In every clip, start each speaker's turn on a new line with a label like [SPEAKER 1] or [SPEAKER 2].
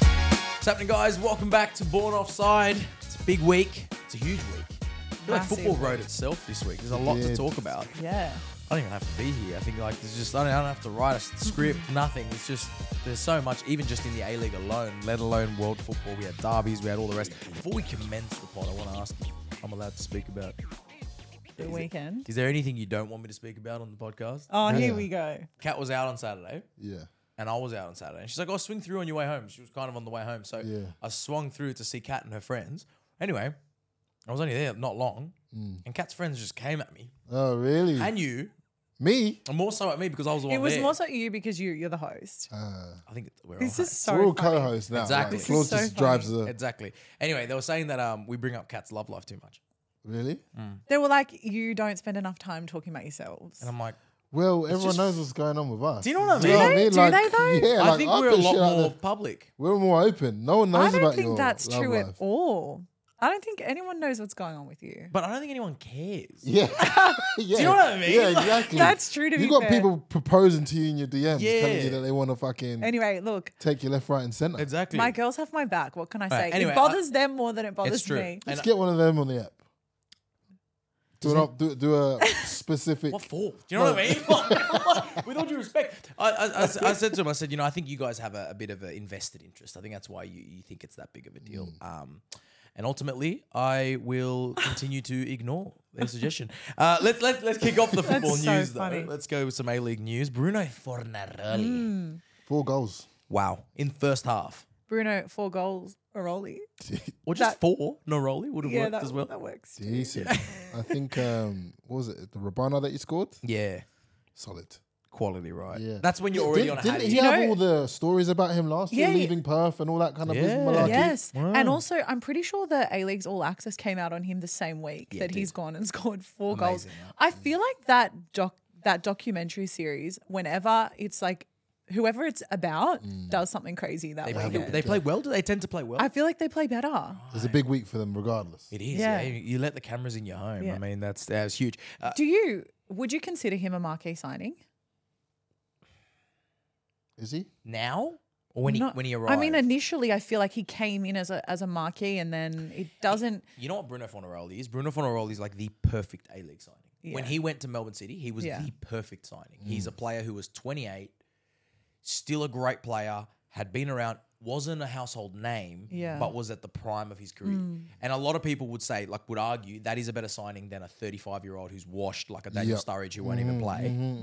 [SPEAKER 1] What's happening, guys? Welcome back to Born Offside. It's a big week. It's a huge week. I feel like
[SPEAKER 2] Massive
[SPEAKER 1] football
[SPEAKER 2] week.
[SPEAKER 1] wrote itself this week. There's a lot to
[SPEAKER 3] did.
[SPEAKER 1] talk about.
[SPEAKER 2] Yeah.
[SPEAKER 1] I don't even have to be here. I think like there's just I don't, I don't have to write a s- script. nothing. It's just there's so much. Even just in the A League alone, let alone world football. We had derbies. We had all the rest. Before we commence the pod, I want to ask you. I'm allowed to speak about.
[SPEAKER 2] The weekend.
[SPEAKER 1] Is there anything you don't want me to speak about on the podcast?
[SPEAKER 2] Oh,
[SPEAKER 3] Yeah.
[SPEAKER 2] here we go.
[SPEAKER 1] Kat was out on Saturday.
[SPEAKER 3] Yeah.
[SPEAKER 1] and I was out on Saturday. And she's like, "Oh, swing through on your way home." She was kind of on the way home, so
[SPEAKER 3] Yeah.
[SPEAKER 1] I swung through to see Kat and her friends. Anyway, I was only there not long, and Kat's friends just came at me
[SPEAKER 3] Oh, really?
[SPEAKER 1] and you,
[SPEAKER 3] Me?
[SPEAKER 1] and more so at me because I was the one.
[SPEAKER 2] It was
[SPEAKER 1] there.
[SPEAKER 2] more so you because you you're the host.
[SPEAKER 3] Uh,
[SPEAKER 1] I think we're
[SPEAKER 2] This
[SPEAKER 1] all
[SPEAKER 2] is so
[SPEAKER 3] we're all
[SPEAKER 2] funny.
[SPEAKER 3] co-hosts now.
[SPEAKER 1] Exactly.
[SPEAKER 3] Like,
[SPEAKER 1] This
[SPEAKER 3] Claude
[SPEAKER 2] is so
[SPEAKER 3] just drives
[SPEAKER 2] funny.
[SPEAKER 3] the.
[SPEAKER 1] high. exactly. Anyway, they were saying that um, we bring up Kat's love life too much,
[SPEAKER 3] really?
[SPEAKER 1] Mm.
[SPEAKER 2] They were like, you don't spend enough time talking about yourselves.
[SPEAKER 1] and I'm like,
[SPEAKER 3] Well, everyone
[SPEAKER 1] just-
[SPEAKER 3] knows what's going on with us.
[SPEAKER 1] Do you know what I mean?
[SPEAKER 2] Do they? Do they though?
[SPEAKER 3] Yeah,
[SPEAKER 1] I
[SPEAKER 3] like,
[SPEAKER 1] think
[SPEAKER 3] I
[SPEAKER 1] we're a
[SPEAKER 3] put
[SPEAKER 1] lot
[SPEAKER 3] shit out
[SPEAKER 1] more
[SPEAKER 3] there.
[SPEAKER 1] public.
[SPEAKER 3] We're more open. No one knows
[SPEAKER 2] I don't
[SPEAKER 3] about
[SPEAKER 2] think
[SPEAKER 3] your
[SPEAKER 2] that's
[SPEAKER 3] love
[SPEAKER 2] true at
[SPEAKER 3] life.
[SPEAKER 2] all. I don't think anyone knows what's going on with you.
[SPEAKER 1] But I don't think anyone cares.
[SPEAKER 3] Yeah. yeah.
[SPEAKER 1] know what I mean?
[SPEAKER 3] Yeah,
[SPEAKER 1] Like,
[SPEAKER 3] exactly.
[SPEAKER 2] that's true to
[SPEAKER 3] you
[SPEAKER 2] be
[SPEAKER 3] got
[SPEAKER 2] fair.
[SPEAKER 3] people proposing to you in your DMs, telling
[SPEAKER 1] Yeah.
[SPEAKER 3] you that they want to fucking
[SPEAKER 2] Anyway, look,
[SPEAKER 3] take you left, right, and center.
[SPEAKER 1] Exactly.
[SPEAKER 2] my girls have my back. What can I say?
[SPEAKER 1] right, anyway,
[SPEAKER 2] it bothers them more than it bothers
[SPEAKER 1] true.
[SPEAKER 2] me.
[SPEAKER 1] And
[SPEAKER 3] Let's get one of them on the app. Do an op, do, do a specific.
[SPEAKER 1] What for? Do you know what I mean? Like, With all due respect, I, I, I s- I said to him, I said, you know, I think you guys have a, a bit of an invested interest. I think that's why you, you think it's that big of a deal.
[SPEAKER 2] Mm.
[SPEAKER 1] Um, and ultimately, I will continue to ignore their suggestion. Uh, let's, let's, let's kick off the football
[SPEAKER 2] so
[SPEAKER 1] news,
[SPEAKER 2] funny. Mm.
[SPEAKER 1] though. Let's go with some A League news. Bruno Fornaroli.
[SPEAKER 3] Four goals.
[SPEAKER 1] Wow. In first half.
[SPEAKER 2] Bruno, four goals, Aroli.
[SPEAKER 1] Or just
[SPEAKER 2] That-
[SPEAKER 1] four. Noroli would have
[SPEAKER 2] Yeah,
[SPEAKER 1] worked
[SPEAKER 2] that,
[SPEAKER 1] as well.
[SPEAKER 2] that works.
[SPEAKER 3] Decent. I think, um, what was it? The Rabana that you scored?
[SPEAKER 1] yeah.
[SPEAKER 3] Solid.
[SPEAKER 1] Quality, right?
[SPEAKER 3] Yeah.
[SPEAKER 1] That's when you're
[SPEAKER 3] Yeah,
[SPEAKER 1] already
[SPEAKER 3] didn't,
[SPEAKER 1] on a
[SPEAKER 3] Didn't
[SPEAKER 1] hat.
[SPEAKER 3] he
[SPEAKER 2] You
[SPEAKER 3] have
[SPEAKER 2] know-
[SPEAKER 3] all the stories about him last year
[SPEAKER 2] Yeah, yeah.
[SPEAKER 3] leaving Perth and all that kind of
[SPEAKER 1] Yeah.
[SPEAKER 3] business malarkey?
[SPEAKER 2] Yes.
[SPEAKER 1] Wow.
[SPEAKER 2] And also, I'm pretty sure the A League's All Access came out on him the same week
[SPEAKER 1] Yeah,
[SPEAKER 2] that
[SPEAKER 1] it
[SPEAKER 2] he's
[SPEAKER 1] did.
[SPEAKER 2] gone and scored four goals.
[SPEAKER 1] Amazing, Mm. right?
[SPEAKER 2] I feel like that doc that documentary series, whenever it's like whoever it's about does something crazy that
[SPEAKER 1] Mm. They,
[SPEAKER 2] way.
[SPEAKER 1] play, they play well. Do they tend to play well?
[SPEAKER 2] I feel like they play better.
[SPEAKER 3] It's a big week for them, regardless.
[SPEAKER 1] It is. Yeah.
[SPEAKER 2] Yeah.
[SPEAKER 1] You you let the cameras in your home. I
[SPEAKER 2] Yeah.
[SPEAKER 1] mean, that's that's huge. Uh,
[SPEAKER 2] Do you would you consider him a marquee signing?
[SPEAKER 3] Is he?
[SPEAKER 1] now or when
[SPEAKER 2] Not-
[SPEAKER 1] he when he arrived?
[SPEAKER 2] I mean, initially I feel like he came in as a as a marquee and then it doesn't
[SPEAKER 1] you know what Bruno Fornaroli is? Bruno Fornaroli is like the perfect A League signing. When
[SPEAKER 2] Yeah.
[SPEAKER 1] he went to Melbourne City, he was
[SPEAKER 2] Yeah. Mm.
[SPEAKER 1] the perfect signing. He's a player who was 28, still a great player, had been around, wasn't a household name,
[SPEAKER 2] Yeah. Mm.
[SPEAKER 1] but was at the prime of his career. And a lot of people would say, like, would argue that is a better signing than a 35 year old who's washed like a Daniel
[SPEAKER 3] Yep.
[SPEAKER 1] Sturridge who won't even
[SPEAKER 2] Mm-hmm.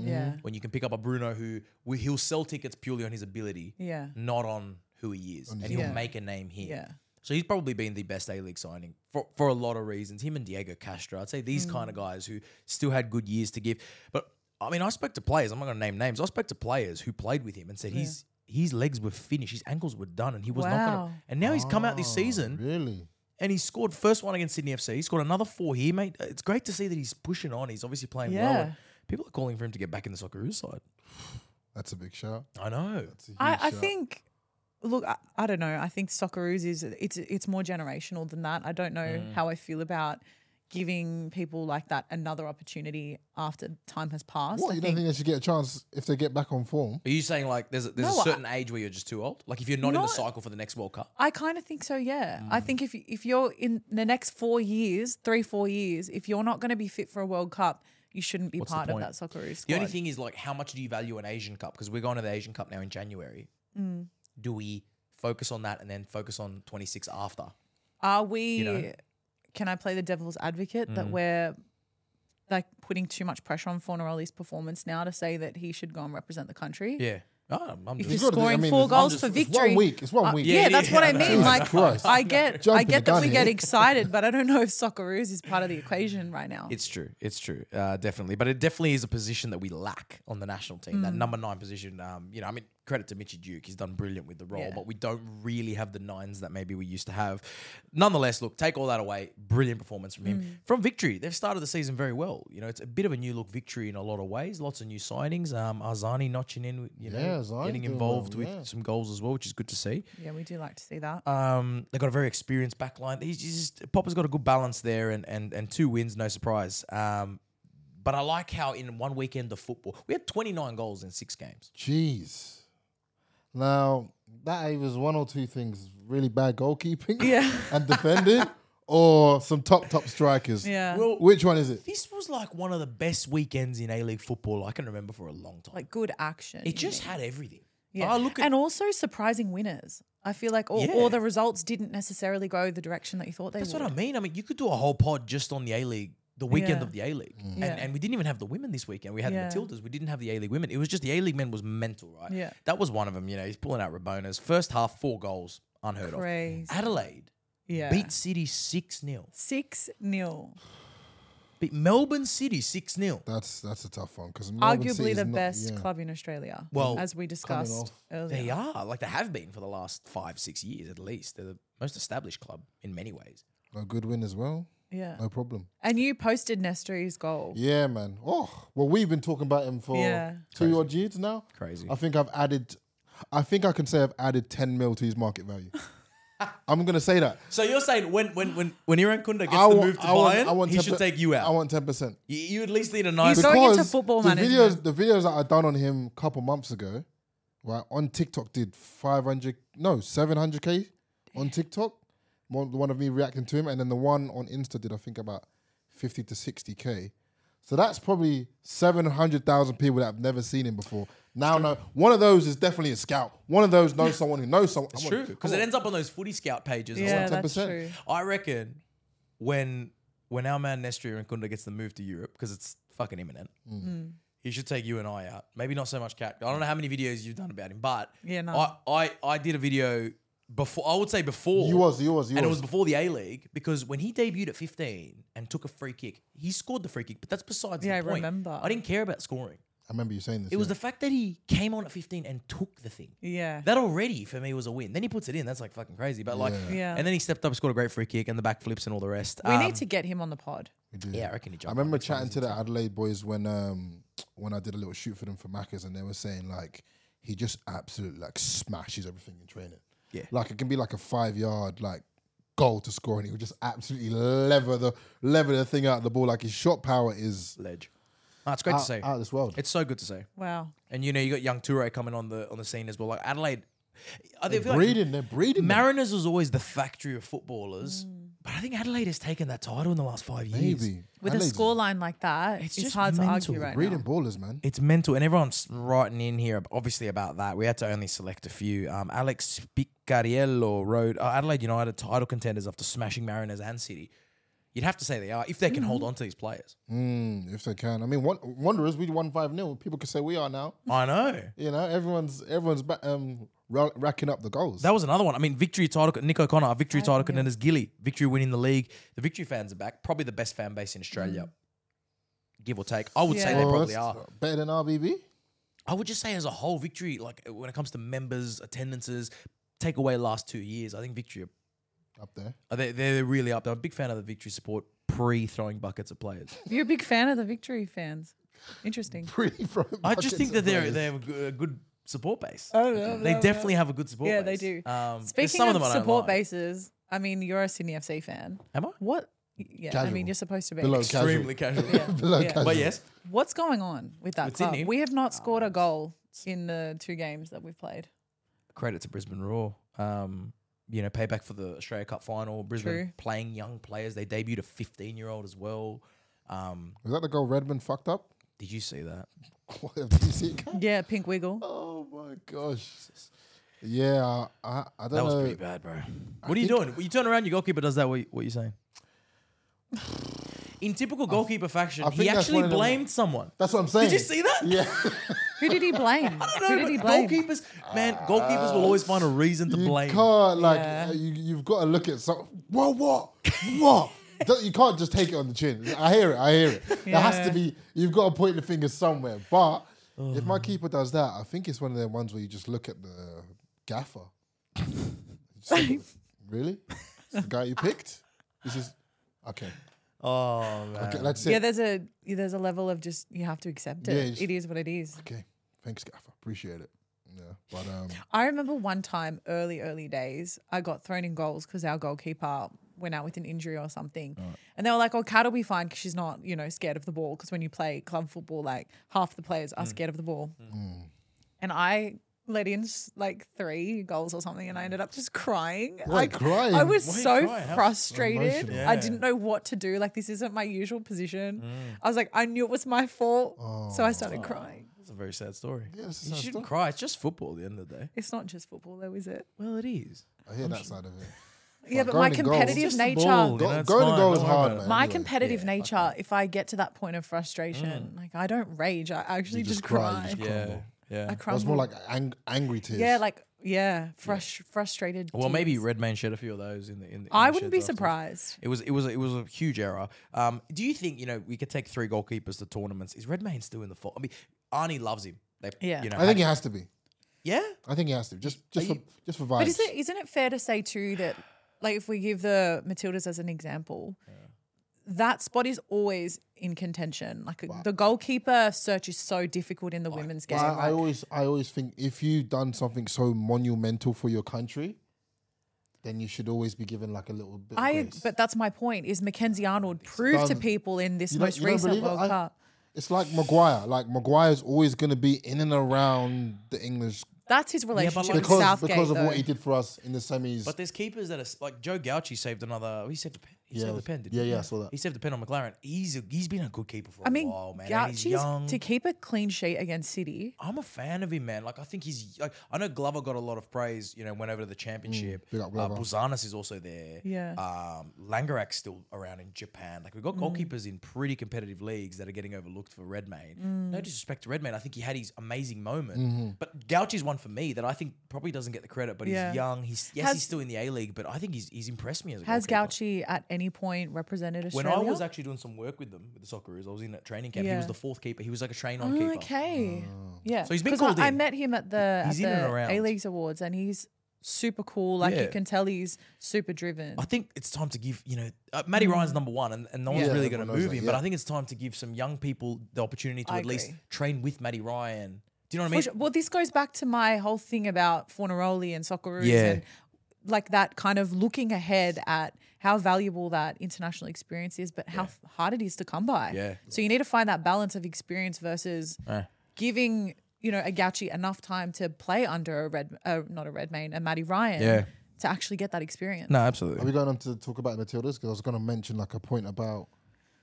[SPEAKER 1] play.
[SPEAKER 2] Yeah.
[SPEAKER 1] When you can pick up a Bruno who who- he'll sell tickets purely on his ability.
[SPEAKER 2] Yeah.
[SPEAKER 1] not on who he is, and he'll
[SPEAKER 2] Yeah.
[SPEAKER 1] make a name here.
[SPEAKER 2] Yeah.
[SPEAKER 1] So he's probably been the best A League signing for, for a lot of reasons. Him and Diego Castro, I'd say these
[SPEAKER 2] Mm.
[SPEAKER 1] kind of guys who still had good years to give. But I mean, I spoke to players. I'm not going to name names. I spoke to players who played with him and said his his legs were finished, his ankles were done, and he was not going
[SPEAKER 2] Wow.
[SPEAKER 1] to. And now he's come out this
[SPEAKER 3] Oh,
[SPEAKER 1] season
[SPEAKER 3] Really?
[SPEAKER 1] and he scored first one against Sydney FC. He scored another four here, mate. Uh, It's great to see that he's pushing on. He's obviously playing well.
[SPEAKER 2] Yeah.
[SPEAKER 1] And People are calling for him to get back in the Socceroos side.
[SPEAKER 3] That's a big shout.
[SPEAKER 1] I know.
[SPEAKER 3] That's a huge
[SPEAKER 2] I, I
[SPEAKER 3] shout.
[SPEAKER 2] think. Look, I, I don't know. I think Socceroos is it's it's more generational than that. I don't know
[SPEAKER 1] Mm.
[SPEAKER 2] how I feel about giving people like that another opportunity after time has passed.
[SPEAKER 3] What?
[SPEAKER 2] I
[SPEAKER 3] You
[SPEAKER 2] think
[SPEAKER 3] don't think they should get a chance if they get back on form?
[SPEAKER 1] Are you saying like there's a, there's
[SPEAKER 2] No,
[SPEAKER 1] a
[SPEAKER 2] I-
[SPEAKER 1] certain age where you're just too old? Like if you're not, in the
[SPEAKER 2] Not-
[SPEAKER 1] cycle for the next World Cup,
[SPEAKER 2] I kind of think so. Yeah,
[SPEAKER 1] Mm.
[SPEAKER 2] I think if if you're in the next four years, three four years, if you're not going to be fit for a World Cup, you shouldn't be
[SPEAKER 1] What's the
[SPEAKER 2] part of
[SPEAKER 1] point?
[SPEAKER 2] that Socceroos
[SPEAKER 1] the
[SPEAKER 2] squad.
[SPEAKER 1] only thing is like how much do you value an Asian Cup? Because we're going to the Asian Cup now in January.
[SPEAKER 2] Mm.
[SPEAKER 1] Do we focus on that and then focus on 26 after?
[SPEAKER 2] Are we?
[SPEAKER 1] know? Mm.
[SPEAKER 2] Can I play the devil's advocate that we're like putting too much pressure on Fornaroli's performance now to say that he should go and represent the country?
[SPEAKER 1] Yeah, oh, I'm
[SPEAKER 2] If
[SPEAKER 1] just-
[SPEAKER 2] you're
[SPEAKER 3] gotta do- I
[SPEAKER 2] scoring
[SPEAKER 3] mean,
[SPEAKER 2] four
[SPEAKER 3] it's-
[SPEAKER 2] goals
[SPEAKER 1] I'm
[SPEAKER 2] for
[SPEAKER 1] just-
[SPEAKER 3] It's
[SPEAKER 2] victory,
[SPEAKER 3] one week. It's one
[SPEAKER 2] Uh,
[SPEAKER 3] week.
[SPEAKER 2] yeah,
[SPEAKER 1] Yeah,
[SPEAKER 2] that's
[SPEAKER 1] yeah,
[SPEAKER 2] what I
[SPEAKER 1] I know.
[SPEAKER 2] mean. Like,
[SPEAKER 3] Jesus Christ.
[SPEAKER 2] I get, I
[SPEAKER 3] Jumping the
[SPEAKER 2] get that we
[SPEAKER 3] gun
[SPEAKER 2] get
[SPEAKER 3] here.
[SPEAKER 2] excited, but I don't know if Socceroos is part of the equation right now.
[SPEAKER 1] It's true. It's true. Uh, definitely. But it definitely is a position that we lack on the national team.
[SPEAKER 3] Mm.
[SPEAKER 1] That number nine position. Um, you know, I mean, credit to Mitchy Duke. He's done brilliant with the role,
[SPEAKER 2] Yeah.
[SPEAKER 1] but we don't really have the nines that maybe we used to have. Nonetheless, look, take all that away. Brilliant performance from
[SPEAKER 3] Mm.
[SPEAKER 1] him. From victory, they've started the season very well. You know, it's a bit of a new look victory in a lot of ways. Lots of new signings. Um, Arzani notching in, you know,
[SPEAKER 3] Yeah, Arzani
[SPEAKER 1] getting
[SPEAKER 3] doing
[SPEAKER 1] involved
[SPEAKER 3] well,
[SPEAKER 1] with
[SPEAKER 3] yeah.
[SPEAKER 1] some goals as well, which is good to see.
[SPEAKER 2] yeah, we do like to see that.
[SPEAKER 1] Um, they've got a very experienced back line. He's just Popper's got a good balance there and and and two wins, no surprise. Um, but I like how in one weekend of football, we had 29 goals in six games.
[SPEAKER 3] Jeez. Now that was one or two things: really bad goalkeeping,
[SPEAKER 2] Yeah.
[SPEAKER 3] and defending, or some top top strikers.
[SPEAKER 2] Yeah.
[SPEAKER 1] Well,
[SPEAKER 3] Which one is it?
[SPEAKER 1] this was like one of the best weekends in A League football I can remember for a long time.
[SPEAKER 2] like good action. you
[SPEAKER 1] it just
[SPEAKER 2] mean.
[SPEAKER 1] had everything.
[SPEAKER 2] Yeah.
[SPEAKER 1] I look at
[SPEAKER 2] and also surprising winners. I feel like all,
[SPEAKER 1] Yeah.
[SPEAKER 2] all the results didn't necessarily go the direction that you thought they
[SPEAKER 1] That's
[SPEAKER 2] would.
[SPEAKER 1] what I mean. I mean, you could do a whole pod just on the A League, the weekend
[SPEAKER 2] Yeah.
[SPEAKER 1] of the A League,
[SPEAKER 3] Mm.
[SPEAKER 1] and,
[SPEAKER 2] Yeah.
[SPEAKER 1] and we didn't even have the women this weekend. We had
[SPEAKER 2] Yeah.
[SPEAKER 1] the Matildas. We didn't have the A League women. It was just the A League men was mental, right?
[SPEAKER 2] Yeah.
[SPEAKER 1] that was one of them. You know, he's pulling out Rabonas. First half, four goals, unheard
[SPEAKER 2] Crazy.
[SPEAKER 1] of. Adelaide
[SPEAKER 2] Yeah.
[SPEAKER 1] beat City six 0
[SPEAKER 2] Six nil.
[SPEAKER 1] Beat Melbourne City six 0
[SPEAKER 3] That's that's a tough one because
[SPEAKER 2] Arguably the best club in Australia.
[SPEAKER 1] Well,
[SPEAKER 2] as we discussed
[SPEAKER 3] off.
[SPEAKER 2] earlier.
[SPEAKER 1] They are like they have been for the last five six years at least. They're the most established club in many ways.
[SPEAKER 3] No good win as well.
[SPEAKER 2] Yeah.
[SPEAKER 3] No problem.
[SPEAKER 2] And you posted Nestori's goal.
[SPEAKER 3] Yeah, man. Oh, well, we've been talking about him for
[SPEAKER 2] Yeah.
[SPEAKER 3] two odd years now.
[SPEAKER 1] Crazy.
[SPEAKER 3] I think I've added. I think I can say I've added ten mil to his market value. I'm gonna say that.
[SPEAKER 1] So you're saying when when when when Iran Kunda gets
[SPEAKER 3] I
[SPEAKER 1] the
[SPEAKER 3] wa-
[SPEAKER 1] move to
[SPEAKER 3] I want-
[SPEAKER 1] Bayern,
[SPEAKER 3] I want
[SPEAKER 1] he
[SPEAKER 3] 10
[SPEAKER 1] should take you out.
[SPEAKER 3] I want ten percent.
[SPEAKER 1] you, you at least need a nice.
[SPEAKER 2] He's going into
[SPEAKER 3] Because
[SPEAKER 2] football
[SPEAKER 3] the
[SPEAKER 2] management.
[SPEAKER 3] videos the videos that I done on him a couple months ago, right on TikTok did five hundred no seven hundred k on TikTok. One, the one of me reacting to him, and then the one on Insta did I think about fifty to sixty k. So that's probably seven hundred thousand people that have never seen him before. Now, no, one of those is definitely a scout. One of those knows someone who knows someone.
[SPEAKER 1] It's true because it ends up on those footy scout pages. and
[SPEAKER 2] Yeah,
[SPEAKER 1] stuff.
[SPEAKER 2] that's
[SPEAKER 3] 10%.
[SPEAKER 2] true.
[SPEAKER 1] I reckon when when our man Nestor Irakunda gets the move to Europe because it's fucking imminent,
[SPEAKER 3] Mm.
[SPEAKER 2] Mm.
[SPEAKER 1] he should take you and I out. Maybe not so much cat. I don't know how many videos you've done about him, but
[SPEAKER 2] Yeah, no.
[SPEAKER 1] I, I I did a video before. I would say before
[SPEAKER 3] You was, you was, you
[SPEAKER 1] and it
[SPEAKER 3] was.
[SPEAKER 1] was before the A League because when he debuted at 15 and took a free kick, he scored the free kick, but that's besides
[SPEAKER 2] Yeah,
[SPEAKER 1] the
[SPEAKER 2] I
[SPEAKER 1] point.
[SPEAKER 2] remember.
[SPEAKER 1] I didn't care about scoring.
[SPEAKER 3] I remember you saying this.
[SPEAKER 1] It was
[SPEAKER 3] yeah.
[SPEAKER 1] the fact that he came on at 15 and took the thing.
[SPEAKER 2] Yeah.
[SPEAKER 1] That already for me was a win. Then he puts it in. That's like fucking crazy. But like,
[SPEAKER 3] Yeah.
[SPEAKER 2] Yeah.
[SPEAKER 1] and then he stepped up, scored a great free kick, and the back flips and all the rest.
[SPEAKER 2] we
[SPEAKER 1] Um,
[SPEAKER 2] need to get him on the pod.
[SPEAKER 3] We did.
[SPEAKER 1] Yeah, I reckon he
[SPEAKER 3] I
[SPEAKER 1] jumped.
[SPEAKER 3] remember chatting to the Adelaide boys when um when I did a little shoot for them for Macca's and they were saying like he just absolutely like smashes everything in training.
[SPEAKER 1] Yeah.
[SPEAKER 3] Like it can be like a five yard like goal to score and he would just absolutely lever the lever the thing out of the ball. Like his shot power is
[SPEAKER 1] ledge. Ah, it's great to
[SPEAKER 3] out,
[SPEAKER 1] say.
[SPEAKER 3] out of this world.
[SPEAKER 1] it's so good to say.
[SPEAKER 2] Wow.
[SPEAKER 1] And you know, you got young Toure coming on the on the scene as well. Like Adelaide, I think- I feel like
[SPEAKER 3] breeding, they're breeding. them.
[SPEAKER 1] Mariners was always the factory of footballers,
[SPEAKER 2] Mm.
[SPEAKER 1] but I think Adelaide has taken that title in the last five years.
[SPEAKER 3] Maybe.
[SPEAKER 2] With
[SPEAKER 3] Adelaide's
[SPEAKER 2] a scoreline like that, it's,
[SPEAKER 1] just
[SPEAKER 2] hard
[SPEAKER 1] mental.
[SPEAKER 2] to argue right
[SPEAKER 3] breeding
[SPEAKER 2] now.
[SPEAKER 3] ballers, man.
[SPEAKER 1] It's mental, and everyone's writing in here, obviously, about that. We had to only select a few. Um, Alex Picariello wrote "Are Adelaide United title contenders after smashing Mariners and City. You'd have to say they are if they can hold on to these players.
[SPEAKER 3] Mm, if they can. I mean one, Wanderers, we won five 0 People could say we are now.
[SPEAKER 1] I know.
[SPEAKER 3] You know, everyone's everyone's ba- um ra- racking up the goals.
[SPEAKER 1] That was another one. I mean, victory title, Nico Connor, our victory title contenders, Gilly, victory winning the league. The victory fans are back. Probably the best fan base in Australia, give or take. I would say
[SPEAKER 2] Yeah.
[SPEAKER 1] they
[SPEAKER 3] Oh,
[SPEAKER 1] probably
[SPEAKER 3] that's
[SPEAKER 1] are.
[SPEAKER 3] Better than RBB?
[SPEAKER 1] I would just say as a whole, victory, like when it comes to members, attendances, take away last two years, I think victory,
[SPEAKER 3] Up there.
[SPEAKER 1] are they, they're really up there. I'm a big fan of the victory support pre throwing buckets at players.
[SPEAKER 2] You're a big fan of the victory fans. Interesting.
[SPEAKER 3] Pretty from
[SPEAKER 1] I just think that they're, they have a g- a good support base.
[SPEAKER 2] Oh, no,
[SPEAKER 1] they
[SPEAKER 2] no,
[SPEAKER 1] definitely have a good support
[SPEAKER 2] Yeah, they
[SPEAKER 1] base.
[SPEAKER 2] do.
[SPEAKER 1] Um, there's
[SPEAKER 2] Speaking
[SPEAKER 1] some
[SPEAKER 2] of,
[SPEAKER 1] them I don't
[SPEAKER 2] support
[SPEAKER 1] like.
[SPEAKER 2] bases, I mean, you're a Sydney FC fan.
[SPEAKER 1] Am I?
[SPEAKER 2] What? Yeah, I
[SPEAKER 3] Casual.
[SPEAKER 2] mean, you're supposed to be.
[SPEAKER 3] Below casual.
[SPEAKER 1] Extremely casual.
[SPEAKER 3] Below
[SPEAKER 2] Yeah.
[SPEAKER 3] casual.
[SPEAKER 1] But yes,
[SPEAKER 2] What's going on with that
[SPEAKER 1] With
[SPEAKER 2] club?
[SPEAKER 1] Sydney? Oh,
[SPEAKER 2] We have not scored a goal in the two games that we've played.
[SPEAKER 1] credit to Brisbane Roar. Um, you know, payback for the Australia Cup final. Brisbane
[SPEAKER 2] True.
[SPEAKER 1] playing young players. They debuted a 15 year old as well. Um,
[SPEAKER 3] Was that the goal Redmond fucked up?
[SPEAKER 1] did you see that?
[SPEAKER 3] What, Did you see it? come?
[SPEAKER 2] Yeah, Pink Wiggle.
[SPEAKER 3] Oh my gosh. Yeah, I, I, I don't
[SPEAKER 1] That was
[SPEAKER 3] know.
[SPEAKER 1] pretty bad, bro. What are you doing? You turn around, your goalkeeper does that. What, what are you saying? In typical goalkeeper fashion,
[SPEAKER 3] I
[SPEAKER 1] he
[SPEAKER 3] think that's
[SPEAKER 1] actually
[SPEAKER 3] one of them-
[SPEAKER 1] blamed someone.
[SPEAKER 3] That's what I'm saying.
[SPEAKER 1] Did you see that?
[SPEAKER 3] Yeah.
[SPEAKER 2] Who did he blame?
[SPEAKER 1] No,
[SPEAKER 2] Who
[SPEAKER 1] but
[SPEAKER 2] did he blame?
[SPEAKER 1] goalkeepers, man, goalkeepers will always find a reason to
[SPEAKER 3] Ah, you
[SPEAKER 1] blame.
[SPEAKER 3] can't like
[SPEAKER 2] Yeah.
[SPEAKER 3] uh, you, you've got to look at some. Whoa, what? What? Don't- you can't just take it on the chin. I hear it. I hear it. There has to
[SPEAKER 2] Yeah.
[SPEAKER 3] be. You've got to point the finger somewhere. But if my keeper does that, I think it's one of them ones where you just look at the gaffer. Just look at- really? It's the guy you picked? This is okay.
[SPEAKER 1] Oh man,
[SPEAKER 3] Okay, that's it.
[SPEAKER 2] Uh, Yeah, there's a yeah, there's a level of just you have to accept
[SPEAKER 3] Yeah,
[SPEAKER 2] it.
[SPEAKER 3] it's-
[SPEAKER 2] it is what it is.
[SPEAKER 3] okay. Thanks, gaffer. Appreciate it. Yeah, but um,
[SPEAKER 2] I remember one time, early, early days, I got thrown in goals because our goalkeeper went out with an injury or something. And they were like, oh, Kat will be fine because she's not, you know, scared of the ball.
[SPEAKER 1] Mm.
[SPEAKER 2] Because when you play club football, like half the players are scared of the ball. And I let in s- like three goals or something, and I ended up just crying.
[SPEAKER 3] Why
[SPEAKER 2] Like,
[SPEAKER 3] crying?
[SPEAKER 2] I was
[SPEAKER 1] Why
[SPEAKER 2] so
[SPEAKER 1] cry? How-
[SPEAKER 2] frustrated.
[SPEAKER 3] Emotional.
[SPEAKER 2] I
[SPEAKER 1] Yeah. Mm.
[SPEAKER 2] didn't know what to do. Like this isn't my usual position. I was like, I knew it was my fault, so I
[SPEAKER 1] Oh.
[SPEAKER 2] started crying.
[SPEAKER 1] That's a very sad story.
[SPEAKER 3] Yeah, it's a
[SPEAKER 1] you
[SPEAKER 3] sad
[SPEAKER 1] shouldn't
[SPEAKER 3] story.
[SPEAKER 1] cry. It's just football at the end of the day.
[SPEAKER 2] It's not just football, though, is it?
[SPEAKER 1] Well, it is.
[SPEAKER 3] I hear that side of it.
[SPEAKER 2] Yeah,
[SPEAKER 3] Well,
[SPEAKER 2] but my
[SPEAKER 3] going to goal-
[SPEAKER 2] competitive
[SPEAKER 1] Just the
[SPEAKER 2] nature.
[SPEAKER 1] ball,
[SPEAKER 3] Go-
[SPEAKER 1] know, it's
[SPEAKER 3] going to
[SPEAKER 1] fine,
[SPEAKER 3] goal
[SPEAKER 1] don't
[SPEAKER 3] is
[SPEAKER 1] worry
[SPEAKER 3] hard,
[SPEAKER 1] about it.
[SPEAKER 3] man.
[SPEAKER 2] My
[SPEAKER 3] Anyway,
[SPEAKER 2] competitive
[SPEAKER 1] yeah,
[SPEAKER 2] nature, if I get to that point of frustration, like I don't rage, I actually
[SPEAKER 3] just
[SPEAKER 2] just,
[SPEAKER 3] cry, Mm. you just
[SPEAKER 2] cry.
[SPEAKER 3] cry.
[SPEAKER 1] Yeah,
[SPEAKER 3] Crumble.
[SPEAKER 1] yeah.
[SPEAKER 2] I
[SPEAKER 3] I
[SPEAKER 2] crumble.
[SPEAKER 3] was more like ang- angry tears.
[SPEAKER 2] yeah, like yeah, frus- frustrated.
[SPEAKER 1] Well, maybe
[SPEAKER 2] tears.
[SPEAKER 1] Redmayne shed a few of those in the. In the in
[SPEAKER 2] I
[SPEAKER 1] the
[SPEAKER 2] wouldn't be
[SPEAKER 1] sheds afterwards.
[SPEAKER 2] surprised.
[SPEAKER 1] It was it was it was a huge error. Um, do you think you know we could take three goalkeepers to tournaments? Is Redmayne still in the fault? I mean, Arnie loves him. They,
[SPEAKER 2] Yeah.
[SPEAKER 1] you know,
[SPEAKER 3] I think
[SPEAKER 1] had-
[SPEAKER 3] it has to be.
[SPEAKER 1] yeah.
[SPEAKER 3] I think it has to be. Just, just for, just for vibes.
[SPEAKER 2] But is it, isn't it fair to say too that, like, if we give the Matildas as an example, that spot is always in contention. Like the goalkeeper search is so difficult in the women's game.
[SPEAKER 3] Well, I, I
[SPEAKER 2] right?
[SPEAKER 3] always, I always think if you've done something so monumental for your country, then you should always be given like a little bit.
[SPEAKER 2] I,
[SPEAKER 3] of grace.
[SPEAKER 2] but that's my point. Is Mackenzie Arnold proved to
[SPEAKER 3] Doesn't-
[SPEAKER 2] people in this
[SPEAKER 3] You don't-
[SPEAKER 2] most
[SPEAKER 3] you don't
[SPEAKER 2] recent
[SPEAKER 3] believe it?
[SPEAKER 2] World
[SPEAKER 3] I-
[SPEAKER 2] Cup?
[SPEAKER 3] it's like Maguire. Like Maguire's always going to be in and around the English
[SPEAKER 2] That's his relationship
[SPEAKER 1] like-
[SPEAKER 2] with
[SPEAKER 3] because
[SPEAKER 2] Southgate,
[SPEAKER 3] because of
[SPEAKER 2] though.
[SPEAKER 3] what he did for us in the semis.
[SPEAKER 1] But there's keepers that are s- like Joe Gauchi saved another. He saved a pen. He
[SPEAKER 3] Yeah,
[SPEAKER 1] saved a
[SPEAKER 3] was-
[SPEAKER 1] pen. Didn't
[SPEAKER 3] yeah,
[SPEAKER 1] he?
[SPEAKER 3] yeah, I saw that.
[SPEAKER 1] He saved a pen on McLaren. He's a, he's been a good keeper for
[SPEAKER 2] I mean,
[SPEAKER 1] a while, man. and he's young.
[SPEAKER 2] Gauchi's to keep a clean sheet against City.
[SPEAKER 1] I'm a fan of him, man. Like I think he's like I know Glover got a lot of praise. You know, went over to the championship.
[SPEAKER 3] big up
[SPEAKER 1] uh,
[SPEAKER 3] Glover.
[SPEAKER 1] Buzanis is also there.
[SPEAKER 2] Yeah. Mm.
[SPEAKER 1] Um, Langerak's still around in Japan. Like we've got goalkeepers in pretty competitive leagues that are getting overlooked for Redmayne.
[SPEAKER 2] Mm.
[SPEAKER 1] No disrespect to Redmayne, I think he had his amazing moment. But Gauchi's one for me that I think probably doesn't get the credit. But
[SPEAKER 2] Yeah.
[SPEAKER 1] he's young. He's yes,
[SPEAKER 2] Has-
[SPEAKER 1] he's still in the A League, but I think he's he's impressed me as a
[SPEAKER 2] Has
[SPEAKER 1] goalkeeper.
[SPEAKER 2] Gauchi at any point represented
[SPEAKER 1] When
[SPEAKER 2] Australia?
[SPEAKER 1] I was actually doing some work with them with the Socceroos, I was in that training camp. He
[SPEAKER 2] Yeah.
[SPEAKER 1] was the fourth keeper. He was like a train on
[SPEAKER 2] Oh,
[SPEAKER 1] keeper.
[SPEAKER 2] okay. Yeah.
[SPEAKER 1] So he's been
[SPEAKER 2] 'Cause I-
[SPEAKER 1] called
[SPEAKER 2] I,
[SPEAKER 1] in.
[SPEAKER 2] met him at the,
[SPEAKER 1] He's in and around.
[SPEAKER 2] A Leagues Awards and he's super cool. Like
[SPEAKER 1] Yeah.
[SPEAKER 2] you can tell he's super driven.
[SPEAKER 1] I think it's time to give, you know, uh, Matty
[SPEAKER 2] Mm.
[SPEAKER 1] Ryan's number one, and, and no one's
[SPEAKER 2] Yeah.
[SPEAKER 1] really
[SPEAKER 3] Yeah,
[SPEAKER 1] going to
[SPEAKER 3] everyone knows
[SPEAKER 1] move
[SPEAKER 3] that,
[SPEAKER 1] him. But
[SPEAKER 3] yeah.
[SPEAKER 1] I think it's time to give some young people the opportunity to
[SPEAKER 2] I
[SPEAKER 1] at least
[SPEAKER 2] agree.
[SPEAKER 1] train with Matty Ryan. Do you know what I mean?
[SPEAKER 2] Which- well, this goes back to my whole thing about Fornaroli and Socceroos
[SPEAKER 1] Yeah.
[SPEAKER 2] and like that kind of looking ahead at how valuable that international experience is, but how f- hard it is to come by.
[SPEAKER 1] Yeah.
[SPEAKER 2] So you need to find that balance of experience versus
[SPEAKER 3] Ah.
[SPEAKER 1] Uh.
[SPEAKER 2] giving you know a Gauchi enough time to play under a red, uh, not a Redmayne, a Matty Ryan.
[SPEAKER 1] Yeah.
[SPEAKER 2] To actually get that experience.
[SPEAKER 3] Are
[SPEAKER 1] absolutely.
[SPEAKER 3] we going on to talk about Matildas? Because I was going to mention like a point about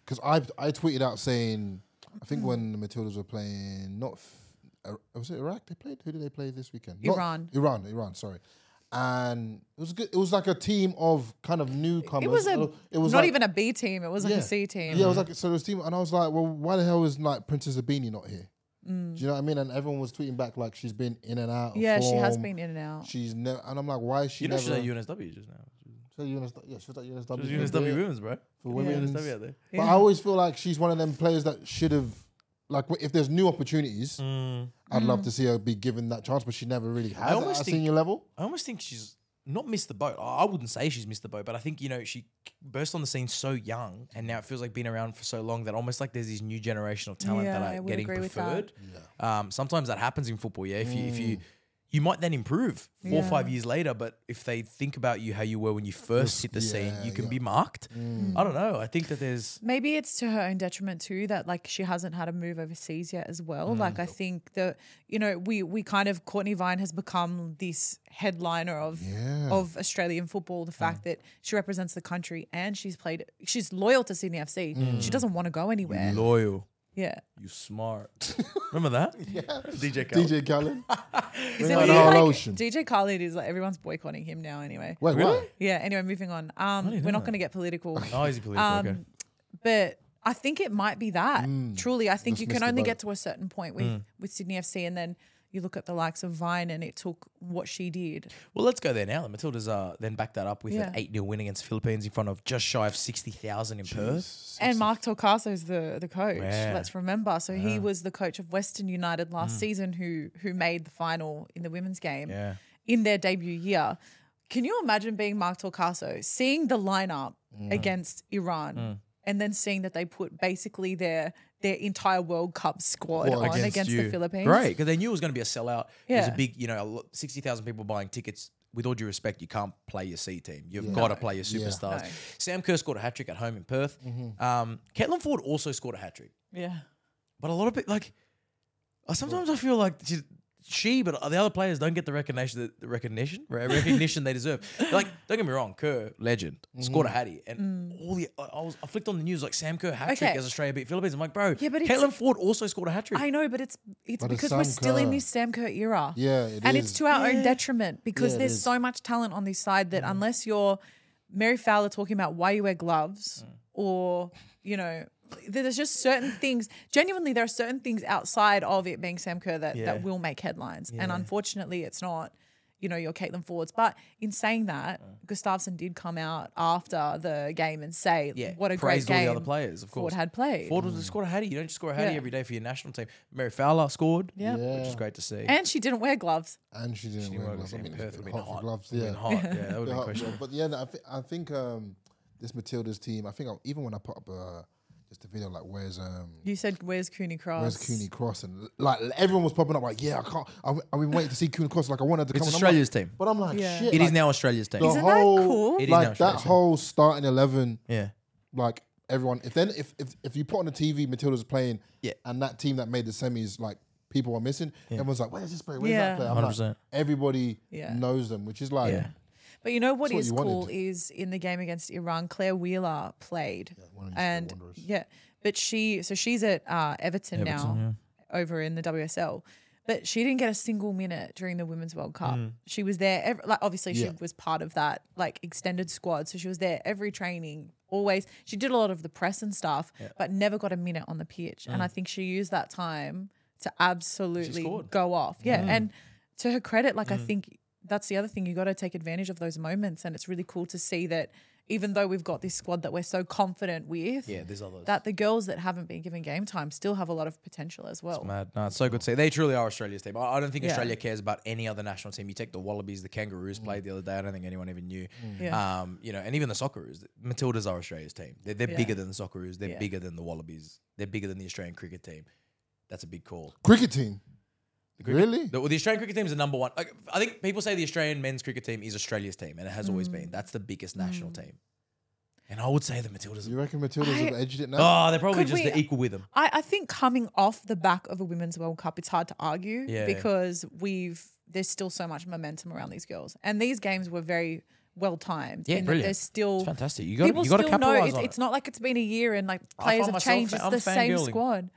[SPEAKER 3] because I I tweeted out saying I think when the Matildas were playing not f- Ir- was it Iraq they played who did they play this weekend Not-
[SPEAKER 2] Iran.
[SPEAKER 3] Iran Iran sorry and it was good it was like a team of kind of newcomers
[SPEAKER 2] It was a,
[SPEAKER 3] it was
[SPEAKER 2] not
[SPEAKER 3] like-
[SPEAKER 2] even a B team. It was like a C team.
[SPEAKER 3] yeah it was like so this team and I was like well why the hell is like Princess Abini not here do you know what I mean and everyone was tweeting back like she's been in and out of
[SPEAKER 2] Mm. Yeah, she has
[SPEAKER 3] form.
[SPEAKER 2] been in and out.
[SPEAKER 3] she's never and I'm like why is she
[SPEAKER 1] You know,
[SPEAKER 3] never
[SPEAKER 1] she's at UNSW just now.
[SPEAKER 3] So UNS, yeah, she was at UNSW.
[SPEAKER 1] She's UNSW women's, bro.
[SPEAKER 3] for
[SPEAKER 1] Yeah.
[SPEAKER 3] women's.
[SPEAKER 1] UNSW out there.
[SPEAKER 3] But I always feel like she's one of them players that should have, like, if there's new opportunities, I'd love to see her be given that chance, but she never really has at
[SPEAKER 1] Mm. almost
[SPEAKER 3] a
[SPEAKER 1] think-
[SPEAKER 3] senior level.
[SPEAKER 1] I almost think she's not missed the boat. I I wouldn't say she's missed the boat, but I think you know she burst on the scene so young, and now it feels like being around for so long that almost like there's this new generation of talent that
[SPEAKER 2] Yeah, I
[SPEAKER 1] are
[SPEAKER 2] would
[SPEAKER 1] getting
[SPEAKER 2] agree with that. Mm.
[SPEAKER 1] preferred. Um, sometimes that happens in football. Yeah, if you if you you might then improve four or
[SPEAKER 2] Yeah.
[SPEAKER 1] five years later, but if they think about you how you were when you first hit the scene,
[SPEAKER 3] yeah,
[SPEAKER 1] you can be marked.
[SPEAKER 2] Mm.
[SPEAKER 1] I don't know. I think that there's
[SPEAKER 2] Maybe it's to her own detriment too that like she hasn't had a move overseas yet as well. Like I think that you know we we kind of Courtney Vine has become this headliner of
[SPEAKER 3] Yeah.
[SPEAKER 2] of Australian football. The fact that she represents the country and she's played, she's loyal to Sydney FC. She doesn't want to go anywhere.
[SPEAKER 1] loyal.
[SPEAKER 2] yeah,
[SPEAKER 1] You smart. Remember that? yeah. DJ Khaled.
[SPEAKER 3] DJ Gallen.
[SPEAKER 2] is
[SPEAKER 3] like
[SPEAKER 2] like,
[SPEAKER 3] our ocean.
[SPEAKER 2] DJ Khalid is like everyone's boycotting him now anyway.
[SPEAKER 3] Wait,
[SPEAKER 1] Really?
[SPEAKER 2] Yeah. Anyway, moving on. Um, we're not going to get political.
[SPEAKER 1] Oh, is he political? okay.
[SPEAKER 2] Um, but I think it might be that. Truly, I think
[SPEAKER 3] Mm. Just
[SPEAKER 2] you can
[SPEAKER 3] missed the
[SPEAKER 2] only
[SPEAKER 3] boat.
[SPEAKER 2] get to a certain point with with Sydney FC, and then you look at the likes of Vine, and it took what she did.
[SPEAKER 1] Well, let's go there now. The Matildas uh, then back that up with
[SPEAKER 2] Yeah.
[SPEAKER 1] an 8 0 win against Philippines in front of just shy of 60,000 in Perth.
[SPEAKER 2] And Mark Torcaso's the the coach.
[SPEAKER 1] Yeah. Mm.
[SPEAKER 2] Let's remember. So he was the coach of Western United last season, who who made the final in the women's game
[SPEAKER 1] Yeah.
[SPEAKER 2] in their debut year. Can you imagine being Mark Torcaso, seeing the lineup
[SPEAKER 1] Mm.
[SPEAKER 2] against Iran, and then seeing that they put basically their their entire World Cup squad
[SPEAKER 3] Well,
[SPEAKER 2] on against, the
[SPEAKER 1] you.
[SPEAKER 2] Philippines?
[SPEAKER 1] Great, because they knew it was going to be a sellout. It was a
[SPEAKER 2] Yeah.
[SPEAKER 1] big, you know, a lo- 60,000 people buying tickets. With all due respect, you can't play your C team. You've got to play your superstars.
[SPEAKER 2] No.
[SPEAKER 1] Sam Kerr scored a hat trick at home in Perth. Um, Caitlin Ford also scored a hat trick.
[SPEAKER 2] Yeah.
[SPEAKER 1] But a lot of people, like, I sometimes I feel like she, she, but the other players don't get the recognition that the recognition re- recognition they deserve. Like, don't get me wrong, Kerr, legend,
[SPEAKER 2] Mm.
[SPEAKER 1] scored a hattie, and all the I, I was I flicked on the news like Sam Kerr hat trick
[SPEAKER 2] Okay.
[SPEAKER 1] as Australia beat Philippines. I'm like, bro,
[SPEAKER 2] Yeah, but it's-
[SPEAKER 1] Caitlin Ford also scored a hat trick.
[SPEAKER 2] I know, but it's it's
[SPEAKER 3] But it's
[SPEAKER 2] because we're
[SPEAKER 3] Sam
[SPEAKER 2] still in
[SPEAKER 3] Kerr.
[SPEAKER 2] this Sam Kerr era.
[SPEAKER 3] Yeah, it
[SPEAKER 2] and
[SPEAKER 3] is.
[SPEAKER 2] it's to our
[SPEAKER 1] Yeah. Mm.
[SPEAKER 2] own detriment because
[SPEAKER 3] Yeah, it
[SPEAKER 2] there's
[SPEAKER 3] is.
[SPEAKER 2] so much talent on this side that unless you're Mary Fowler talking about why you wear gloves
[SPEAKER 1] Mm.
[SPEAKER 2] or you know. There's just certain things. Genuinely, there are certain things outside of it being Sam Kerr that,
[SPEAKER 1] Yeah.
[SPEAKER 2] that will make headlines, and unfortunately, it's not. You know, your Caitlin Fords. But in saying that,
[SPEAKER 1] Mm.
[SPEAKER 2] Gustafsson did come out after the game and say,
[SPEAKER 1] yeah,
[SPEAKER 2] "What a
[SPEAKER 1] praised
[SPEAKER 2] great game!"
[SPEAKER 1] all the other players, of course.
[SPEAKER 2] Ford had played.
[SPEAKER 1] Ford was the scored a hattie. You don't just score a hattie
[SPEAKER 2] Yeah.
[SPEAKER 1] every day for your national team. Mary Fowler scored,
[SPEAKER 2] Yeah.
[SPEAKER 1] which
[SPEAKER 3] Yeah.
[SPEAKER 1] is great to see.
[SPEAKER 2] And she didn't wear gloves.
[SPEAKER 3] And she didn't
[SPEAKER 1] She
[SPEAKER 3] wear
[SPEAKER 1] worked
[SPEAKER 3] gloves. I
[SPEAKER 1] in
[SPEAKER 3] mean,
[SPEAKER 1] Perth,
[SPEAKER 3] it's
[SPEAKER 1] would've been
[SPEAKER 3] hot for
[SPEAKER 1] hot.
[SPEAKER 3] gloves.
[SPEAKER 1] Would've
[SPEAKER 3] Yeah.
[SPEAKER 1] been hot. Yeah, that would
[SPEAKER 3] Yeah,
[SPEAKER 1] have been
[SPEAKER 3] but-
[SPEAKER 1] questionable.
[SPEAKER 3] But yeah, no, I think I think um, this Matilda's team. I think I, even when I put up uh, just a video like where's um
[SPEAKER 2] You said, "Where's Cooney Cross?"
[SPEAKER 3] where's Cooney Cross and like everyone was popping up like yeah I can't I, I've been waiting to see Cooney Cross like I wanted to
[SPEAKER 1] It's
[SPEAKER 3] come. and I'm
[SPEAKER 1] Australia's
[SPEAKER 3] like-
[SPEAKER 1] team.
[SPEAKER 3] but I'm like
[SPEAKER 2] Yeah.
[SPEAKER 3] shit.
[SPEAKER 1] It
[SPEAKER 3] like,
[SPEAKER 1] is now Australia's team.
[SPEAKER 3] the
[SPEAKER 2] Isn't that
[SPEAKER 3] whole
[SPEAKER 2] cool? It
[SPEAKER 1] is now
[SPEAKER 3] like that
[SPEAKER 1] Australia's team.
[SPEAKER 3] whole starting eleven
[SPEAKER 1] yeah.
[SPEAKER 3] like everyone. If then if if, if you put on the TV Matilda's playing
[SPEAKER 1] Yeah.
[SPEAKER 3] and that team that made the semis like people are missing. Everyone's like where's this player? Where's
[SPEAKER 2] Yeah.
[SPEAKER 3] that player? I'm like,
[SPEAKER 1] 100%.
[SPEAKER 3] everybody
[SPEAKER 2] Yeah.
[SPEAKER 3] knows them, which is like.
[SPEAKER 1] Yeah.
[SPEAKER 2] But you know what
[SPEAKER 3] what
[SPEAKER 2] is
[SPEAKER 3] you wanted.
[SPEAKER 2] cool is in the game against Iran, Claire Wheeler played,
[SPEAKER 3] one of these
[SPEAKER 2] and
[SPEAKER 3] Wanderers.
[SPEAKER 2] yeah, but she so she's at uh, Everton, now, over in the WSL. But she didn't get a single minute during the Women's World Cup. She was there, ev like obviously
[SPEAKER 3] Yeah.
[SPEAKER 2] she was part of that like extended squad, so she was there every training. Always, she did a lot of the press and stuff, but never got a minute on the pitch. And I think she used that time to absolutely
[SPEAKER 1] scored.
[SPEAKER 2] go off. Yeah,
[SPEAKER 1] Mm.
[SPEAKER 2] and to her credit, like I think that's the other thing you got to take advantage of those moments, and it's really cool to see that even though we've got this squad that we're so confident with,
[SPEAKER 1] Yeah, there's others.
[SPEAKER 2] that the girls that haven't been given game time still have a lot of potential as well.
[SPEAKER 1] Mad. No, it's so good to see. They truly are Australia's team. I, I don't think
[SPEAKER 2] Yeah. Mm.
[SPEAKER 1] Australia cares about any other national team. You take the Wallabies, the Kangaroos played the other day. I don't think anyone even knew.
[SPEAKER 2] Yeah.
[SPEAKER 1] Um, you know, and even the Socceroos. Matildas are Australia's team. They're, they're
[SPEAKER 2] Yeah.
[SPEAKER 1] bigger than the Socceroos. They're
[SPEAKER 2] Yeah.
[SPEAKER 1] bigger than the Wallabies. They're bigger than the Australian cricket team. That's a big call.
[SPEAKER 3] Cricket team.
[SPEAKER 1] The cricket-
[SPEAKER 3] Really?
[SPEAKER 1] The, well, the Australian cricket team is the number one. Like, I think people say the Australian men's cricket team is Australia's team, and it has
[SPEAKER 2] Mm.
[SPEAKER 1] always been. That's the biggest national team. And I would say the Matildas.
[SPEAKER 3] You reckon Matilda's
[SPEAKER 2] I-
[SPEAKER 3] have edged it now?
[SPEAKER 1] Oh, they're probably
[SPEAKER 2] Could
[SPEAKER 1] just
[SPEAKER 2] we-
[SPEAKER 1] the equal with them.
[SPEAKER 2] I, I think coming off the back of a women's World Cup, it's hard to argue
[SPEAKER 1] Yeah.
[SPEAKER 2] because we've there's still so much momentum around these girls, and these games were very well timed.
[SPEAKER 1] Yeah,
[SPEAKER 2] in that
[SPEAKER 1] brilliant.
[SPEAKER 2] There's still
[SPEAKER 1] It's fantastic. You got
[SPEAKER 2] people
[SPEAKER 1] you got to
[SPEAKER 2] still know
[SPEAKER 1] capitalize
[SPEAKER 2] it's,
[SPEAKER 1] on it.
[SPEAKER 2] it's not like it's been a year and like
[SPEAKER 1] I
[SPEAKER 2] players
[SPEAKER 1] find
[SPEAKER 2] have
[SPEAKER 1] myself
[SPEAKER 2] changed.
[SPEAKER 1] fa-
[SPEAKER 2] It's
[SPEAKER 1] I'm
[SPEAKER 2] the same
[SPEAKER 1] fangirling.
[SPEAKER 2] squad.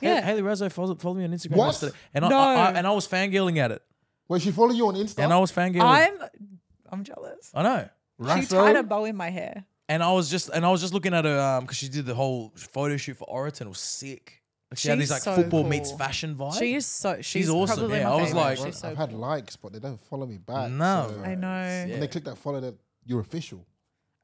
[SPEAKER 1] Yeah.
[SPEAKER 2] Yeah.
[SPEAKER 1] Haley Razzo followed, followed me on Instagram
[SPEAKER 3] What?
[SPEAKER 1] yesterday, and
[SPEAKER 2] No.
[SPEAKER 1] I, I, and I was fangirling at it,
[SPEAKER 3] Wait, she follow you on Insta?
[SPEAKER 1] and I was fangirling. i
[SPEAKER 2] I'm I'm jealous.
[SPEAKER 1] know,
[SPEAKER 2] She tied a bow in my hair.
[SPEAKER 1] and I was just and I was just looking at her um because she did the whole photo shoot for Oriton. It was sick. Like, she had
[SPEAKER 2] She's
[SPEAKER 1] these like
[SPEAKER 2] so
[SPEAKER 1] football meets
[SPEAKER 2] cool.
[SPEAKER 1] fashion vibe.
[SPEAKER 2] She is so she's,
[SPEAKER 1] awesome,
[SPEAKER 2] Probably
[SPEAKER 1] yeah.
[SPEAKER 2] my
[SPEAKER 1] I was
[SPEAKER 2] favorite.
[SPEAKER 1] like-
[SPEAKER 2] she's so
[SPEAKER 3] I've had
[SPEAKER 2] cool.
[SPEAKER 3] likes, but they don't follow me back.
[SPEAKER 1] No.
[SPEAKER 3] so
[SPEAKER 1] I
[SPEAKER 2] I know.
[SPEAKER 1] Yeah.
[SPEAKER 3] When they click that follow, that you're official.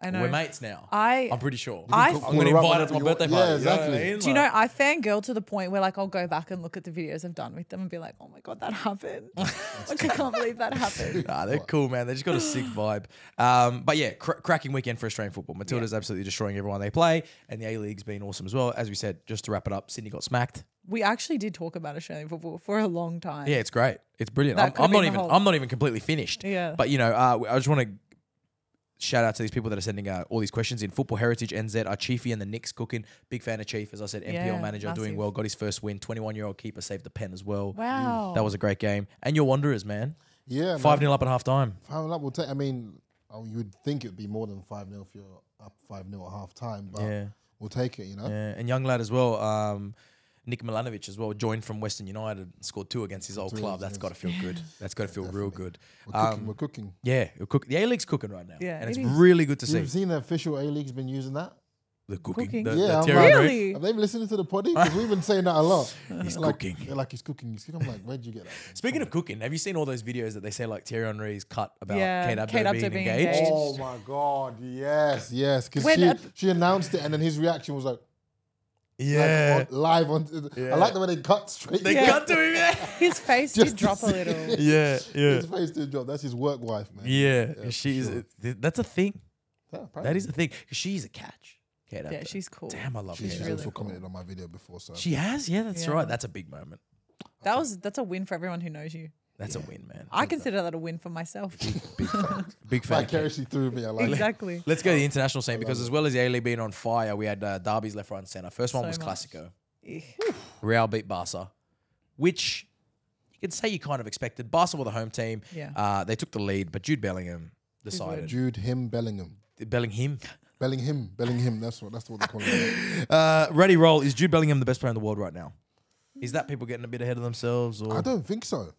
[SPEAKER 2] I know.
[SPEAKER 1] We're mates now.
[SPEAKER 2] I-
[SPEAKER 1] I'm pretty sure.
[SPEAKER 2] I-
[SPEAKER 1] I'm
[SPEAKER 2] You can
[SPEAKER 1] gonna
[SPEAKER 3] cook
[SPEAKER 1] invite her
[SPEAKER 3] whatever
[SPEAKER 1] to my
[SPEAKER 3] you
[SPEAKER 1] birthday
[SPEAKER 3] want.
[SPEAKER 1] party.
[SPEAKER 3] Yeah, exactly.
[SPEAKER 1] You know what I mean?
[SPEAKER 2] Do you know,
[SPEAKER 1] Like,
[SPEAKER 2] I fangirl to the point where like I'll go back and look at the videos I've done with them and be like, oh my God, that happened. like, I can't believe that happened.
[SPEAKER 1] Nah, they're cool, man. They just got a sick vibe. Um, but yeah, cr- cracking weekend for Australian football. Matilda's absolutely destroying everyone they play, and the A League's been awesome as well. As we said, just to wrap it up, Sydney got smacked.
[SPEAKER 2] We actually did talk about Australian football for a long time.
[SPEAKER 1] Yeah, it's great. It's brilliant.
[SPEAKER 2] That
[SPEAKER 1] I'm,
[SPEAKER 2] could
[SPEAKER 1] I'm
[SPEAKER 2] have
[SPEAKER 1] not
[SPEAKER 2] been the
[SPEAKER 1] even.
[SPEAKER 2] whole-
[SPEAKER 1] I'm not even completely finished.
[SPEAKER 2] Yeah.
[SPEAKER 1] But you know, uh, I just want to shout out to these people that are sending uh, all these questions in. Football Heritage NZ are Chiefy and the Knicks cooking. Big fan of Chief, as I said. NPL
[SPEAKER 2] Yeah,
[SPEAKER 1] manager doing
[SPEAKER 2] massive.
[SPEAKER 1] well. Got his first win. 21 year old keeper saved the pen as well.
[SPEAKER 2] Wow.
[SPEAKER 1] That was a great game. And your Wanderers, man.
[SPEAKER 3] Yeah,
[SPEAKER 1] Five 0 up at half time.
[SPEAKER 3] Five up will take. I mean, oh, you would think it would be more than five 0 if you're up five 0 at half time, but
[SPEAKER 1] Yeah.
[SPEAKER 3] we'll take it. You know,
[SPEAKER 1] Yeah, and young lad as well. Um, Nick Milanovic as well joined from Western United, scored two against his old club. That's got to feel good. That's got to feel real good.
[SPEAKER 3] we're
[SPEAKER 1] Um,
[SPEAKER 3] cooking. we're cooking.
[SPEAKER 1] yeah, we're cook- the A League's cooking right now,
[SPEAKER 2] Yeah,
[SPEAKER 1] and it's
[SPEAKER 2] it is. Mm.
[SPEAKER 1] really good to see.
[SPEAKER 3] You've seen the official A League's been using that.
[SPEAKER 1] The cooking.
[SPEAKER 2] Cooking.
[SPEAKER 1] The,
[SPEAKER 3] Yeah,
[SPEAKER 1] the
[SPEAKER 3] I'm
[SPEAKER 1] Thierry
[SPEAKER 3] like-
[SPEAKER 1] Henry.
[SPEAKER 2] Really?
[SPEAKER 3] Have they been listening to the potty? Because we've been saying that a lot.
[SPEAKER 1] He's
[SPEAKER 3] like,
[SPEAKER 1] cooking.
[SPEAKER 3] they're like he's cooking. He's cooking. I'm like, where'd you get that? from?
[SPEAKER 1] Speaking of cooking, have you seen all those videos that they say like Thierry Henry's cut about
[SPEAKER 2] Yeah,
[SPEAKER 1] Kate Abdo
[SPEAKER 2] Kate Abdo
[SPEAKER 1] being,
[SPEAKER 2] being
[SPEAKER 1] engaged?
[SPEAKER 2] engaged.
[SPEAKER 3] Oh my god! Yes, yes. Because
[SPEAKER 2] When
[SPEAKER 3] she,
[SPEAKER 2] a-
[SPEAKER 3] she announced it, and then his reaction was like, like,
[SPEAKER 1] Yeah.
[SPEAKER 3] on- live on.
[SPEAKER 1] Yeah.
[SPEAKER 3] I like the way they cut straight.
[SPEAKER 1] they
[SPEAKER 3] down.
[SPEAKER 1] cut to him. Yeah.
[SPEAKER 2] His face
[SPEAKER 3] Just
[SPEAKER 2] did
[SPEAKER 3] to
[SPEAKER 2] drop a
[SPEAKER 3] see
[SPEAKER 2] little.
[SPEAKER 3] it.
[SPEAKER 1] yeah, yeah.
[SPEAKER 3] His face did drop. That's his work wife, man.
[SPEAKER 1] Yeah,
[SPEAKER 3] for
[SPEAKER 1] she's
[SPEAKER 3] sure.
[SPEAKER 1] that's a thing.
[SPEAKER 3] Yeah,
[SPEAKER 1] That
[SPEAKER 3] apparently.
[SPEAKER 1] is a thing. She's a catch. Kate
[SPEAKER 2] Yeah,
[SPEAKER 1] Abdo.
[SPEAKER 2] she's cool.
[SPEAKER 1] Damn, I love
[SPEAKER 3] She's,
[SPEAKER 1] Kate.
[SPEAKER 3] she's
[SPEAKER 1] Abdo.
[SPEAKER 2] really
[SPEAKER 3] also
[SPEAKER 2] cool.
[SPEAKER 3] commented on my video before, so
[SPEAKER 1] She has. Yeah, that's
[SPEAKER 2] Yeah.
[SPEAKER 1] right. That's a big moment.
[SPEAKER 2] That was that's a win for everyone who knows you.
[SPEAKER 1] That's a win, man.
[SPEAKER 2] I consider that a win for myself.
[SPEAKER 1] big fan. Big fan. of Kate.
[SPEAKER 3] vicariously through me. I like it.
[SPEAKER 2] exactly.
[SPEAKER 1] Let's go to the international scene because as well as the A League being on fire, we had uh, derbies left, right, and centre. First one
[SPEAKER 2] So
[SPEAKER 1] was
[SPEAKER 2] much.
[SPEAKER 1] Classico.
[SPEAKER 2] Eh.
[SPEAKER 1] Real beat Barca, which you you'd say you kind of expected. Barca were the home team.
[SPEAKER 2] Yeah.
[SPEAKER 1] Uh, they took the lead, but Jude Bellingham decided.
[SPEAKER 3] Jude him Bellingham.
[SPEAKER 1] Bellingham.
[SPEAKER 3] Bellingham, Bellingham. That's what that's what they call him.
[SPEAKER 1] Uh, ready roll. Is Jude Bellingham the best player in the world right now? Is that people getting a bit ahead of themselves? Or
[SPEAKER 3] I don't think so.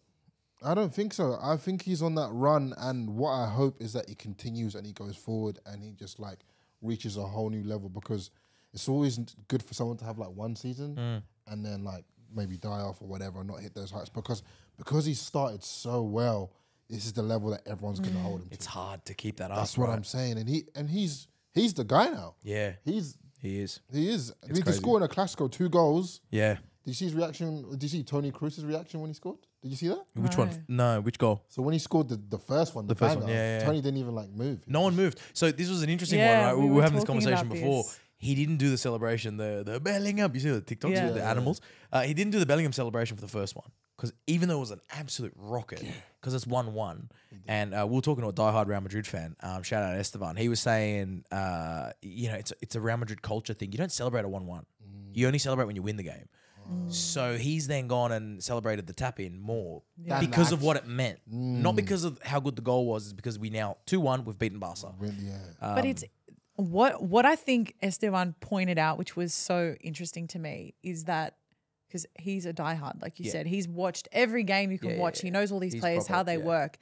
[SPEAKER 3] I don't think so. I think he's on that run, and what I hope is that he continues and he goes forward and he just like reaches a whole new level because it's always good for someone to have like one season
[SPEAKER 1] Hmm.
[SPEAKER 3] and then like maybe die off or whatever, and not hit those heights because because he started so well. This is the level that everyone's gonna hold him to.
[SPEAKER 1] it's hard to keep that
[SPEAKER 3] That's
[SPEAKER 1] up.
[SPEAKER 3] what I'm saying, and he and he's he's the guy now.
[SPEAKER 1] Yeah,
[SPEAKER 3] He's
[SPEAKER 1] he is.
[SPEAKER 3] he is. I mean, he
[SPEAKER 1] crazy.
[SPEAKER 3] scored in a classical two goals.
[SPEAKER 1] Yeah.
[SPEAKER 3] Did you see his reaction? Did you see Tony Cruz's reaction when he scored? Did you see that?
[SPEAKER 1] Which one? No, which goal?
[SPEAKER 3] So when he scored the, the first one, the,
[SPEAKER 1] first one,
[SPEAKER 3] banger,
[SPEAKER 1] yeah, yeah, yeah.
[SPEAKER 3] Tony didn't even like move.
[SPEAKER 1] No one moved. So this was an interesting one,
[SPEAKER 2] Yeah,
[SPEAKER 1] right? We,
[SPEAKER 2] we
[SPEAKER 1] were
[SPEAKER 2] were
[SPEAKER 1] having this
[SPEAKER 2] talking
[SPEAKER 1] conversation
[SPEAKER 2] about
[SPEAKER 1] before.
[SPEAKER 2] this.
[SPEAKER 1] He didn't do the celebration, the the Bellingham. You see the TikToks
[SPEAKER 2] Yeah.
[SPEAKER 1] with the
[SPEAKER 2] Yeah,
[SPEAKER 1] animals. Uh, he didn't do the Bellingham celebration for the first one because even though it was an absolute rocket, because it's one one, and uh, we were talking to a diehard Real Madrid fan. Um, shout out Esteban. He was saying, uh, you know, it's it's a Real Madrid culture thing. You don't celebrate a one one. You only celebrate when you win the game. So he's then gone and celebrated the tap in more
[SPEAKER 3] Than the
[SPEAKER 1] because of
[SPEAKER 3] action.
[SPEAKER 1] what it meant, not because of how good the goal was. It's because we now two one, we've beaten Barca.
[SPEAKER 3] Really, yeah.
[SPEAKER 2] but it's Um, what what I think Esteban pointed out, which was so interesting to me, is that because he's a diehard, like you
[SPEAKER 1] Yeah.
[SPEAKER 2] said, he's watched every game you can
[SPEAKER 1] yeah,
[SPEAKER 2] watch. He knows all these
[SPEAKER 1] He's
[SPEAKER 2] players,
[SPEAKER 1] proper,
[SPEAKER 2] how they
[SPEAKER 1] yeah,
[SPEAKER 2] work.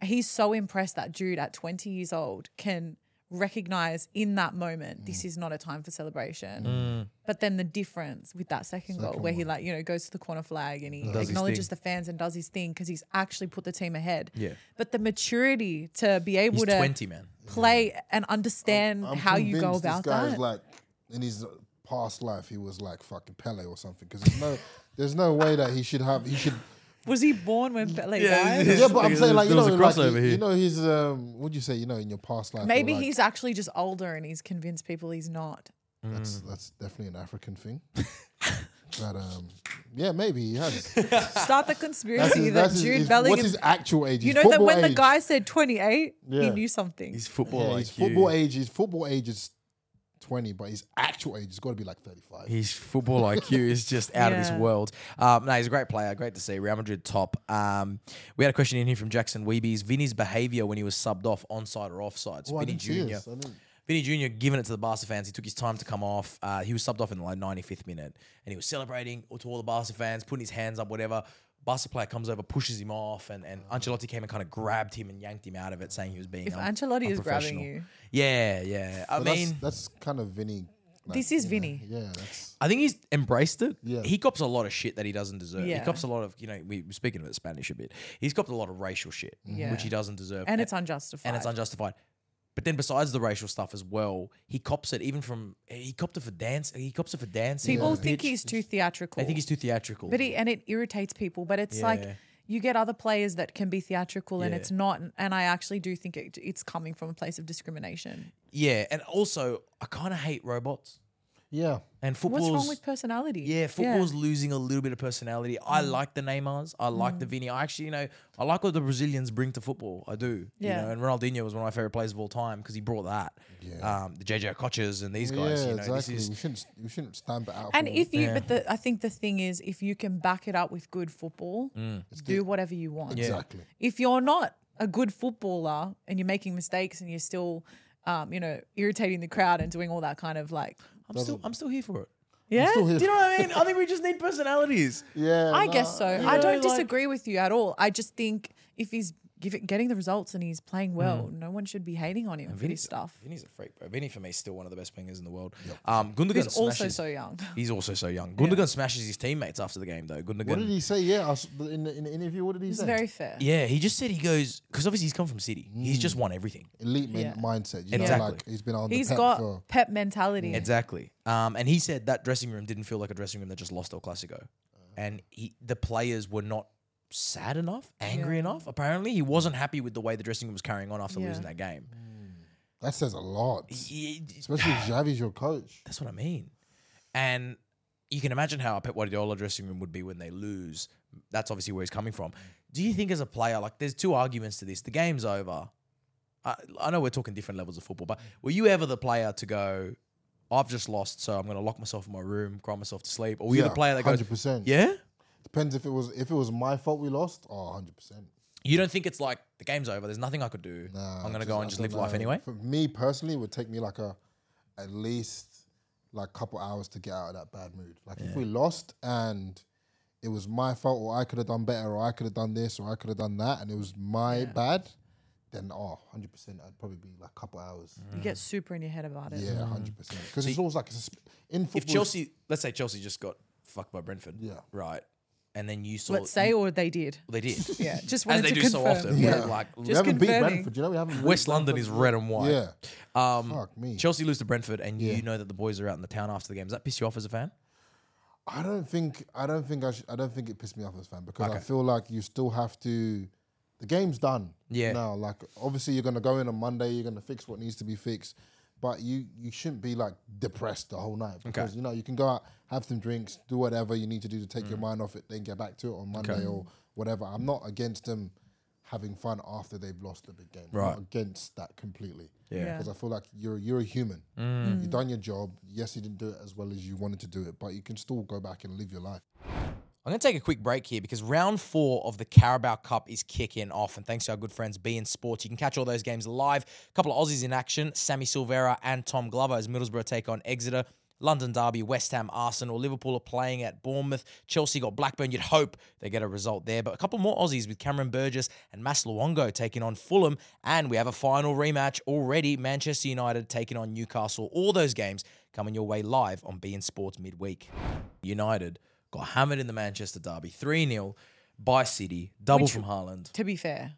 [SPEAKER 2] He's so impressed that Jude at 20 years old can recognize in that moment
[SPEAKER 1] Mm.
[SPEAKER 2] this is not a time for celebration. But then the difference with that second, goal, where he like you know goes to the corner flag and he
[SPEAKER 1] his
[SPEAKER 2] acknowledges
[SPEAKER 1] thing.
[SPEAKER 2] the fans and does his thing because he's actually put the team ahead.
[SPEAKER 1] Yeah.
[SPEAKER 2] But the maturity to be able
[SPEAKER 1] He's
[SPEAKER 2] to
[SPEAKER 1] twenty, man.
[SPEAKER 2] play and understand how you go
[SPEAKER 3] convinced
[SPEAKER 2] about
[SPEAKER 3] this guy is
[SPEAKER 2] that.
[SPEAKER 3] like in his past life, he was like fucking Pele or something. Because there's no, there's no way that he should have. He should.
[SPEAKER 2] was he born when Pele died?
[SPEAKER 1] yeah.
[SPEAKER 3] Yeah, but I'm
[SPEAKER 1] Because
[SPEAKER 3] saying like you
[SPEAKER 1] there
[SPEAKER 3] know,
[SPEAKER 1] was a
[SPEAKER 3] like,
[SPEAKER 1] crossover
[SPEAKER 3] you,
[SPEAKER 1] here.
[SPEAKER 3] you know, he's um, what do you say? You know, in your past life, or,
[SPEAKER 2] Maybe
[SPEAKER 3] like,
[SPEAKER 2] he's actually just older and he's convinced people he's not.
[SPEAKER 3] That's
[SPEAKER 1] Mm.
[SPEAKER 3] that's definitely an African thing. but um, yeah, maybe he has.
[SPEAKER 2] Start the
[SPEAKER 3] That's
[SPEAKER 2] conspiracy
[SPEAKER 3] his,
[SPEAKER 2] that
[SPEAKER 3] that's his-
[SPEAKER 2] Jude
[SPEAKER 3] his-
[SPEAKER 2] Bellingham.
[SPEAKER 3] what's his actual age?
[SPEAKER 2] you
[SPEAKER 3] His
[SPEAKER 2] know that
[SPEAKER 3] football
[SPEAKER 2] when the
[SPEAKER 3] age.
[SPEAKER 2] guy said 28, he
[SPEAKER 3] Yeah.
[SPEAKER 2] knew something.
[SPEAKER 1] He's
[SPEAKER 3] Yeah,
[SPEAKER 1] football
[SPEAKER 3] his
[SPEAKER 1] IQ.
[SPEAKER 3] football age, his football age is twenty, but his actual age has got to be like thirty-five.
[SPEAKER 1] His football IQ is just out of this
[SPEAKER 2] Yeah.
[SPEAKER 1] world. Um, no, he's a great player. Great to see. Real Madrid top. Um, we had a question in here from Jackson Weeby's. Vinny's behaviour when he was subbed off, onside or offside. So
[SPEAKER 3] Oh, I
[SPEAKER 1] Vinny
[SPEAKER 3] didn't see
[SPEAKER 1] Jr.
[SPEAKER 3] this. I didn't-
[SPEAKER 1] Vinny Jr. giving it to the Barca fans. He took his time to come off. Uh, he was subbed off in the like 95th minute and he was celebrating to all the Barca fans, putting his hands up, whatever. Barca player comes over, pushes him off, and, and Ancelotti came and kind of grabbed him and yanked him out of it, saying he was being. If
[SPEAKER 2] Ancelotti is grabbing you.
[SPEAKER 1] Yeah, yeah. I
[SPEAKER 3] But
[SPEAKER 1] mean.
[SPEAKER 3] that's, that's kind of Vinny. like,
[SPEAKER 2] This is
[SPEAKER 3] yeah,
[SPEAKER 2] Vinny.
[SPEAKER 3] Yeah, that's
[SPEAKER 1] I think he's embraced it.
[SPEAKER 3] Yeah.
[SPEAKER 1] He cops a lot of shit that he doesn't deserve. He
[SPEAKER 2] Yeah.
[SPEAKER 1] cops a lot of, you know, we we're speaking about Spanish a bit. He's copped a lot of racial shit,
[SPEAKER 2] Yeah.
[SPEAKER 1] which he doesn't deserve.
[SPEAKER 2] And it's unjustified.
[SPEAKER 1] and it's unjustified. But then besides the racial stuff as well, he cops it even from he copped it for dance. He cops it for dancing.
[SPEAKER 2] people
[SPEAKER 1] on the
[SPEAKER 2] think
[SPEAKER 1] pitch.
[SPEAKER 2] he's too theatrical.
[SPEAKER 1] They think he's too theatrical.
[SPEAKER 2] But he, and it irritates people. But it's
[SPEAKER 1] Yeah.
[SPEAKER 2] like you get other players that can be theatrical and
[SPEAKER 1] Yeah.
[SPEAKER 2] it's not. And I actually do think it, it's coming from a place of discrimination.
[SPEAKER 1] yeah, and also I kind of hate robots
[SPEAKER 3] yeah.
[SPEAKER 1] and football's.
[SPEAKER 2] What's wrong with personality?
[SPEAKER 1] Yeah, football's losing a little bit of personality. I
[SPEAKER 2] Mm.
[SPEAKER 1] like the Neymars. I like the Vini. I actually, you know, I like what the Brazilians bring to football. I do.
[SPEAKER 2] Yeah.
[SPEAKER 1] You know, and Ronaldinho was one of my favorite players of all time because he brought that. Yeah. Um, the JJ Koches and these guys.
[SPEAKER 3] yeah,
[SPEAKER 1] you know,
[SPEAKER 3] exactly.
[SPEAKER 1] this
[SPEAKER 3] we
[SPEAKER 1] is
[SPEAKER 3] shouldn't we shouldn't stamp it out.
[SPEAKER 2] And
[SPEAKER 3] for-
[SPEAKER 2] if you,
[SPEAKER 1] Yeah.
[SPEAKER 2] but the, I think the thing is, if you can back it up with good football,
[SPEAKER 3] Mm.
[SPEAKER 2] do whatever you want.
[SPEAKER 3] exactly,
[SPEAKER 2] If you're not a good footballer and you're making mistakes and you're still, um, you know, irritating the crowd and doing all that kind of like,
[SPEAKER 1] I'm still I'm still here for it.
[SPEAKER 2] yeah,
[SPEAKER 3] still
[SPEAKER 1] Do
[SPEAKER 3] here.
[SPEAKER 1] you know what I mean? I think we just need personalities.
[SPEAKER 3] yeah,
[SPEAKER 2] I
[SPEAKER 3] nah,
[SPEAKER 2] guess so.
[SPEAKER 1] You
[SPEAKER 2] I
[SPEAKER 1] know,
[SPEAKER 2] don't
[SPEAKER 1] like-
[SPEAKER 2] disagree with you at all. I just think if he's give it, getting the results and he's playing well,
[SPEAKER 3] Mm.
[SPEAKER 2] no one should be hating on him for his stuff.
[SPEAKER 1] Vini's a freak, bro. Vini for me is still one of the best wingers in the world. Um, Gundogan
[SPEAKER 2] He's also
[SPEAKER 1] smashes-
[SPEAKER 2] so young.
[SPEAKER 1] He's also so young. Gundogan smashes his teammates after the game though. Gundogan.
[SPEAKER 3] What did he say? Yeah, I s- the- in the, in the interview, what did he
[SPEAKER 2] It's
[SPEAKER 3] say?
[SPEAKER 2] very fair.
[SPEAKER 1] yeah, he just said he goes because obviously he's come from City.
[SPEAKER 3] Mm.
[SPEAKER 1] He's just won everything.
[SPEAKER 3] Elite
[SPEAKER 2] Yeah.
[SPEAKER 3] min- mindset. You
[SPEAKER 1] Exactly.
[SPEAKER 3] know, like he's been on
[SPEAKER 2] He's
[SPEAKER 3] the pep
[SPEAKER 2] got
[SPEAKER 3] for
[SPEAKER 2] pep mentality.
[SPEAKER 1] Exactly. Um, and he said that dressing room didn't feel like a dressing room that just lost El Clasico. And he, the players were not sad enough, angry enough. Apparently, he wasn't happy with the way the dressing room was carrying on after
[SPEAKER 2] Yeah.
[SPEAKER 1] losing that game.
[SPEAKER 3] that says a lot.
[SPEAKER 1] He-
[SPEAKER 3] Especially if Xavi's your coach.
[SPEAKER 1] that's what I mean. And you can imagine how a Pep Guardiola dressing room would be when they lose. That's obviously where he's coming from. Do you think, as a player, like there's two arguments to this? The game's over. I, I know we're talking different levels of football, but were you ever the player to go, I've just lost, so I'm going to lock myself in my room, cry myself to sleep? Or were you the
[SPEAKER 3] Yeah,
[SPEAKER 1] player that goes,
[SPEAKER 3] 100%.
[SPEAKER 1] Yeah?
[SPEAKER 3] Depends if it was if it was my fault we lost. Oh, 100 percent.
[SPEAKER 1] You don't think it's like the game's over? There's nothing I could do. I'm gonna go and just live life anyway.
[SPEAKER 3] For me personally, it would take me like a at least like couple hours to get out of that bad mood. Like if we lost and it was my fault, or I could have done better, or I could have done this, or I could have done that, and it was my bad, then oh, 100 percent. I'd probably be like a couple hours.
[SPEAKER 1] Mm.
[SPEAKER 2] You get super in your head about it.
[SPEAKER 3] Yeah, 100 percent. Because it's always like it's a sp- in football.
[SPEAKER 1] If Chelsea, let's say Chelsea just got fucked by Brentford,
[SPEAKER 3] Yeah.
[SPEAKER 1] right, and then you saw
[SPEAKER 2] Let's say, or they did.
[SPEAKER 1] they did,
[SPEAKER 2] Yeah,
[SPEAKER 1] as
[SPEAKER 2] just wanted
[SPEAKER 1] they
[SPEAKER 2] to
[SPEAKER 1] do
[SPEAKER 2] confirm.
[SPEAKER 1] so often.
[SPEAKER 2] Yeah.
[SPEAKER 1] Yeah. Like
[SPEAKER 3] we
[SPEAKER 2] Just
[SPEAKER 3] haven't beat
[SPEAKER 2] confirming.
[SPEAKER 3] Brentford. You know we haven't. really
[SPEAKER 1] West
[SPEAKER 3] beat
[SPEAKER 1] London is
[SPEAKER 3] Brentford.
[SPEAKER 1] red and white.
[SPEAKER 3] Yeah.
[SPEAKER 1] Um,
[SPEAKER 3] Fuck me.
[SPEAKER 1] Chelsea lose to Brentford, and you know that the boys are out in the town after the game. Does that piss you off as a fan?
[SPEAKER 3] I don't think I don't think I sh- I don't think it pissed me off as a fan because I feel like you still have to. The game's done.
[SPEAKER 1] Yeah.
[SPEAKER 3] Now, like obviously you're gonna go in on Monday. You're gonna fix what needs to be fixed, but you you shouldn't be like depressed the whole night because you know you can go out, have some drinks, do whatever you need to do to take your
[SPEAKER 1] Mm.
[SPEAKER 3] mind off it, then get back to it on Monday or whatever. I'm not against them having fun after they've lost a big game. I'm
[SPEAKER 1] Right.
[SPEAKER 3] not against that completely.
[SPEAKER 2] Yeah.
[SPEAKER 3] Because I feel like you're you're a human.
[SPEAKER 1] Mm.
[SPEAKER 3] You've done your job. Yes, you didn't do it as well as you wanted to do it, but you can still go back and live your life.
[SPEAKER 1] I'm going to take a quick break here because round four of the Carabao Cup is kicking off. And thanks to our good friends B in Sports, you can catch all those games live. A couple of Aussies in action Sammy Silvera and Tom Glover as Middlesbrough take on Exeter. London Derby, West Ham, Arsenal, Liverpool are playing at Bournemouth. Chelsea got Blackburn. You'd hope they get a result there. But a couple more Aussies with Cameron Burgess and Mas Luongo taking on Fulham. And we have a final rematch already. Manchester United taking on Newcastle. All those games coming your way live on B in Sports midweek. United got hammered in the Manchester Derby, 3 0 by City, double
[SPEAKER 2] Which-
[SPEAKER 1] from Haaland.
[SPEAKER 2] To be fair,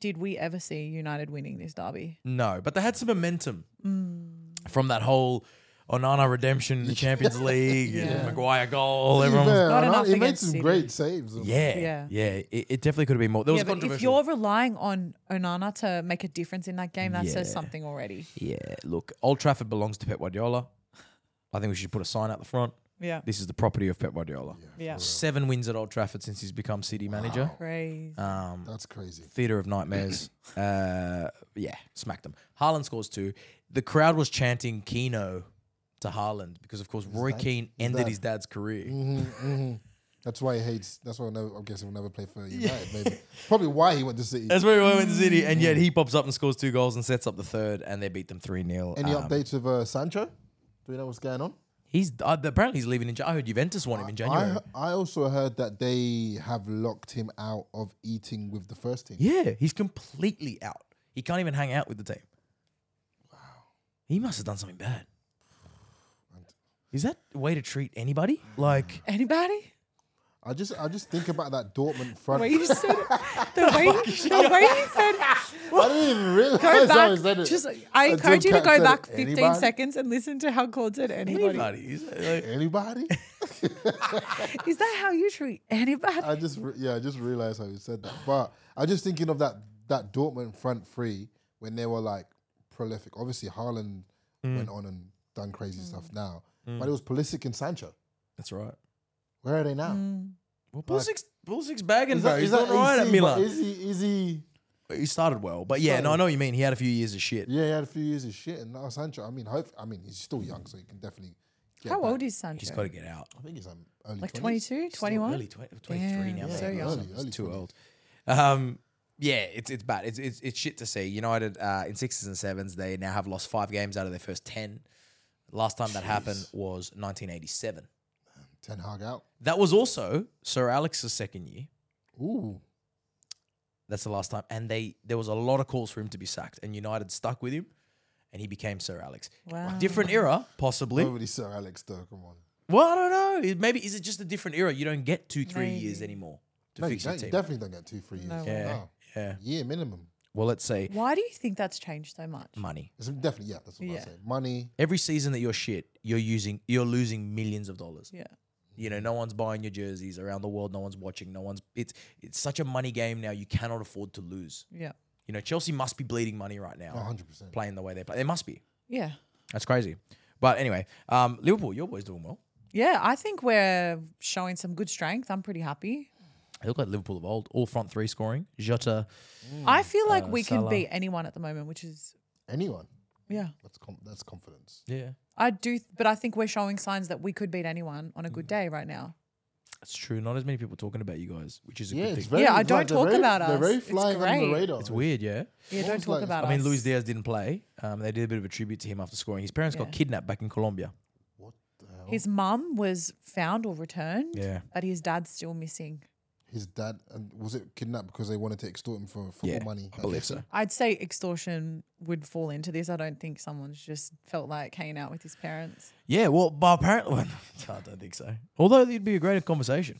[SPEAKER 2] did we ever see United winning this derby?
[SPEAKER 1] No, but they had some momentum
[SPEAKER 2] Mm.
[SPEAKER 1] from that whole Onana redemption in the Champions League, and Maguire goal, everyone was.
[SPEAKER 3] Yeah,
[SPEAKER 2] Not
[SPEAKER 3] and I-
[SPEAKER 2] enough
[SPEAKER 3] he made
[SPEAKER 2] against
[SPEAKER 3] some
[SPEAKER 2] City.
[SPEAKER 3] great saves.
[SPEAKER 1] Yeah, yeah,
[SPEAKER 2] Yeah.
[SPEAKER 1] It, it definitely could have been more. There was
[SPEAKER 2] yeah,
[SPEAKER 1] a
[SPEAKER 2] but if
[SPEAKER 1] controversial.
[SPEAKER 2] you're relying on Onana to make a difference in that game, that says
[SPEAKER 1] Yeah.
[SPEAKER 2] something already.
[SPEAKER 1] yeah, look, Old Trafford belongs to Pep Guardiola. I think we should put a sign out the front.
[SPEAKER 2] Yeah.
[SPEAKER 1] This is the property of Pep Guardiola.
[SPEAKER 2] Yeah.
[SPEAKER 1] Seven wins at Old Trafford since he's become City manager.
[SPEAKER 2] Crazy.
[SPEAKER 1] Uh,
[SPEAKER 3] That's crazy.
[SPEAKER 1] Theater of Nightmares. uh, yeah, smacked them. Haaland scores two. The crowd was chanting Keno to Haaland because, of course, Roy Keane ended his dad's career.
[SPEAKER 3] That's why he hates. That's why I, never, I guess he'll never play for United. Maybe probably why he went to City.
[SPEAKER 1] That's where he went to City, and yet he pops up and scores two goals and sets up the third, and they beat them 3 0.
[SPEAKER 3] Any updates with uh, Sancho? Do we know what's going on?
[SPEAKER 1] He's uh, apparently he's leaving in. Ja- I heard Juventus want him in January.
[SPEAKER 3] I I also heard that they have locked him out of eating with the first team.
[SPEAKER 1] yeah, he's completely out. He can't even hang out with the team. Wow, he must have done something bad. Is that a way to treat anybody? Like,
[SPEAKER 2] Anybody?
[SPEAKER 3] I just I just think about that Dortmund front.
[SPEAKER 2] The way you said it. The way, the way you said
[SPEAKER 3] I didn't even realize
[SPEAKER 2] Go
[SPEAKER 3] how he
[SPEAKER 2] back.
[SPEAKER 3] said it.
[SPEAKER 2] Just, I
[SPEAKER 3] Until
[SPEAKER 2] encourage you to
[SPEAKER 3] Kat said
[SPEAKER 2] go
[SPEAKER 3] it.
[SPEAKER 2] back 15
[SPEAKER 3] Anybody?
[SPEAKER 2] seconds and listen to how Claude said anybody.
[SPEAKER 1] anybody? He's, like-
[SPEAKER 3] Anybody?
[SPEAKER 2] Is that how you treat anybody?
[SPEAKER 3] I just re- yeah, I just realized how you said that. But I just thinking of that that Dortmund front three when they were like prolific. Obviously, Haaland
[SPEAKER 1] Mm.
[SPEAKER 3] went on and done crazy stuff
[SPEAKER 2] Mm.
[SPEAKER 3] now, but it was Pulisic and Sancho.
[SPEAKER 1] That's right.
[SPEAKER 3] Where are they now?
[SPEAKER 2] Mm.
[SPEAKER 1] Well, Pulisic's, Pulisic's bagging,
[SPEAKER 3] Is
[SPEAKER 1] bro.
[SPEAKER 3] that-
[SPEAKER 1] He's
[SPEAKER 3] is that
[SPEAKER 1] doing all right
[SPEAKER 3] easy, but
[SPEAKER 1] at Milan.
[SPEAKER 3] Is he? Is he?
[SPEAKER 1] he started well, but yeah, no, I know what you mean. He had a few years of shit.
[SPEAKER 3] Yeah, he had a few years of shit, and now Sancho. I mean, hope. I mean, he's still young, so he can definitely. Get
[SPEAKER 2] how
[SPEAKER 3] back.
[SPEAKER 2] old is Sancho?
[SPEAKER 1] He's got to get out.
[SPEAKER 3] I think he's um, early
[SPEAKER 2] like
[SPEAKER 3] 20s.
[SPEAKER 2] 22, 21?
[SPEAKER 1] Early 20, 23
[SPEAKER 2] Damn,
[SPEAKER 1] now.
[SPEAKER 2] yeah,
[SPEAKER 1] maybe.
[SPEAKER 2] so
[SPEAKER 3] early,
[SPEAKER 1] It's
[SPEAKER 3] early
[SPEAKER 1] too
[SPEAKER 3] 20s.
[SPEAKER 1] old. Um, yeah, it's it's bad. It's it's, it's shit to see. United uh, in sixes and sevens, they now have lost five games out of their first ten. Last time that happened was 1987.
[SPEAKER 3] Ten Hag out.
[SPEAKER 1] That was also Sir Alex's second year.
[SPEAKER 3] Ooh,
[SPEAKER 1] That's the last time. And they there was a lot of calls for him to be sacked, and United stuck with him, and he became Sir Alex.
[SPEAKER 2] Wow.
[SPEAKER 1] Different era, possibly.
[SPEAKER 3] nobody Sir Alex though. Come on.
[SPEAKER 1] Well, I don't know. It- Maybe is it just a different era? You don't get two, three
[SPEAKER 2] Maybe.
[SPEAKER 1] years anymore to
[SPEAKER 3] No, you,
[SPEAKER 1] fix your
[SPEAKER 3] don't, you
[SPEAKER 1] team.
[SPEAKER 3] definitely don't get two, three years.
[SPEAKER 2] No way.
[SPEAKER 1] yeah,
[SPEAKER 3] No.
[SPEAKER 1] yeah.
[SPEAKER 3] year minimum.
[SPEAKER 1] Well, let's say
[SPEAKER 2] Why do you think that's changed so much?
[SPEAKER 1] money.
[SPEAKER 3] It's definitely yeah. That's what I
[SPEAKER 2] Yeah.
[SPEAKER 3] say. Money.
[SPEAKER 1] Every season that you're shit, you're using, you're losing millions of dollars.
[SPEAKER 2] Yeah.
[SPEAKER 1] You know, no one's buying your jerseys around the world. No one's watching. No one's. It's it's such a money game now. You cannot afford to lose.
[SPEAKER 2] Yeah.
[SPEAKER 1] You know, Chelsea must be bleeding money right now,
[SPEAKER 3] hundred percent.
[SPEAKER 1] playing the way they play. They must be.
[SPEAKER 2] Yeah.
[SPEAKER 1] That's crazy. But anyway, um, Liverpool, your boys doing well.
[SPEAKER 2] Yeah, I think we're showing some good strength. I'm pretty happy.
[SPEAKER 1] They look like Liverpool of old. All front three scoring. Jota.
[SPEAKER 2] I feel like we
[SPEAKER 1] Hmm. Uh, Salah.
[SPEAKER 2] can beat anyone at the moment, which is
[SPEAKER 3] Anyone.
[SPEAKER 2] yeah.
[SPEAKER 3] That's com- that's confidence.
[SPEAKER 1] Yeah. Hmm.
[SPEAKER 2] I do, but I think we're showing signs that we could beat anyone on a good day right now.
[SPEAKER 1] It's true. Not as many people talking about you guys, which is a
[SPEAKER 3] Yeah,
[SPEAKER 1] good
[SPEAKER 3] it's
[SPEAKER 1] thing.
[SPEAKER 3] very.
[SPEAKER 2] Yeah, I
[SPEAKER 3] it's
[SPEAKER 2] don't
[SPEAKER 3] they're
[SPEAKER 2] talk
[SPEAKER 3] very-
[SPEAKER 2] about
[SPEAKER 3] They're
[SPEAKER 2] us.
[SPEAKER 3] very
[SPEAKER 2] It's
[SPEAKER 3] flying under
[SPEAKER 2] great.
[SPEAKER 3] the radar.
[SPEAKER 1] It's weird, yeah.
[SPEAKER 2] Yeah,
[SPEAKER 3] What
[SPEAKER 2] don't
[SPEAKER 3] was
[SPEAKER 2] talk
[SPEAKER 3] like-
[SPEAKER 2] about
[SPEAKER 1] I mean,
[SPEAKER 2] us.
[SPEAKER 1] Luis Diaz didn't play. Um, they did a bit of a tribute to him after scoring. His parents got
[SPEAKER 2] Yeah.
[SPEAKER 1] kidnapped back in Colombia.
[SPEAKER 3] What the hell? His,
[SPEAKER 2] His mum was found or returned,
[SPEAKER 1] Oh. Yeah.
[SPEAKER 2] but his dad's still missing.
[SPEAKER 3] dad and was it kidnapped because they wanted to extort him for football
[SPEAKER 1] Yeah,
[SPEAKER 3] money?
[SPEAKER 1] I believe so.
[SPEAKER 2] I'd say extortion would fall into this. I don't think someone's just felt like hanging out with his parents.
[SPEAKER 1] Yeah, well, but apparently, I don't think so. Although it'd be a great conversation.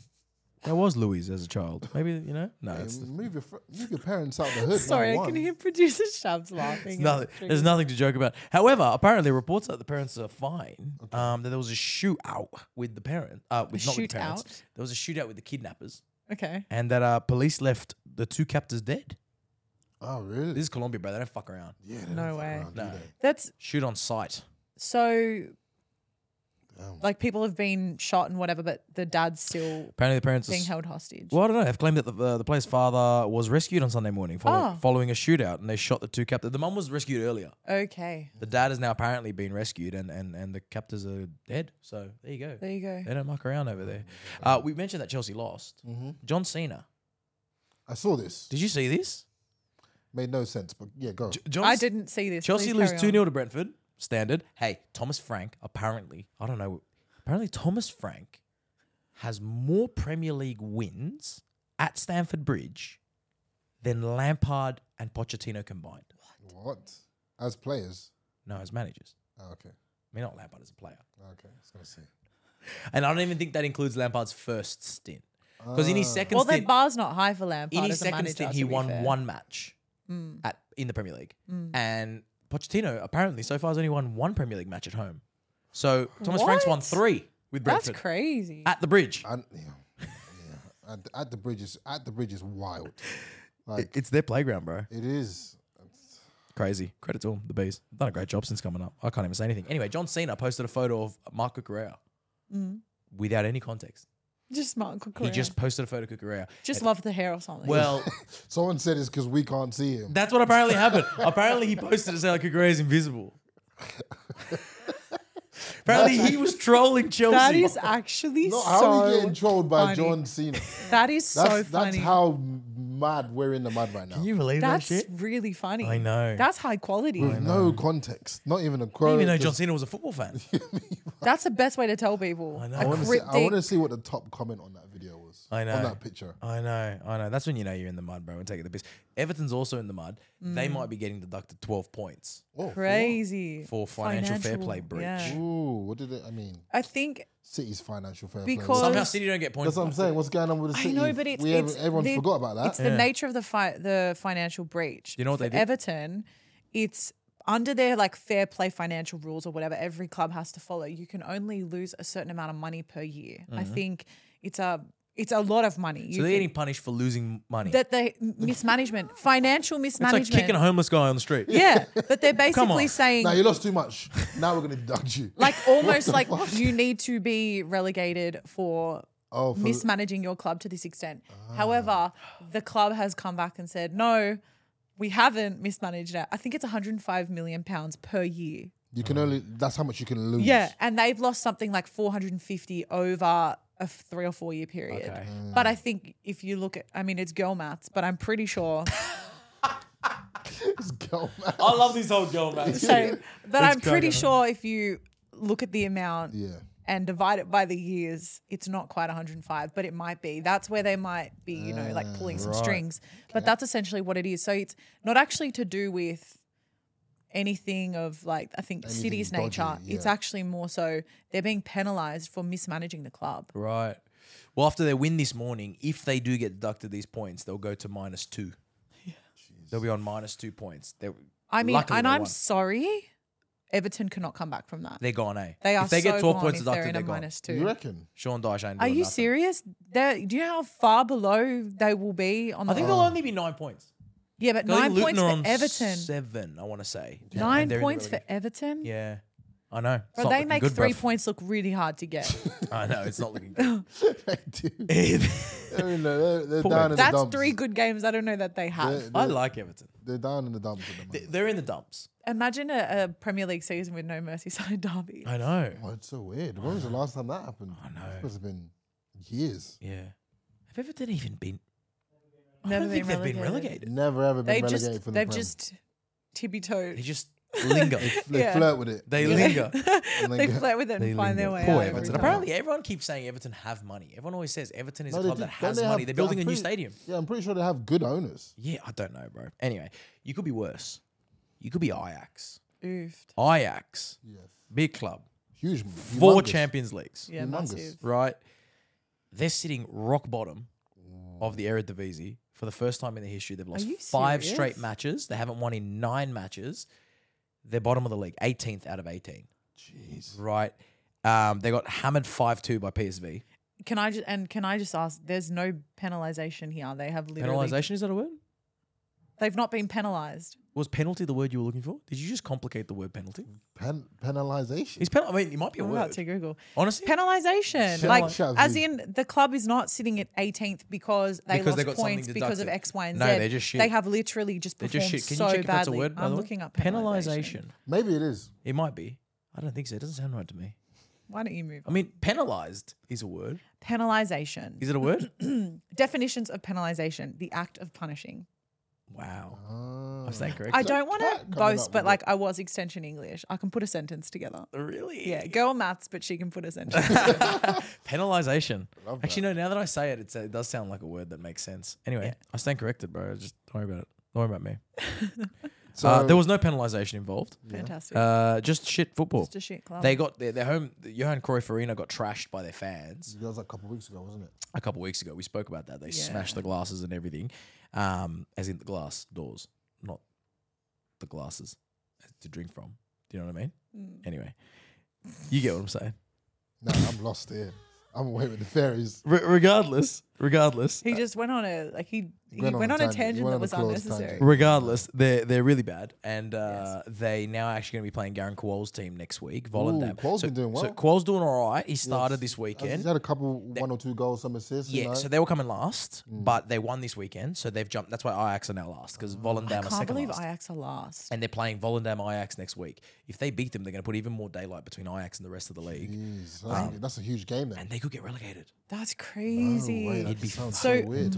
[SPEAKER 1] That was Luis as a child. Maybe you know? No,
[SPEAKER 3] Hey,
[SPEAKER 1] it's,
[SPEAKER 3] move your fr- move your parents out the hood.
[SPEAKER 2] Sorry,
[SPEAKER 3] number
[SPEAKER 2] I can
[SPEAKER 3] one.
[SPEAKER 2] hear producer Shabs laughing.
[SPEAKER 1] There's nothing, there's nothing to joke about. However, apparently reports that the parents are fine. Um, that there was a shootout with the parent, uh, with
[SPEAKER 2] A
[SPEAKER 1] not with the parents.
[SPEAKER 2] shootout?
[SPEAKER 1] There was a shootout with the kidnappers,
[SPEAKER 2] Okay.
[SPEAKER 1] and that uh, police left the two captors dead.
[SPEAKER 3] Oh really?
[SPEAKER 1] This is Colombia, bro. They don't fuck around.
[SPEAKER 3] yeah, they don't
[SPEAKER 2] No
[SPEAKER 3] fuck
[SPEAKER 2] way.
[SPEAKER 3] around, do
[SPEAKER 1] No.
[SPEAKER 3] they?
[SPEAKER 2] That's
[SPEAKER 1] Shoot on sight.
[SPEAKER 2] so
[SPEAKER 3] Damn.
[SPEAKER 2] like people have been shot and whatever, but the dad's still
[SPEAKER 1] Apparently, the parents. Are,
[SPEAKER 2] being
[SPEAKER 1] s-
[SPEAKER 2] held hostage.
[SPEAKER 1] well, I don't know. Have claimed that the, uh, the player's father was rescued on Sunday morning follow,
[SPEAKER 2] Oh.
[SPEAKER 1] following a shootout, and they shot the two captors. The mum was rescued earlier.
[SPEAKER 2] Okay.
[SPEAKER 1] The dad has now apparently been rescued, and and and the captors are dead. So there you go.
[SPEAKER 2] There you go.
[SPEAKER 1] They don't muck around over there. Uh, we mentioned that Chelsea lost. John Cena.
[SPEAKER 3] I saw this.
[SPEAKER 1] Did you see this?
[SPEAKER 3] Made no sense, but yeah, go.
[SPEAKER 1] J- John
[SPEAKER 2] I didn't see this.
[SPEAKER 1] Chelsea
[SPEAKER 2] Please
[SPEAKER 1] lose
[SPEAKER 2] carry
[SPEAKER 1] 2
[SPEAKER 2] on.
[SPEAKER 1] 0 to Brentford. Standard. Hey, Thomas Frank, apparently, I don't know. Apparently, Thomas Frank has more Premier League wins at Stamford Bridge than Lampard and Pochettino combined.
[SPEAKER 3] What? As players?
[SPEAKER 1] No, as managers.
[SPEAKER 3] Oh, okay.
[SPEAKER 1] I mean, not Lampard as a player.
[SPEAKER 3] Okay. I was gonna say.
[SPEAKER 1] And I don't even think that includes Lampard's first stint. Because in his second
[SPEAKER 2] Ah. Well, their
[SPEAKER 1] stint,
[SPEAKER 2] bar's not high for Lampard.
[SPEAKER 1] in his
[SPEAKER 2] as a
[SPEAKER 1] second
[SPEAKER 2] manager,
[SPEAKER 1] stint,
[SPEAKER 2] to
[SPEAKER 1] he
[SPEAKER 2] be
[SPEAKER 1] won
[SPEAKER 2] fair. Mm.
[SPEAKER 1] one match at in the Premier League, and Pochettino apparently so far has only won one Premier League match at home. So Thomas Frank's won
[SPEAKER 2] What?
[SPEAKER 1] three with
[SPEAKER 2] That's
[SPEAKER 1] Brentford
[SPEAKER 2] crazy.
[SPEAKER 1] at the Bridge.
[SPEAKER 3] And yeah, yeah. At, at the bridge is at the bridge is wild. Like
[SPEAKER 1] It's their playground, bro.
[SPEAKER 3] it is.
[SPEAKER 1] Crazy. Credit to them, the bees. Done a great job since coming up. I can't even say anything. Anyway, John Cena posted a photo of Marco Correa
[SPEAKER 2] Mm.
[SPEAKER 1] without any context.
[SPEAKER 2] just Martin
[SPEAKER 1] He just posted a photo of Correa.
[SPEAKER 2] just love the hair or something.
[SPEAKER 1] Well,
[SPEAKER 3] Someone said it's because we can't see him.
[SPEAKER 1] That's what apparently happened. apparently, he posted to say like Aguirre is invisible. apparently, he was trolling Chelsea.
[SPEAKER 2] that is actually
[SPEAKER 3] No, how are you
[SPEAKER 2] so.
[SPEAKER 3] getting trolled by
[SPEAKER 2] funny.
[SPEAKER 3] John Cena?
[SPEAKER 2] that is so
[SPEAKER 3] That's
[SPEAKER 2] funny.
[SPEAKER 3] that's how mad we're in the mud right now.
[SPEAKER 1] Can you believe
[SPEAKER 2] That's
[SPEAKER 1] that shit?
[SPEAKER 2] really funny.
[SPEAKER 1] I know.
[SPEAKER 2] That's high quality.
[SPEAKER 3] With no context, not even a
[SPEAKER 1] I
[SPEAKER 3] quote.
[SPEAKER 1] didn't even know John
[SPEAKER 3] just-
[SPEAKER 1] Cena was a football fan.
[SPEAKER 2] That's the best way to tell people.
[SPEAKER 1] I know.
[SPEAKER 2] A
[SPEAKER 1] I
[SPEAKER 3] I
[SPEAKER 1] wanna
[SPEAKER 3] wanna see- I want to
[SPEAKER 2] cryptic-
[SPEAKER 3] see what the top comment on that video was.
[SPEAKER 1] I know.
[SPEAKER 3] On that picture.
[SPEAKER 1] I know. I know. That's when you know you're in the mud, bro. And taking the piss. Everton's also in the mud. They
[SPEAKER 2] Mm.
[SPEAKER 1] might be getting deducted 12 points
[SPEAKER 3] Oh, for
[SPEAKER 2] crazy
[SPEAKER 1] for financial, fair play breach.
[SPEAKER 2] yeah.
[SPEAKER 3] what? Ooh, what did it? I mean,
[SPEAKER 2] I think
[SPEAKER 3] City's financial fair
[SPEAKER 2] Because-
[SPEAKER 3] play.
[SPEAKER 1] Somehow City don't get points.
[SPEAKER 3] That's what I'm saying. What's going on with the
[SPEAKER 2] I
[SPEAKER 3] City?
[SPEAKER 2] know, but it's-
[SPEAKER 3] we haven't-
[SPEAKER 2] it's
[SPEAKER 3] everyone
[SPEAKER 2] the-
[SPEAKER 3] forgot about
[SPEAKER 2] it's
[SPEAKER 3] that.
[SPEAKER 2] the nature of the fi- the financial breach.
[SPEAKER 1] Uh-uh. You know what
[SPEAKER 2] For
[SPEAKER 1] they did?
[SPEAKER 2] Everton, it's under their like fair play financial rules or whatever every club has to follow. You can only lose a certain amount of money per year. I think it's a it's a lot of money. You
[SPEAKER 1] Mm-hmm. So they're
[SPEAKER 2] can-
[SPEAKER 1] getting punished for losing money.
[SPEAKER 2] that they mismanagement, financial
[SPEAKER 1] it's like
[SPEAKER 2] mismanagement.
[SPEAKER 1] kicking a homeless guy on the street.
[SPEAKER 2] yeah, but they're basically
[SPEAKER 1] on.
[SPEAKER 2] saying
[SPEAKER 3] Now you lost too much. Now we're going to deduct you.
[SPEAKER 2] like almost like you need to be relegated for
[SPEAKER 3] oh, for,
[SPEAKER 2] mismanaging your club to this extent. However, the club has come back and said, no, we haven't mismanaged it. I think it's 105 million pounds per year.
[SPEAKER 3] you can only. That's how much you can lose.
[SPEAKER 2] Yeah, and they've lost something like 450 over a f- three or four year period.
[SPEAKER 1] Okay.
[SPEAKER 2] But I think if you look at, I mean, it's girl maths, but I'm pretty sure.
[SPEAKER 3] It's girl math.
[SPEAKER 2] Oh.
[SPEAKER 1] I love these whole girl matches.
[SPEAKER 2] So, but I'm pretty
[SPEAKER 1] cracker.
[SPEAKER 2] sure if you look at the amount
[SPEAKER 3] Yeah.
[SPEAKER 2] and divide it by the years, it's not quite 105, but it might be. That's where they might be, you know,
[SPEAKER 1] Ah,
[SPEAKER 2] like pulling some strings. But that's essentially what it is. So it's not actually to do with anything of like I think
[SPEAKER 3] Anything
[SPEAKER 2] city's
[SPEAKER 3] dodgy,
[SPEAKER 2] nature. It's
[SPEAKER 3] yeah.
[SPEAKER 2] actually more so they're being penalized for mismanaging the club.
[SPEAKER 1] Right. Well, after their win this morning, if they do get deducted these points, they'll go to minus two. They'll be on minus two points. They're,
[SPEAKER 2] I mean,
[SPEAKER 1] luckily
[SPEAKER 2] and
[SPEAKER 1] they
[SPEAKER 2] I'm
[SPEAKER 1] won.
[SPEAKER 2] sorry, Everton cannot come back from that.
[SPEAKER 1] they're gone, eh?
[SPEAKER 2] They are
[SPEAKER 1] If they
[SPEAKER 2] so
[SPEAKER 1] get 12
[SPEAKER 2] gone
[SPEAKER 1] points
[SPEAKER 2] if they're
[SPEAKER 1] deducted,
[SPEAKER 2] in
[SPEAKER 1] they're
[SPEAKER 2] a
[SPEAKER 1] gone.
[SPEAKER 2] minus two.
[SPEAKER 3] You reckon?
[SPEAKER 1] Sean Dyche ain't
[SPEAKER 2] Are
[SPEAKER 1] doing
[SPEAKER 2] you
[SPEAKER 1] nothing.
[SPEAKER 2] serious? They're, do you know how far below they will be on the
[SPEAKER 1] I think they'll only be nine points.
[SPEAKER 2] Yeah, but
[SPEAKER 1] 'Cause I
[SPEAKER 2] nine
[SPEAKER 1] think Luton
[SPEAKER 2] points
[SPEAKER 1] are
[SPEAKER 2] for
[SPEAKER 1] on
[SPEAKER 2] Everton.
[SPEAKER 1] Seven, I want to say. And
[SPEAKER 2] Nine
[SPEAKER 1] they're in the
[SPEAKER 2] points for
[SPEAKER 1] relegation.
[SPEAKER 2] Everton.
[SPEAKER 1] Yeah. I know. It's
[SPEAKER 2] Bro,
[SPEAKER 1] not
[SPEAKER 2] they
[SPEAKER 1] looking
[SPEAKER 2] make
[SPEAKER 1] good,
[SPEAKER 2] three
[SPEAKER 1] bruv.
[SPEAKER 2] points look really hard to get.
[SPEAKER 1] I know. It's not looking good.
[SPEAKER 3] They do.
[SPEAKER 1] I
[SPEAKER 3] They're, in the- they're- they're
[SPEAKER 1] Poor
[SPEAKER 3] down in the
[SPEAKER 2] That's
[SPEAKER 3] dumps.
[SPEAKER 2] three good games. I don't know that they have.
[SPEAKER 3] They're, they're,
[SPEAKER 1] like Everton.
[SPEAKER 3] they're down in the dumps at the
[SPEAKER 1] They-
[SPEAKER 3] moment.
[SPEAKER 1] They're in the dumps.
[SPEAKER 2] Imagine a, a Premier League season with no Merseyside derby.
[SPEAKER 1] I know.
[SPEAKER 3] Oh, it's so weird. When was the last time that happened? I know. It must have been Years.
[SPEAKER 1] Yeah. Have Everton even been? I
[SPEAKER 2] Never
[SPEAKER 1] don't think
[SPEAKER 2] been
[SPEAKER 1] they've been
[SPEAKER 2] relegated.
[SPEAKER 1] relegated.
[SPEAKER 3] Never ever been
[SPEAKER 2] They
[SPEAKER 3] relegated
[SPEAKER 2] just
[SPEAKER 3] from
[SPEAKER 2] they've
[SPEAKER 3] the Prem.
[SPEAKER 2] just tippy toed.
[SPEAKER 1] They just linger.
[SPEAKER 3] They
[SPEAKER 2] yeah.
[SPEAKER 3] flirt with it.
[SPEAKER 1] they
[SPEAKER 3] Yeah.
[SPEAKER 1] linger.
[SPEAKER 3] And then
[SPEAKER 2] they
[SPEAKER 3] go-
[SPEAKER 2] flirt with it and
[SPEAKER 1] They
[SPEAKER 2] find
[SPEAKER 1] linger.
[SPEAKER 2] their way
[SPEAKER 1] Poor
[SPEAKER 2] out. every
[SPEAKER 1] Everton.
[SPEAKER 2] time.
[SPEAKER 1] Apparently, everyone keeps saying Everton have money. Everyone always says Everton is
[SPEAKER 3] No,
[SPEAKER 1] a
[SPEAKER 3] they
[SPEAKER 1] club
[SPEAKER 3] did-
[SPEAKER 1] that
[SPEAKER 3] don't
[SPEAKER 1] has
[SPEAKER 3] they
[SPEAKER 1] money.
[SPEAKER 3] have-
[SPEAKER 1] They're
[SPEAKER 3] I'm
[SPEAKER 1] building a new
[SPEAKER 3] pretty-
[SPEAKER 1] stadium.
[SPEAKER 3] Yeah, I'm pretty sure they have good owners.
[SPEAKER 1] Yeah, I don't know, bro. Anyway, you could be worse. You could be Ajax.
[SPEAKER 2] oofed.
[SPEAKER 1] Ajax,
[SPEAKER 3] Yes.
[SPEAKER 1] big club,
[SPEAKER 3] Huge.
[SPEAKER 1] four
[SPEAKER 3] humongous.
[SPEAKER 1] Champions Leagues,
[SPEAKER 2] Yeah,
[SPEAKER 3] Humongous.
[SPEAKER 2] massive.
[SPEAKER 1] right? They're sitting rock bottom of the Eredivisie for the first time in their history. They've lost
[SPEAKER 2] you
[SPEAKER 1] five
[SPEAKER 2] serious?
[SPEAKER 1] straight matches. They haven't won in nine matches. They're bottom of the league, 18th out of 18,
[SPEAKER 3] Jeez.
[SPEAKER 1] right? Um, they got hammered 5 2 by PSV.
[SPEAKER 2] Can I just and can I just ask? There's no penalization here. They have literally
[SPEAKER 1] Penalisation, is that a word?
[SPEAKER 2] they've not been penalized.
[SPEAKER 1] Was penalty the word you were looking for? Did you just complicate the word penalty?
[SPEAKER 2] Mm.
[SPEAKER 3] Pen- penalization.
[SPEAKER 1] Is penal- I mean, it might be a
[SPEAKER 2] I'm about
[SPEAKER 1] word.
[SPEAKER 2] to Google
[SPEAKER 1] Honestly,
[SPEAKER 2] penalization.
[SPEAKER 3] Shall
[SPEAKER 2] like
[SPEAKER 3] I- shall
[SPEAKER 2] as
[SPEAKER 3] we-
[SPEAKER 2] in the club is not sitting at 18th because they
[SPEAKER 1] Because
[SPEAKER 2] lost
[SPEAKER 1] they got something
[SPEAKER 2] points because of
[SPEAKER 1] deducted.
[SPEAKER 2] X, Y, and
[SPEAKER 1] No,
[SPEAKER 2] Z.
[SPEAKER 1] they're just shit.
[SPEAKER 2] They have literally just
[SPEAKER 1] they're
[SPEAKER 2] performed
[SPEAKER 1] just shit. Can
[SPEAKER 2] so
[SPEAKER 1] you check if
[SPEAKER 2] badly.
[SPEAKER 1] that's a word? by
[SPEAKER 2] I'm
[SPEAKER 1] the way?
[SPEAKER 2] looking up penalization.
[SPEAKER 1] penalisation.
[SPEAKER 3] Maybe it is.
[SPEAKER 1] It might be. I don't think so. It doesn't sound right to me.
[SPEAKER 2] Why don't you move?
[SPEAKER 1] I mean, penalized is a word.
[SPEAKER 2] Penalization.
[SPEAKER 1] Is it a word?
[SPEAKER 2] Definitions of penalization: the act of punishing.
[SPEAKER 1] wow.
[SPEAKER 3] Ah.
[SPEAKER 1] Is that correct?
[SPEAKER 2] I don't want
[SPEAKER 3] cat
[SPEAKER 2] to
[SPEAKER 3] coming up
[SPEAKER 2] boast,
[SPEAKER 3] with
[SPEAKER 2] but
[SPEAKER 3] it.
[SPEAKER 2] like I was extension English. I can put a sentence together.
[SPEAKER 1] really?
[SPEAKER 2] Yeah, girl maths, but she can put a sentence.
[SPEAKER 1] Penalization.
[SPEAKER 3] Love
[SPEAKER 1] Actually, no. Now that I say it, it's, it does sound like a word that makes sense. Anyway, I stand corrected, bro. Just don't worry about it. Don't worry about me.
[SPEAKER 3] So
[SPEAKER 1] uh, there was no penalization involved.
[SPEAKER 2] Fantastic.
[SPEAKER 1] Uh, just shit football.
[SPEAKER 2] Just a shit club.
[SPEAKER 1] They got their, their home. Johan Cruyff Arena got trashed by their fans
[SPEAKER 3] that was like a couple weeks ago, wasn't it?
[SPEAKER 1] a couple weeks ago. We spoke about that. They
[SPEAKER 2] Yeah.
[SPEAKER 1] smashed the glasses and everything, um, as in the glass doors, not the glasses to drink from. Do you know what I mean? Anyway, you get what I'm saying.
[SPEAKER 3] No, I'm lost here. I'm away with the fairies.
[SPEAKER 1] Re- regardless, regardless,
[SPEAKER 2] He just went on a like he he
[SPEAKER 3] went
[SPEAKER 2] went,
[SPEAKER 3] on
[SPEAKER 2] on,
[SPEAKER 3] a
[SPEAKER 2] a
[SPEAKER 3] tangent. He
[SPEAKER 2] tangent
[SPEAKER 3] went
[SPEAKER 2] that
[SPEAKER 3] on a
[SPEAKER 2] was
[SPEAKER 3] closed
[SPEAKER 2] unnecessary.
[SPEAKER 3] tangent.
[SPEAKER 1] regardless, they're they're really bad, and uh, they now actually going to be playing Garen Kowal's team next week. Volendam.
[SPEAKER 3] Kowal's
[SPEAKER 1] so,
[SPEAKER 3] been doing
[SPEAKER 1] So
[SPEAKER 3] well.
[SPEAKER 1] Kowal's doing all right. He started
[SPEAKER 3] Yes.
[SPEAKER 1] this
[SPEAKER 3] He's
[SPEAKER 1] weekend.
[SPEAKER 3] had a couple, one or two goals, some assists. you
[SPEAKER 1] Yeah,
[SPEAKER 3] know?
[SPEAKER 1] so they were coming last,
[SPEAKER 2] Mm.
[SPEAKER 1] but they won this weekend, so they've jumped. That's why Ajax are now last because
[SPEAKER 2] Oh, I
[SPEAKER 1] Volendam are
[SPEAKER 2] can't
[SPEAKER 1] second
[SPEAKER 2] believe
[SPEAKER 1] last.
[SPEAKER 2] Ajax are last.
[SPEAKER 1] and they're playing Volendam Ajax next week. If they beat them, they're going to put even more daylight between Ajax and the rest of the league,
[SPEAKER 3] Jeez, that's, that's a huge game then.
[SPEAKER 1] Um, and they could get relegated.
[SPEAKER 2] That's
[SPEAKER 3] No way,
[SPEAKER 2] crazy.
[SPEAKER 3] that
[SPEAKER 1] It'd be
[SPEAKER 3] sounds
[SPEAKER 2] so-
[SPEAKER 3] so, weird.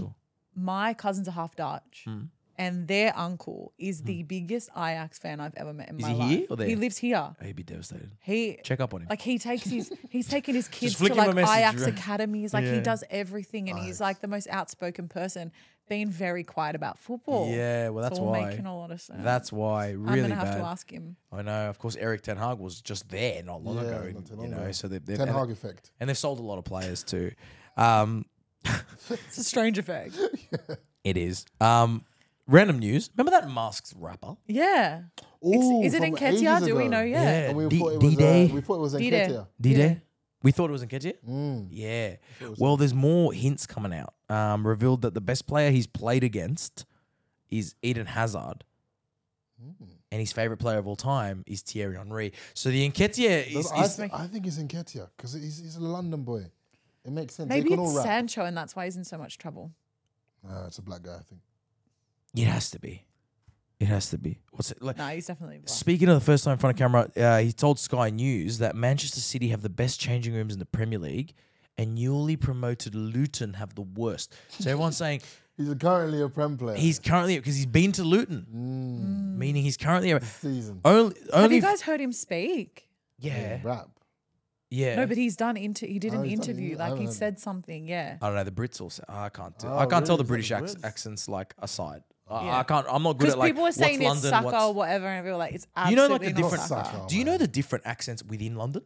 [SPEAKER 2] My cousins are half Dutch,
[SPEAKER 1] Hmm.
[SPEAKER 2] and their uncle is the biggest Ajax fan I've ever met in my
[SPEAKER 1] he
[SPEAKER 2] life.
[SPEAKER 1] here or there?
[SPEAKER 2] He lives here.
[SPEAKER 1] He'd be devastated.
[SPEAKER 2] He
[SPEAKER 1] Check up on him.
[SPEAKER 2] like he takes his he's taken his kids to
[SPEAKER 1] flick him a
[SPEAKER 2] like
[SPEAKER 1] message,
[SPEAKER 2] Ajax
[SPEAKER 1] right?
[SPEAKER 2] academies. Like he
[SPEAKER 1] Yeah.
[SPEAKER 2] does everything, and he's like the most outspoken person, being very quiet about football.
[SPEAKER 1] yeah, well, that's
[SPEAKER 2] it's all
[SPEAKER 1] why.
[SPEAKER 2] making a lot of sense.
[SPEAKER 1] That's why.
[SPEAKER 2] I'm
[SPEAKER 1] Really
[SPEAKER 2] gonna have
[SPEAKER 1] bad.
[SPEAKER 2] to ask him.
[SPEAKER 1] I know. Of course, Eric Ten Hag was just there not long
[SPEAKER 3] Yeah,
[SPEAKER 1] ago.
[SPEAKER 3] not
[SPEAKER 1] and,
[SPEAKER 3] too
[SPEAKER 1] you
[SPEAKER 3] long
[SPEAKER 1] know,
[SPEAKER 3] ago.
[SPEAKER 1] so they've, they've
[SPEAKER 3] Ten
[SPEAKER 1] and,
[SPEAKER 3] Hag effect.
[SPEAKER 1] and they've sold a lot of players too. Um,
[SPEAKER 2] It's a strange effect.
[SPEAKER 1] it is. Um, random news. Remember that Masks rapper?
[SPEAKER 2] Yeah.
[SPEAKER 3] Ooh,
[SPEAKER 2] Is it
[SPEAKER 3] from
[SPEAKER 2] Enketia?
[SPEAKER 3] ages
[SPEAKER 2] Do we
[SPEAKER 3] ago.
[SPEAKER 2] know yet?
[SPEAKER 1] Yeah.
[SPEAKER 3] And we
[SPEAKER 1] D-
[SPEAKER 3] thought it was,
[SPEAKER 1] D-Day.
[SPEAKER 3] uh, we thought it was
[SPEAKER 2] D-Day.
[SPEAKER 3] Enketia.
[SPEAKER 1] D Day?
[SPEAKER 2] Yeah.
[SPEAKER 1] We thought it was Nketiah?
[SPEAKER 3] Mm.
[SPEAKER 1] Yeah. Well, there's more hints coming out. Um, revealed that the best player he's played against is Eden Hazard. And his favorite player of all time is Thierry Henry. So the Nketiah is,
[SPEAKER 3] That's- I,
[SPEAKER 1] is
[SPEAKER 3] th- I think it's Enketia because he's, he's a London boy. It makes sense.
[SPEAKER 2] Maybe
[SPEAKER 3] they can
[SPEAKER 2] it's
[SPEAKER 3] all rap.
[SPEAKER 2] Sancho, and that's why he's in so much trouble.
[SPEAKER 3] Nah, it's a black guy, I think.
[SPEAKER 1] it has to be, it has to be. What's it like?
[SPEAKER 2] No, he's definitely. black.
[SPEAKER 1] Speaking of the first time in front of camera, uh, he told Sky News that Manchester City have the best changing rooms in the Premier League, and newly promoted Luton have the worst. So everyone's saying
[SPEAKER 3] He's currently a Prem player.
[SPEAKER 1] he's currently because he's been to Luton,
[SPEAKER 3] Mm.
[SPEAKER 1] meaning he's currently a-
[SPEAKER 3] season
[SPEAKER 1] only.
[SPEAKER 2] Have
[SPEAKER 1] only
[SPEAKER 2] you guys heard him speak?
[SPEAKER 1] yeah,
[SPEAKER 3] rap.
[SPEAKER 1] yeah.
[SPEAKER 2] No, but he's done inter- he did
[SPEAKER 3] Oh,
[SPEAKER 2] an
[SPEAKER 3] he's done
[SPEAKER 2] interview.
[SPEAKER 3] inter- I
[SPEAKER 2] like he
[SPEAKER 3] haven't-
[SPEAKER 2] said something. Yeah.
[SPEAKER 1] I don't know. The Brits also. I can't. Do,
[SPEAKER 3] Oh,
[SPEAKER 1] I can't tell
[SPEAKER 3] really?
[SPEAKER 1] the
[SPEAKER 3] Is that
[SPEAKER 1] British
[SPEAKER 3] the
[SPEAKER 1] ac-
[SPEAKER 3] Brits?
[SPEAKER 1] accents like aside. I,
[SPEAKER 2] Yeah.
[SPEAKER 1] I can't. I'm not good
[SPEAKER 2] Because
[SPEAKER 1] at like.
[SPEAKER 2] people were saying
[SPEAKER 1] what's
[SPEAKER 2] it's
[SPEAKER 1] London,
[SPEAKER 2] sucker or
[SPEAKER 1] what's-
[SPEAKER 2] whatever, and people were like, it's
[SPEAKER 1] You know,
[SPEAKER 2] absolutely
[SPEAKER 1] like the different.
[SPEAKER 2] not sucker.
[SPEAKER 3] Sucker.
[SPEAKER 1] Do you know the different accents within London?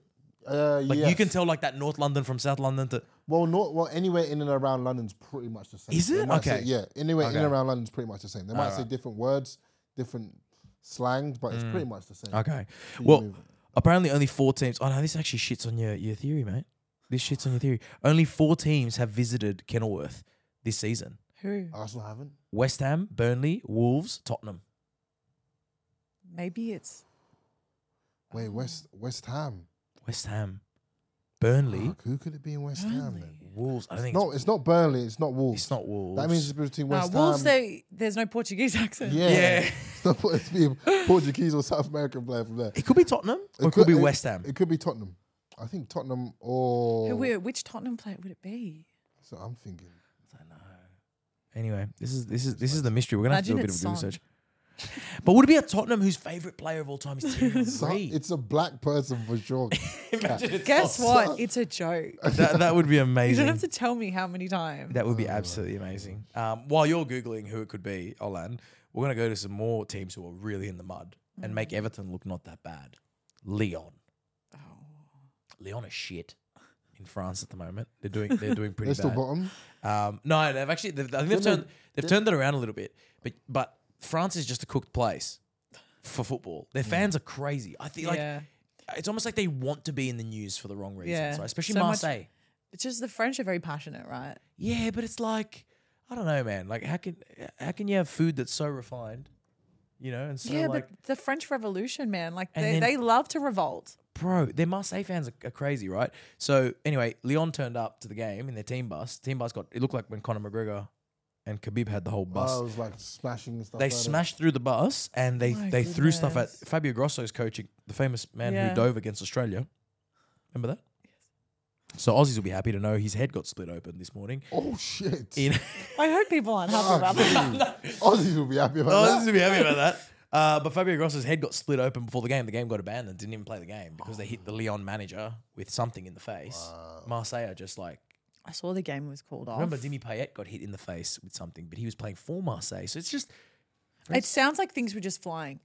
[SPEAKER 3] Uh,
[SPEAKER 1] Like
[SPEAKER 3] yes.
[SPEAKER 1] you can tell like that North London from South London to.
[SPEAKER 3] Well, not well. Anywhere in and around London's pretty much the same.
[SPEAKER 1] Is
[SPEAKER 3] They
[SPEAKER 1] it?
[SPEAKER 3] might say-
[SPEAKER 1] Okay.
[SPEAKER 3] yeah. Anywhere in
[SPEAKER 1] Okay.
[SPEAKER 3] and around London's pretty much the same. They might say different words, different slang, but it's pretty much the same.
[SPEAKER 1] Mm. Okay.
[SPEAKER 3] Pretty
[SPEAKER 1] Well,
[SPEAKER 3] moving.
[SPEAKER 1] apparently only four teams. Oh no, this actually shits on your your theory, mate. This shits on your theory. Only four teams have visited Kenilworth this season:
[SPEAKER 2] Who?
[SPEAKER 3] Arsenal haven't.
[SPEAKER 1] West Ham, Burnley, Wolves, Tottenham.
[SPEAKER 2] Maybe it's
[SPEAKER 3] Wait, West West Ham.
[SPEAKER 1] West Ham, Burnley,
[SPEAKER 3] Fuck, who could it be in West Ham? Then?
[SPEAKER 1] Wolves. I don't think
[SPEAKER 3] No, it's not Burnley. It's not Wolves.
[SPEAKER 1] it's, it's not Wolves.
[SPEAKER 3] That means it's between
[SPEAKER 2] uh,
[SPEAKER 3] West
[SPEAKER 2] Wolves.
[SPEAKER 3] Ham.
[SPEAKER 2] They, there's no Portuguese accent.
[SPEAKER 3] yeah.
[SPEAKER 1] Yeah.
[SPEAKER 3] It's not supposed to be a Portuguese or South American player from there.
[SPEAKER 1] It could be Tottenham or it could, be West Ham.
[SPEAKER 3] It could be Tottenham. I think Tottenham or
[SPEAKER 2] Who, whi- which Tottenham player would it be?
[SPEAKER 1] Oh,
[SPEAKER 3] so I'm thinking.
[SPEAKER 1] Anyway, this is this is this is the mystery. We're gonna have to do a
[SPEAKER 2] Imagine
[SPEAKER 1] bit of
[SPEAKER 2] it's
[SPEAKER 1] Google
[SPEAKER 2] Son.
[SPEAKER 1] search. But would it be a Tottenham whose favorite player of all time is Thierry
[SPEAKER 3] Son-
[SPEAKER 1] Henry?
[SPEAKER 3] it's a black person for sure.
[SPEAKER 1] Imagine it's
[SPEAKER 2] Guess
[SPEAKER 1] Son.
[SPEAKER 2] what? It's a joke.
[SPEAKER 1] That, that would be
[SPEAKER 2] You don't
[SPEAKER 1] amazing.
[SPEAKER 2] have to tell me how many times.
[SPEAKER 1] That would be absolutely amazing. Um, while you're googling who it could be, Olan, we're gonna go to some more teams who are really in the mud and
[SPEAKER 2] Mm.
[SPEAKER 1] make Everton look not that bad. Leon.
[SPEAKER 2] Oh.
[SPEAKER 1] Leon is shit in France at the moment. They're doing they're doing pretty
[SPEAKER 3] They're still
[SPEAKER 1] bad.
[SPEAKER 3] bottom.
[SPEAKER 1] Um, no, they've actually. They've, I think they've
[SPEAKER 3] Didn't they-
[SPEAKER 1] turned. They've turned it around a little bit. But but France is just a cooked place for football. Their fans are crazy. I feel
[SPEAKER 2] Yeah.
[SPEAKER 1] like it's almost like they want to be in the news for the wrong reasons,
[SPEAKER 2] Yeah.
[SPEAKER 1] right? Especially
[SPEAKER 2] So much-
[SPEAKER 1] Marseille.
[SPEAKER 2] It's just the French are very passionate, right?
[SPEAKER 1] yeah, but it's like I don't know, man. Like how can how can you have food that's so refined, you know? And so
[SPEAKER 2] yeah,
[SPEAKER 1] like,
[SPEAKER 2] but the French Revolution, man, like
[SPEAKER 1] And
[SPEAKER 2] they,
[SPEAKER 1] then-
[SPEAKER 2] they love to revolt.
[SPEAKER 1] bro, their Marseille fans are, are crazy, right? So anyway, Leon turned up to the game in their team bus. Team bus got it looked like when Conor McGregor and Khabib had the whole bus.
[SPEAKER 2] Oh,
[SPEAKER 3] I was like smashing and stuff.
[SPEAKER 1] they
[SPEAKER 3] like that.
[SPEAKER 1] smashed through the bus and they
[SPEAKER 2] My
[SPEAKER 1] they threw stuff at
[SPEAKER 2] goodness.
[SPEAKER 1] Fabio Grosso's coaching, the famous man
[SPEAKER 2] Yeah.
[SPEAKER 1] who dove against Australia. Remember that? So Aussies will be happy to know his head got split open this morning.
[SPEAKER 3] Oh shit!
[SPEAKER 1] In
[SPEAKER 2] I hope people aren't happy about that.
[SPEAKER 3] Aussies will be happy about
[SPEAKER 1] Aussies
[SPEAKER 3] that.
[SPEAKER 1] will be happy about that. Oh, Uh, but Fabio Grosso's head got split open before the game. The game got abandoned. Didn't even play the game because they hit the Leon manager with something in the face. Marseille are just like
[SPEAKER 2] I saw the game was called off.
[SPEAKER 1] remember Dimi Payet got hit in the face with something, but he was playing for Marseille. So it's just
[SPEAKER 2] it sounds like things were just flying.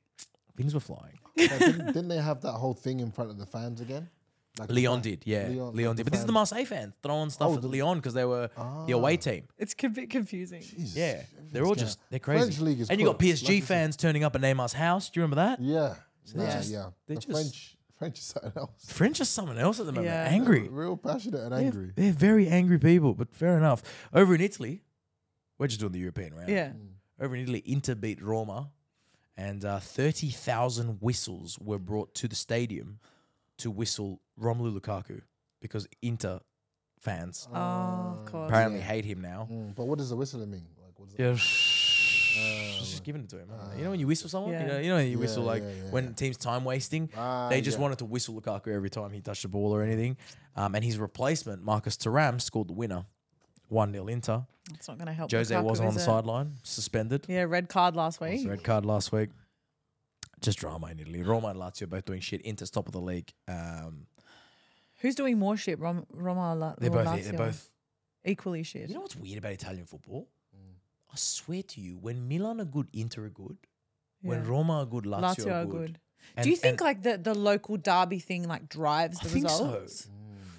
[SPEAKER 1] things were flying.
[SPEAKER 3] Like, didn't, didn't they have that whole thing in front of the fans again? Like
[SPEAKER 1] Leon did, yeah.
[SPEAKER 3] Leon-
[SPEAKER 1] Leon,
[SPEAKER 3] like
[SPEAKER 1] did.
[SPEAKER 3] the
[SPEAKER 1] But this is the
[SPEAKER 3] fan-
[SPEAKER 1] Marseille fans throwing stuff
[SPEAKER 3] Oh,
[SPEAKER 1] at
[SPEAKER 3] the- Ah.
[SPEAKER 1] Leon because they were the away team.
[SPEAKER 2] It's a bit confusing.
[SPEAKER 3] Jesus,
[SPEAKER 1] Yeah. They're all just, they're crazy.
[SPEAKER 3] French league is
[SPEAKER 1] and you got
[SPEAKER 3] cooked, like
[SPEAKER 1] PSG
[SPEAKER 3] you said.
[SPEAKER 1] fans turning up at Neymar's house. Do you remember that?
[SPEAKER 3] Yeah, nah,
[SPEAKER 1] just-
[SPEAKER 3] yeah. The
[SPEAKER 1] they're just-
[SPEAKER 3] French, French is something else.
[SPEAKER 1] French is someone else at the moment.
[SPEAKER 2] Yeah.
[SPEAKER 1] Angry.
[SPEAKER 3] Real passionate and
[SPEAKER 1] They're-
[SPEAKER 3] angry.
[SPEAKER 1] They're, very angry people, but fair enough. Over in Italy, we're just doing the European round.
[SPEAKER 2] Yeah.
[SPEAKER 1] Over in Italy, Inter beat Roma, and uh, 30,000 whistles were brought to the stadium to whistle Romelu Lukaku because Inter fans
[SPEAKER 2] Oh, of course.
[SPEAKER 1] apparently hate him now.
[SPEAKER 3] Mm, but what does the whistling mean? Like, what does
[SPEAKER 1] Yeah. just giving it to him. aren't they? you know when you whistle someone?
[SPEAKER 2] Yeah.
[SPEAKER 1] You know, you know when you
[SPEAKER 3] Oh. Yeah,
[SPEAKER 1] whistle like
[SPEAKER 3] yeah, yeah,
[SPEAKER 1] when
[SPEAKER 3] yeah.
[SPEAKER 1] teams time wasting.
[SPEAKER 3] Ah,
[SPEAKER 1] they just
[SPEAKER 3] yeah.
[SPEAKER 1] wanted to whistle Lukaku every time he touched the ball or anything. Um, and his replacement, Marcus Thuram, scored the winner. 1 0 Inter.
[SPEAKER 2] It's not going to help.
[SPEAKER 1] Jose
[SPEAKER 2] Lukaku,
[SPEAKER 1] wasn't on
[SPEAKER 2] is
[SPEAKER 1] the
[SPEAKER 2] it?
[SPEAKER 1] sideline, suspended.
[SPEAKER 2] Yeah, red card last week.
[SPEAKER 1] Red card last week. Just drama in Italy. Roma and Lazio both doing shit. Inter's top of the league. Um,
[SPEAKER 2] Who's doing more shit, Rom- Roma La-
[SPEAKER 1] they're
[SPEAKER 2] or
[SPEAKER 1] both.
[SPEAKER 2] Lazio?
[SPEAKER 1] They're both.
[SPEAKER 2] equally shit.
[SPEAKER 1] You know what's weird about Italian football?
[SPEAKER 2] Mm.
[SPEAKER 1] I swear to you, when Milan are good, Inter are good. When
[SPEAKER 2] Yeah.
[SPEAKER 1] Roma are good, Lazio,
[SPEAKER 2] Lazio are good.
[SPEAKER 1] And-
[SPEAKER 2] Do you think
[SPEAKER 1] and-
[SPEAKER 2] like the, the local derby thing like drives the
[SPEAKER 1] I think so.
[SPEAKER 2] results?
[SPEAKER 3] Mm.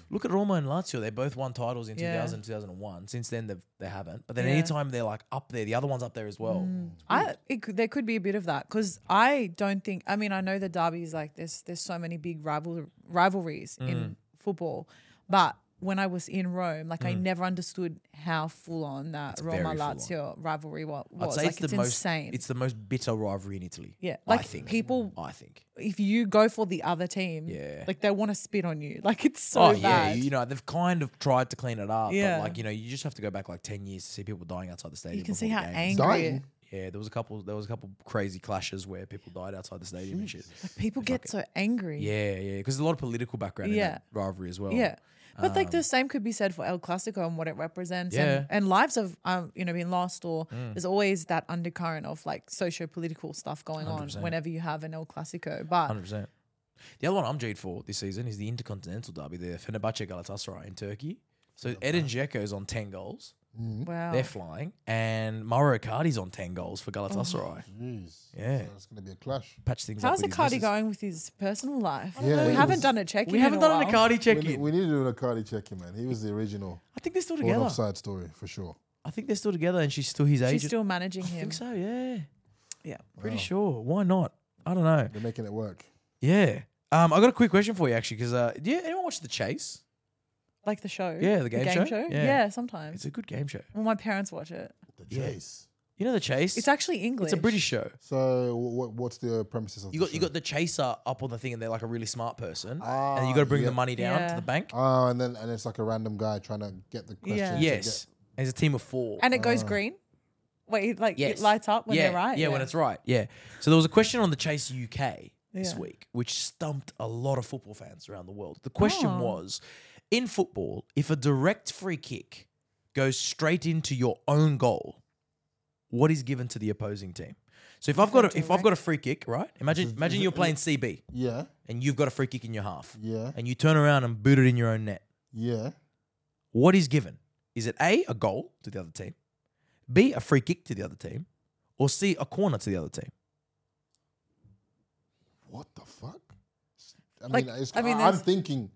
[SPEAKER 1] Look at Roma and Lazio. They both won titles in
[SPEAKER 2] Yeah.
[SPEAKER 1] 2000, 2001. Since then, they've, they haven't. But then
[SPEAKER 2] Yeah. Mm.
[SPEAKER 1] anytime they're like up there, the other one's up there as well.
[SPEAKER 2] I it, could- there could be a bit of that because I don't think I mean I know the derbies like there's there's so many big rival rivalries
[SPEAKER 1] Mm.
[SPEAKER 2] in football, but when I was in Rome, like I never understood how full on that Roma
[SPEAKER 1] Mm. very
[SPEAKER 2] Lazio rivalry wa-
[SPEAKER 1] I'd
[SPEAKER 2] was.
[SPEAKER 1] say
[SPEAKER 2] like
[SPEAKER 1] it's the most
[SPEAKER 2] insane.
[SPEAKER 1] It's the most bitter rivalry in Italy.
[SPEAKER 2] Yeah,
[SPEAKER 1] I
[SPEAKER 2] like,
[SPEAKER 1] think
[SPEAKER 2] people-
[SPEAKER 1] I think.
[SPEAKER 2] if you go for the other team,
[SPEAKER 1] Yeah.
[SPEAKER 2] like they want to spit on you. Like it's so
[SPEAKER 1] oh
[SPEAKER 2] bad.
[SPEAKER 1] yeah, you know they've kind of tried to clean it up,
[SPEAKER 2] Yeah.
[SPEAKER 1] but like you know you just have to go back like ten years to see people dying outside the stadium.
[SPEAKER 2] You can
[SPEAKER 1] before
[SPEAKER 2] see
[SPEAKER 1] the
[SPEAKER 2] how
[SPEAKER 1] games.
[SPEAKER 2] angry
[SPEAKER 3] Dying.
[SPEAKER 1] Yeah, there was a couple. There was a couple crazy clashes where people died outside the stadium and shit.
[SPEAKER 2] people get so angry.
[SPEAKER 1] Yeah, yeah, because there's a lot of political background in that rivalry as well.
[SPEAKER 2] Yeah. But like the same could be said for El Clasico and what it represents,
[SPEAKER 1] Um, Yeah. Mm.
[SPEAKER 2] and, and lives have um, you know been lost, or there's always that undercurrent of like socio-political stuff going on
[SPEAKER 1] 100%.
[SPEAKER 2] whenever you have an El Clasico. But
[SPEAKER 1] Hundred percent. The other one I'm jaded for this season is the Intercontinental Derby, the Fenerbahçe Galatasaray in Turkey. So Edin Dzeko's on ten goals.
[SPEAKER 2] wow,
[SPEAKER 1] They're flying, and Mauro Icardi's on ten goals for Galatasaray.
[SPEAKER 3] Jeez.
[SPEAKER 1] Yeah.
[SPEAKER 3] So it's gonna be a clash.
[SPEAKER 1] Patch things up.
[SPEAKER 2] how's
[SPEAKER 1] with his
[SPEAKER 2] Oh. Icardi
[SPEAKER 1] missus.
[SPEAKER 2] going with his personal life?
[SPEAKER 3] know.
[SPEAKER 2] we
[SPEAKER 3] He
[SPEAKER 2] haven't
[SPEAKER 3] was-
[SPEAKER 2] done a check.
[SPEAKER 1] We haven't done an Icardi check
[SPEAKER 3] We,
[SPEAKER 1] in.
[SPEAKER 3] we need to do a Cardi checking, man. He was the original
[SPEAKER 1] I think they're still
[SPEAKER 3] all
[SPEAKER 1] together.
[SPEAKER 3] offside story for sure.
[SPEAKER 1] I think they're still together, and she's still his agent.
[SPEAKER 2] She's still managing
[SPEAKER 1] I
[SPEAKER 2] him.
[SPEAKER 1] think so. Yeah,
[SPEAKER 2] Yeah,
[SPEAKER 1] pretty sure. Why not? I don't know.
[SPEAKER 3] They're making it work.
[SPEAKER 1] Yeah. Um, I got a quick question for you actually, because uh, yeah, anyone watch The Chase?
[SPEAKER 2] like the show.
[SPEAKER 1] Yeah, the game show?
[SPEAKER 2] Yeah,
[SPEAKER 1] Yeah.
[SPEAKER 2] sometimes.
[SPEAKER 1] It's a good game show.
[SPEAKER 2] well, my parents watch it.
[SPEAKER 3] The
[SPEAKER 1] Yeah.
[SPEAKER 3] chase.
[SPEAKER 1] You know The Chase?
[SPEAKER 2] It's actually English.
[SPEAKER 1] it's a British show.
[SPEAKER 3] So what, what's the premises of
[SPEAKER 1] You
[SPEAKER 3] the
[SPEAKER 1] got you
[SPEAKER 3] show?
[SPEAKER 1] got the chaser up on the thing, and they're like a really smart person, and
[SPEAKER 3] Ah,
[SPEAKER 1] you got to bring
[SPEAKER 3] yeah.
[SPEAKER 1] the money down
[SPEAKER 2] Yeah.
[SPEAKER 1] to the bank.
[SPEAKER 3] Oh, and then and it's like a random guy trying to get the question.
[SPEAKER 2] Yeah.
[SPEAKER 3] to
[SPEAKER 1] yes, there's a team of four.
[SPEAKER 2] and it goes green. Wait, like
[SPEAKER 1] yes,
[SPEAKER 2] it lights up when
[SPEAKER 1] yeah.
[SPEAKER 2] they're right.
[SPEAKER 1] Yeah, when it's right. Yeah. So there was a question on the Chase UK this
[SPEAKER 2] Yeah.
[SPEAKER 1] week, which stumped a lot of football fans around the world. The question
[SPEAKER 2] Oh.
[SPEAKER 1] was in football, if a direct free kick goes straight into your own goal, what is given to the opposing team? So if I've got a, if I've got a free kick, right? Imagine imagine you're playing CB
[SPEAKER 3] Yeah,
[SPEAKER 1] and you've got a free kick in your half,
[SPEAKER 3] yeah,
[SPEAKER 1] and you turn around and boot it in your own net.
[SPEAKER 3] yeah.
[SPEAKER 1] What is given? Is it A, a goal to the other team, B, a free kick to the other team, or C, a corner to the other team?
[SPEAKER 3] What the fuck? I
[SPEAKER 2] Like,
[SPEAKER 3] mean, it's,
[SPEAKER 2] I
[SPEAKER 3] I
[SPEAKER 2] mean,
[SPEAKER 3] I'm
[SPEAKER 2] there's-
[SPEAKER 3] thinking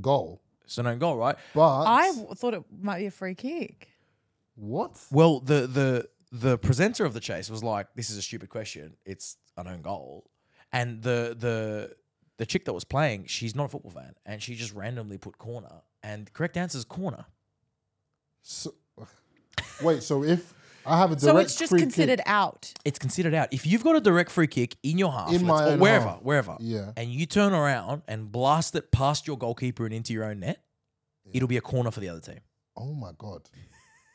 [SPEAKER 3] goal,
[SPEAKER 1] It's an own goal, right?
[SPEAKER 3] but
[SPEAKER 2] I w- thought it might be a free kick.
[SPEAKER 3] what?
[SPEAKER 1] Well, the the the presenter of the chase was like, "This is a stupid question. It's an own goal," and the the the chick that was playing, she's not a football fan, and she just randomly put corner, and the correct answer is corner.
[SPEAKER 3] So, wait, so if I have a direct
[SPEAKER 2] so it's just
[SPEAKER 3] free
[SPEAKER 2] considered out.
[SPEAKER 1] It's considered out if you've got a direct free kick in your half,
[SPEAKER 3] In
[SPEAKER 1] let's-
[SPEAKER 3] my
[SPEAKER 1] or
[SPEAKER 3] own
[SPEAKER 1] wherever,
[SPEAKER 3] half.
[SPEAKER 1] wherever,
[SPEAKER 3] Yeah.
[SPEAKER 1] and you turn around and blast it past your goalkeeper and into your own net, it'll be a corner for the other team.
[SPEAKER 3] kick, oh my god,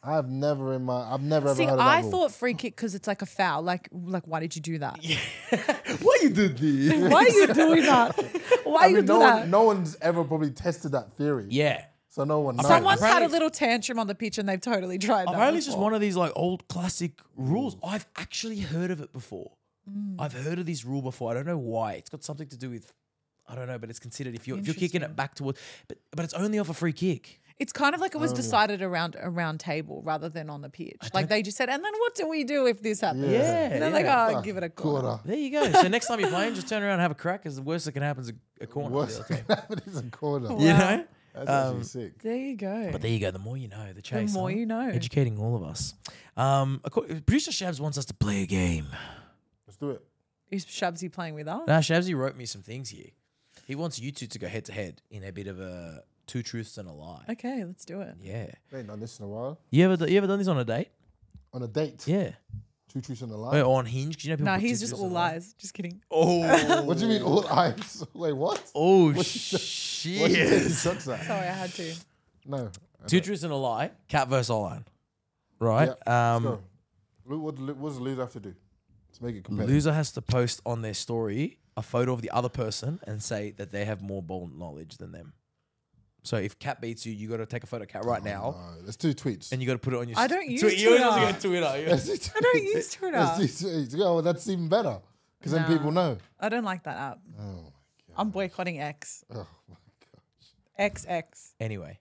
[SPEAKER 3] I've never in my, I've never ever
[SPEAKER 2] See,
[SPEAKER 3] heard of
[SPEAKER 2] I
[SPEAKER 3] that rule.
[SPEAKER 2] thought free kick because it's like a foul. Like, like why did you do that?
[SPEAKER 1] Why you did this?
[SPEAKER 2] Why are you doing that? Why
[SPEAKER 3] I
[SPEAKER 2] are you
[SPEAKER 3] mean,
[SPEAKER 2] do
[SPEAKER 3] no,
[SPEAKER 2] that?
[SPEAKER 3] one, no one's ever probably tested that theory.
[SPEAKER 1] Yeah.
[SPEAKER 3] So no one knows.
[SPEAKER 2] Someone's had a
[SPEAKER 1] Apparently-
[SPEAKER 2] little tantrum on the pitch and they've totally tried that.
[SPEAKER 1] Apparently, it's just
[SPEAKER 2] before.
[SPEAKER 1] one of these like old classic rules. I've actually heard of it before.
[SPEAKER 2] Mm.
[SPEAKER 1] I've heard of this rule before. I don't know why. It's got something to do with, I don't know, but it's considered if you're if you're kicking it back towards, but but it's only off a free kick.
[SPEAKER 2] It's kind of like it was decided around a round table rather than on the pitch. Like they just said, and then what do we do if this happens?
[SPEAKER 3] Yeah.
[SPEAKER 2] And they're
[SPEAKER 1] yeah.
[SPEAKER 2] like, oh, give it a corner.
[SPEAKER 3] quarter.
[SPEAKER 1] There you go. So next time you're playing, just turn around and have a crack. Because the worst that can happen is a, a corner.
[SPEAKER 3] What's
[SPEAKER 1] Okay. Um,
[SPEAKER 3] happening a quarter?
[SPEAKER 1] You
[SPEAKER 2] Wow.
[SPEAKER 1] know.
[SPEAKER 3] That's actually sick.
[SPEAKER 2] There you go.
[SPEAKER 1] But there you go. The more you know, the chase.
[SPEAKER 2] more you know.
[SPEAKER 1] Educating all of us. Um, acco- producer Shabs wants us to play a game.
[SPEAKER 3] Let's do it.
[SPEAKER 2] Is Shabsy playing with us?
[SPEAKER 1] Now, Shabsy wrote me some things here. He wants you two to go head to head in a bit of a two truths and a lie.
[SPEAKER 2] Okay, let's do it.
[SPEAKER 1] Yeah.
[SPEAKER 3] They ain't done this in a while.
[SPEAKER 1] You ever do- you ever done this on a date?
[SPEAKER 3] On a date,
[SPEAKER 1] Yeah.
[SPEAKER 3] two truths and a lie.
[SPEAKER 1] Or on Hinge? 'cause you know people
[SPEAKER 2] No,
[SPEAKER 1] put
[SPEAKER 2] he's
[SPEAKER 1] two
[SPEAKER 2] just
[SPEAKER 1] truths
[SPEAKER 2] all
[SPEAKER 1] and a lie.
[SPEAKER 2] lies. Just kidding.
[SPEAKER 1] Oh.
[SPEAKER 3] What do you mean all eyes? Wait, what?
[SPEAKER 1] oh
[SPEAKER 3] What you taking
[SPEAKER 1] shit.
[SPEAKER 3] shots at?
[SPEAKER 2] Sorry, I had to.
[SPEAKER 3] No.
[SPEAKER 1] Two truths and a lie. Cat versus Oline. Right.
[SPEAKER 3] Yeah,
[SPEAKER 1] um,
[SPEAKER 3] let's go. Lu- What, lu- what does the loser have to do to make it competitive?
[SPEAKER 1] loser has to post on their story a photo of the other person and say that they have more ball knowledge than them. So if Cat beats you, you got to take a photo of Cat right now
[SPEAKER 3] Uh, let's do tweets.
[SPEAKER 1] and you got to put it on your.
[SPEAKER 2] I don't use
[SPEAKER 1] Twitter. You
[SPEAKER 2] Twitter.
[SPEAKER 1] also go Twitter.
[SPEAKER 3] Let's do tweets.
[SPEAKER 2] I don't use Twitter.
[SPEAKER 3] Let's do tweets. Oh, that's even better because
[SPEAKER 2] Nah.
[SPEAKER 3] then people know.
[SPEAKER 2] I don't like that app.
[SPEAKER 3] Oh,
[SPEAKER 2] I'm boycotting X.
[SPEAKER 3] oh my gosh.
[SPEAKER 2] XX.
[SPEAKER 1] Anyway,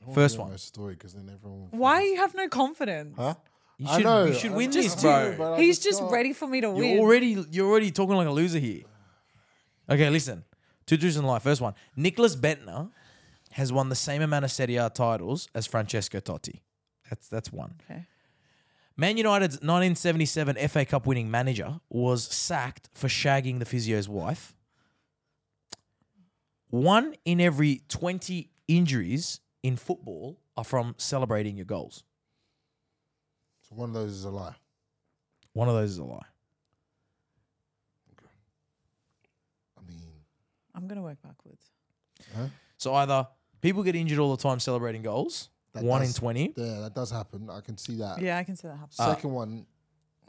[SPEAKER 3] I don't
[SPEAKER 1] First
[SPEAKER 3] wanna do
[SPEAKER 1] one.
[SPEAKER 3] My story because then everyone. will
[SPEAKER 2] Why you have no confidence?
[SPEAKER 3] Huh?
[SPEAKER 1] you
[SPEAKER 3] I
[SPEAKER 1] should
[SPEAKER 3] know,
[SPEAKER 1] you should
[SPEAKER 3] I
[SPEAKER 1] win
[SPEAKER 3] know,
[SPEAKER 1] this,
[SPEAKER 3] I
[SPEAKER 1] bro.
[SPEAKER 3] know, but I
[SPEAKER 2] He's just
[SPEAKER 3] can't.
[SPEAKER 2] ready for me to
[SPEAKER 1] You're
[SPEAKER 2] win.
[SPEAKER 1] already you're already talking like a loser here. Okay, listen. Two truths and a lie. First one. Nicholas Bentner has won the same amount of Serie A titles as Francesco Totti. That's that's one.
[SPEAKER 2] Okay.
[SPEAKER 1] Man United's 1977 FA Cup winning manager was sacked for shagging the physio's wife. One in every 20 injuries in football are from celebrating your goals.
[SPEAKER 3] So one of those is a lie.
[SPEAKER 1] One of those is a lie.
[SPEAKER 3] I mean,
[SPEAKER 2] I'm gonna work backwards.
[SPEAKER 1] So either people get injured all the time celebrating goals,
[SPEAKER 3] That
[SPEAKER 1] one in
[SPEAKER 3] does-
[SPEAKER 1] 20.
[SPEAKER 3] yeah, that does happen. I can see that.
[SPEAKER 2] Yeah, I can see that happen.
[SPEAKER 1] Uh,
[SPEAKER 3] Second one,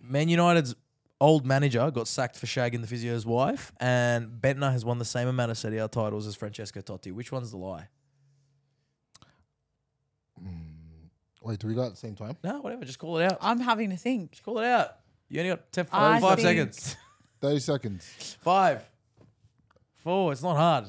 [SPEAKER 1] Man United's old manager got sacked for shagging the physio's wife, and Bentner has won the same amount of Serie A titles as Francesco Totti. Which one's the lie?
[SPEAKER 3] wait, do we go at the same time?
[SPEAKER 1] No, whatever. Just call it out.
[SPEAKER 2] I'm having to think.
[SPEAKER 1] Call it out. You only got 10,
[SPEAKER 2] I
[SPEAKER 1] five, five
[SPEAKER 2] think-
[SPEAKER 1] seconds.
[SPEAKER 3] 30 seconds.
[SPEAKER 1] Five, four. It's not hard.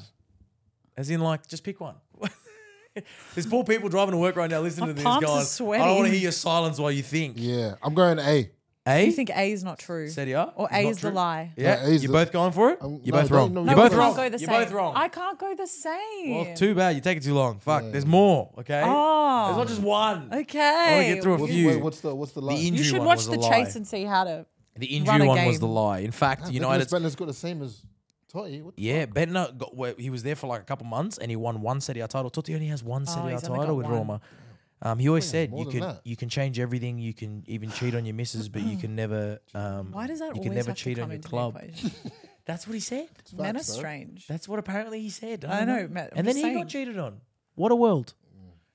[SPEAKER 1] As in, like, just pick one. There's poor people driving to work right now listening
[SPEAKER 2] My
[SPEAKER 1] to this
[SPEAKER 2] palms are
[SPEAKER 1] going, I don't want
[SPEAKER 2] sweating."
[SPEAKER 1] to hear your silence while you think.
[SPEAKER 3] Yeah, I'm going A.
[SPEAKER 1] A?
[SPEAKER 2] You think A is not true,
[SPEAKER 1] Serie "Oh, A?
[SPEAKER 2] or A
[SPEAKER 1] not
[SPEAKER 2] is the
[SPEAKER 1] true?
[SPEAKER 2] lie?
[SPEAKER 1] Yeah,
[SPEAKER 3] No, A is
[SPEAKER 1] you're
[SPEAKER 3] the-
[SPEAKER 1] both going for it?
[SPEAKER 3] Um,
[SPEAKER 1] you're
[SPEAKER 3] no,
[SPEAKER 1] both
[SPEAKER 3] no,
[SPEAKER 1] wrong.
[SPEAKER 3] no,
[SPEAKER 1] you're
[SPEAKER 3] we
[SPEAKER 1] both
[SPEAKER 2] I
[SPEAKER 3] can't
[SPEAKER 1] wrong.
[SPEAKER 2] can't go the
[SPEAKER 1] you're
[SPEAKER 2] same.
[SPEAKER 1] both wrong.
[SPEAKER 2] I can't go the same.
[SPEAKER 1] Well, too bad. You're taking too long. Fuck. There's more. Okay.
[SPEAKER 2] Oh.
[SPEAKER 1] There's not just one.
[SPEAKER 2] Okay.
[SPEAKER 1] I wanna get through a
[SPEAKER 3] What's,
[SPEAKER 1] few.
[SPEAKER 3] wait, what's the what's the lie?
[SPEAKER 1] The
[SPEAKER 2] You
[SPEAKER 1] injury
[SPEAKER 2] should
[SPEAKER 1] one
[SPEAKER 2] watch
[SPEAKER 1] was
[SPEAKER 2] the
[SPEAKER 1] a lie.
[SPEAKER 2] chase and see how to.
[SPEAKER 1] the
[SPEAKER 2] run
[SPEAKER 1] injury
[SPEAKER 2] a
[SPEAKER 1] one was the
[SPEAKER 2] game.
[SPEAKER 1] lie. In fact, United.
[SPEAKER 3] Benner's got the same as Totti. What the
[SPEAKER 1] Yeah, Bentner got. Well, he was there for like a couple months and he won one Serie A title. Totti only has one Serie A
[SPEAKER 2] Oh, he's only
[SPEAKER 1] title
[SPEAKER 2] got
[SPEAKER 1] with
[SPEAKER 2] one.
[SPEAKER 1] Roma. Um, he always said
[SPEAKER 3] more
[SPEAKER 1] you
[SPEAKER 3] than
[SPEAKER 1] can
[SPEAKER 3] that.
[SPEAKER 1] you can change everything. You can even cheat on your missus, but you can never. Um,
[SPEAKER 2] Why does that
[SPEAKER 1] you
[SPEAKER 2] always
[SPEAKER 1] can never
[SPEAKER 2] have
[SPEAKER 1] cheat
[SPEAKER 2] to come
[SPEAKER 1] on your
[SPEAKER 2] into
[SPEAKER 1] club?
[SPEAKER 2] the equation?
[SPEAKER 1] That's what he said.
[SPEAKER 2] Men are
[SPEAKER 3] Facts, though.
[SPEAKER 2] strange.
[SPEAKER 1] That's what apparently he said.
[SPEAKER 2] I
[SPEAKER 1] don't
[SPEAKER 2] know, Matt, I'm
[SPEAKER 1] and then
[SPEAKER 2] just
[SPEAKER 1] he
[SPEAKER 2] saying.
[SPEAKER 1] got cheated on. What a world.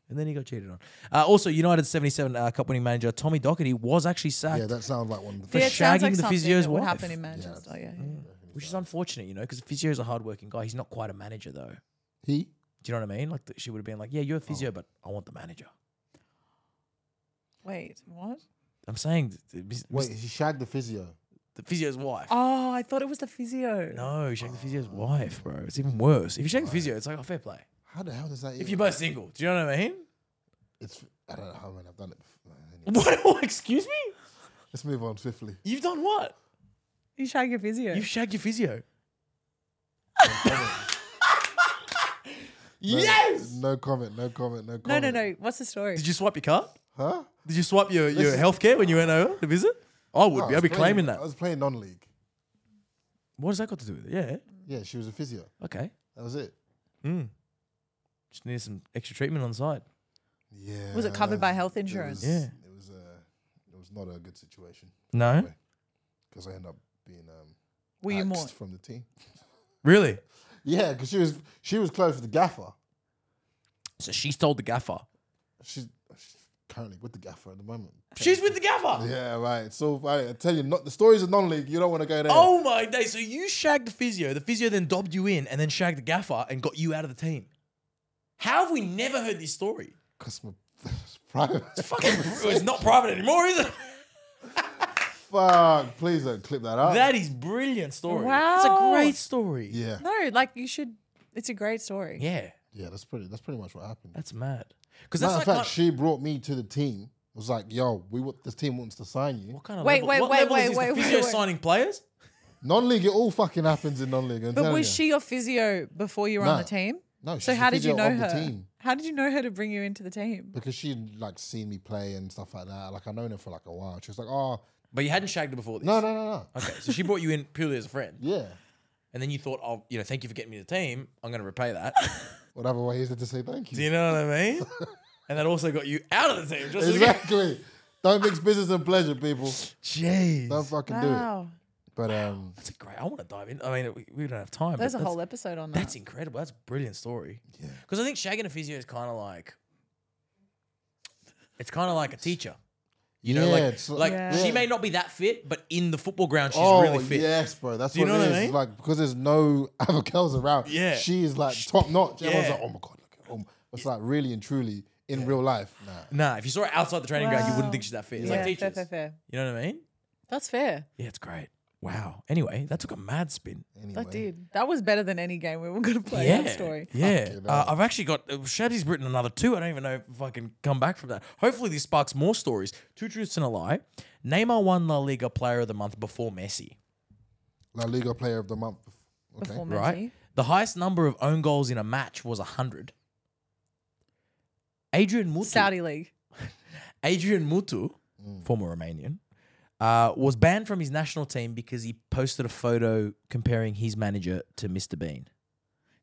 [SPEAKER 1] And then he got cheated on. Uh, also, United's 77 uh, Cup winning manager Tommy Doherty was actually sacked.
[SPEAKER 3] Yeah, that sounds like one.
[SPEAKER 1] For
[SPEAKER 2] yeah, it sounds
[SPEAKER 1] shagging
[SPEAKER 2] like
[SPEAKER 1] the
[SPEAKER 2] something
[SPEAKER 1] physio's
[SPEAKER 2] that would
[SPEAKER 1] wife.
[SPEAKER 2] happen in Manchester. Yeah, yeah.
[SPEAKER 1] which is unfortunate, you know, because physio is a hardworking guy. He's not quite a manager though.
[SPEAKER 3] He?
[SPEAKER 1] Do you know what I mean? Like th- she would have been like, "Yeah, you're a physio, but I want the manager."
[SPEAKER 2] Wait, what?
[SPEAKER 1] I'm saying th- th- mis- mis-
[SPEAKER 4] Wait, she shagged the physio.
[SPEAKER 1] the physio's wife.
[SPEAKER 2] Oh, I thought it was the physio.
[SPEAKER 1] No, shag the physio's wife, bro. It's even worse. If you shag the physio, it's like, oh, fair play.
[SPEAKER 3] How the hell does that
[SPEAKER 1] If you're both single, do you know what I mean?
[SPEAKER 3] It's, I don't know how many I've done it before. Anyway,
[SPEAKER 1] What? Excuse me?
[SPEAKER 3] Let's move on swiftly.
[SPEAKER 1] You've done what?
[SPEAKER 2] You shag your physio.
[SPEAKER 1] You've shagged your physio. yes.
[SPEAKER 3] No comment, no comment, no comment.
[SPEAKER 2] no, no, no. What's the story?
[SPEAKER 1] Did you swipe your card?
[SPEAKER 3] Huh?
[SPEAKER 1] Did you swipe your, your healthcare when you went over to visit? I Oh, would
[SPEAKER 3] No,
[SPEAKER 1] be.
[SPEAKER 3] I was
[SPEAKER 1] I'd be
[SPEAKER 3] playing-
[SPEAKER 1] claiming that.
[SPEAKER 3] I was playing non league.
[SPEAKER 1] What has that got to do with it? Yeah.
[SPEAKER 3] Yeah, she was a physio.
[SPEAKER 1] Okay.
[SPEAKER 3] That was it.
[SPEAKER 1] Just need some extra treatment on the side.
[SPEAKER 3] Yeah.
[SPEAKER 2] Was it covered by health
[SPEAKER 3] it
[SPEAKER 2] insurance?
[SPEAKER 3] was-
[SPEAKER 1] Yeah.
[SPEAKER 3] It was, uh, it was not a good situation
[SPEAKER 1] No.
[SPEAKER 3] because I ended up being um,
[SPEAKER 2] Were you
[SPEAKER 3] axed
[SPEAKER 2] more?
[SPEAKER 3] from the team.
[SPEAKER 1] Really?
[SPEAKER 3] Yeah, because she was she was close with the gaffer.
[SPEAKER 1] So she's told the gaffer.
[SPEAKER 3] She's, she's currently with the gaffer at the moment.
[SPEAKER 1] She's with the gaffer.
[SPEAKER 3] Yeah, right. So right, I tell you, not the stories of non-league. You don't want to go there.
[SPEAKER 1] Oh my day! So you shagged the physio. The physio then dobbed you in, and then shagged the gaffer and got you out of the team. How have we never heard this story?
[SPEAKER 3] because my private.
[SPEAKER 1] Fucking, it's not private anymore, is it?
[SPEAKER 3] Fuck! Please don't clip that up.
[SPEAKER 1] That is brilliant story. it's a
[SPEAKER 2] Wow.
[SPEAKER 1] great story.
[SPEAKER 3] yeah,
[SPEAKER 2] No, like you should. It's a great story.
[SPEAKER 1] yeah,
[SPEAKER 3] yeah. That's pretty. That's pretty much what happened.
[SPEAKER 1] that's mad. Because that's
[SPEAKER 3] Matter of
[SPEAKER 1] like
[SPEAKER 3] fact,
[SPEAKER 1] kind-
[SPEAKER 3] she brought me to the team. Was like, yo, we want this team wants to sign you.
[SPEAKER 1] what kind of
[SPEAKER 2] Wait,
[SPEAKER 1] level,
[SPEAKER 2] wait,
[SPEAKER 1] what
[SPEAKER 2] wait,
[SPEAKER 1] level is
[SPEAKER 2] wait,
[SPEAKER 1] this?
[SPEAKER 2] wait,
[SPEAKER 1] the
[SPEAKER 2] wait,
[SPEAKER 1] physio
[SPEAKER 2] wait.
[SPEAKER 1] signing players?
[SPEAKER 3] Non-league, it all fucking happens in non-league. I'm
[SPEAKER 2] But
[SPEAKER 3] telling
[SPEAKER 2] was
[SPEAKER 3] you.
[SPEAKER 2] she your physio before you were on
[SPEAKER 3] No.
[SPEAKER 2] the team?
[SPEAKER 3] No, she's
[SPEAKER 2] So
[SPEAKER 3] the
[SPEAKER 2] how did you
[SPEAKER 3] physio
[SPEAKER 2] know
[SPEAKER 3] of the
[SPEAKER 2] her?
[SPEAKER 3] team.
[SPEAKER 2] How did you know her to bring you into the team?
[SPEAKER 3] Because she like seen me play and stuff like that. Like I known her for like a while. She was like, oh,
[SPEAKER 1] But you hadn't shagged her before this.
[SPEAKER 3] no, no, no, no.
[SPEAKER 1] Okay, so she brought you in purely as a friend,
[SPEAKER 3] Yeah.
[SPEAKER 1] and then you thought, "Oh, you know, thank you for getting me the team. I'm going to repay that."
[SPEAKER 3] Whatever way is it to say thank
[SPEAKER 1] Do
[SPEAKER 3] you?
[SPEAKER 1] you know what I mean? And that also got you out of the team. Just
[SPEAKER 3] Exactly. don't mix business and pleasure, people.
[SPEAKER 1] Jeez.
[SPEAKER 3] Don't fucking do it.
[SPEAKER 2] Wow,
[SPEAKER 3] But um,
[SPEAKER 1] That's a great. I want to dive in. I mean, we, we don't have time.
[SPEAKER 2] there's a
[SPEAKER 1] but
[SPEAKER 2] whole
[SPEAKER 1] that's,
[SPEAKER 2] episode on that.
[SPEAKER 1] That's incredible. That's a brilliant story.
[SPEAKER 3] Yeah.
[SPEAKER 1] Because I think shagging a physio is kind of like, it's kind of like a teacher. You know,
[SPEAKER 3] Yeah,
[SPEAKER 1] like,
[SPEAKER 3] it's
[SPEAKER 1] like
[SPEAKER 3] like-
[SPEAKER 1] she
[SPEAKER 3] Yeah.
[SPEAKER 1] may not be that fit, but in the football ground, she's
[SPEAKER 3] oh
[SPEAKER 1] really fit.
[SPEAKER 3] yes, bro. That's
[SPEAKER 1] Do you
[SPEAKER 3] what
[SPEAKER 1] know
[SPEAKER 3] it
[SPEAKER 1] what I
[SPEAKER 3] is.
[SPEAKER 1] mean?
[SPEAKER 3] Like because there's no other girls around.
[SPEAKER 1] Yeah.
[SPEAKER 3] She is like top notch. Everyone's
[SPEAKER 1] Yeah.
[SPEAKER 3] like, oh my god, look at her. Oh my- It's like really and truly in real life. Nah.
[SPEAKER 1] Nah, if you saw her outside the training ground, you wouldn't
[SPEAKER 2] Wow.
[SPEAKER 1] think she's that fit. It's
[SPEAKER 2] yeah,
[SPEAKER 1] like teachers.
[SPEAKER 2] fair, fair, fair.
[SPEAKER 1] You know what I mean?
[SPEAKER 2] That's fair.
[SPEAKER 1] Yeah, it's great. Wow. Anyway, that took a mad spin.
[SPEAKER 3] Anyway.
[SPEAKER 2] That did. That was better than any game we were going to play.
[SPEAKER 1] yeah.
[SPEAKER 2] That story.
[SPEAKER 1] Yeah.
[SPEAKER 3] Fucking hell.
[SPEAKER 1] Uh, I've actually got uh, Shabsy's written another two. I don't even know if I can come back from that. Hopefully, this sparks more stories. Two truths and a lie. Neymar won La Liga Player of the Month before Messi.
[SPEAKER 3] La Liga Player of the Month. Okay.
[SPEAKER 2] Before
[SPEAKER 1] Right.
[SPEAKER 2] Messi.
[SPEAKER 1] The highest number of own goals in a match was hundred. Adrian Mutu.
[SPEAKER 2] Saudi Mm. league.
[SPEAKER 1] Adrian Mutu, former Romanian, uh, was banned from his national team because he posted a photo comparing his manager to Mr. Bean.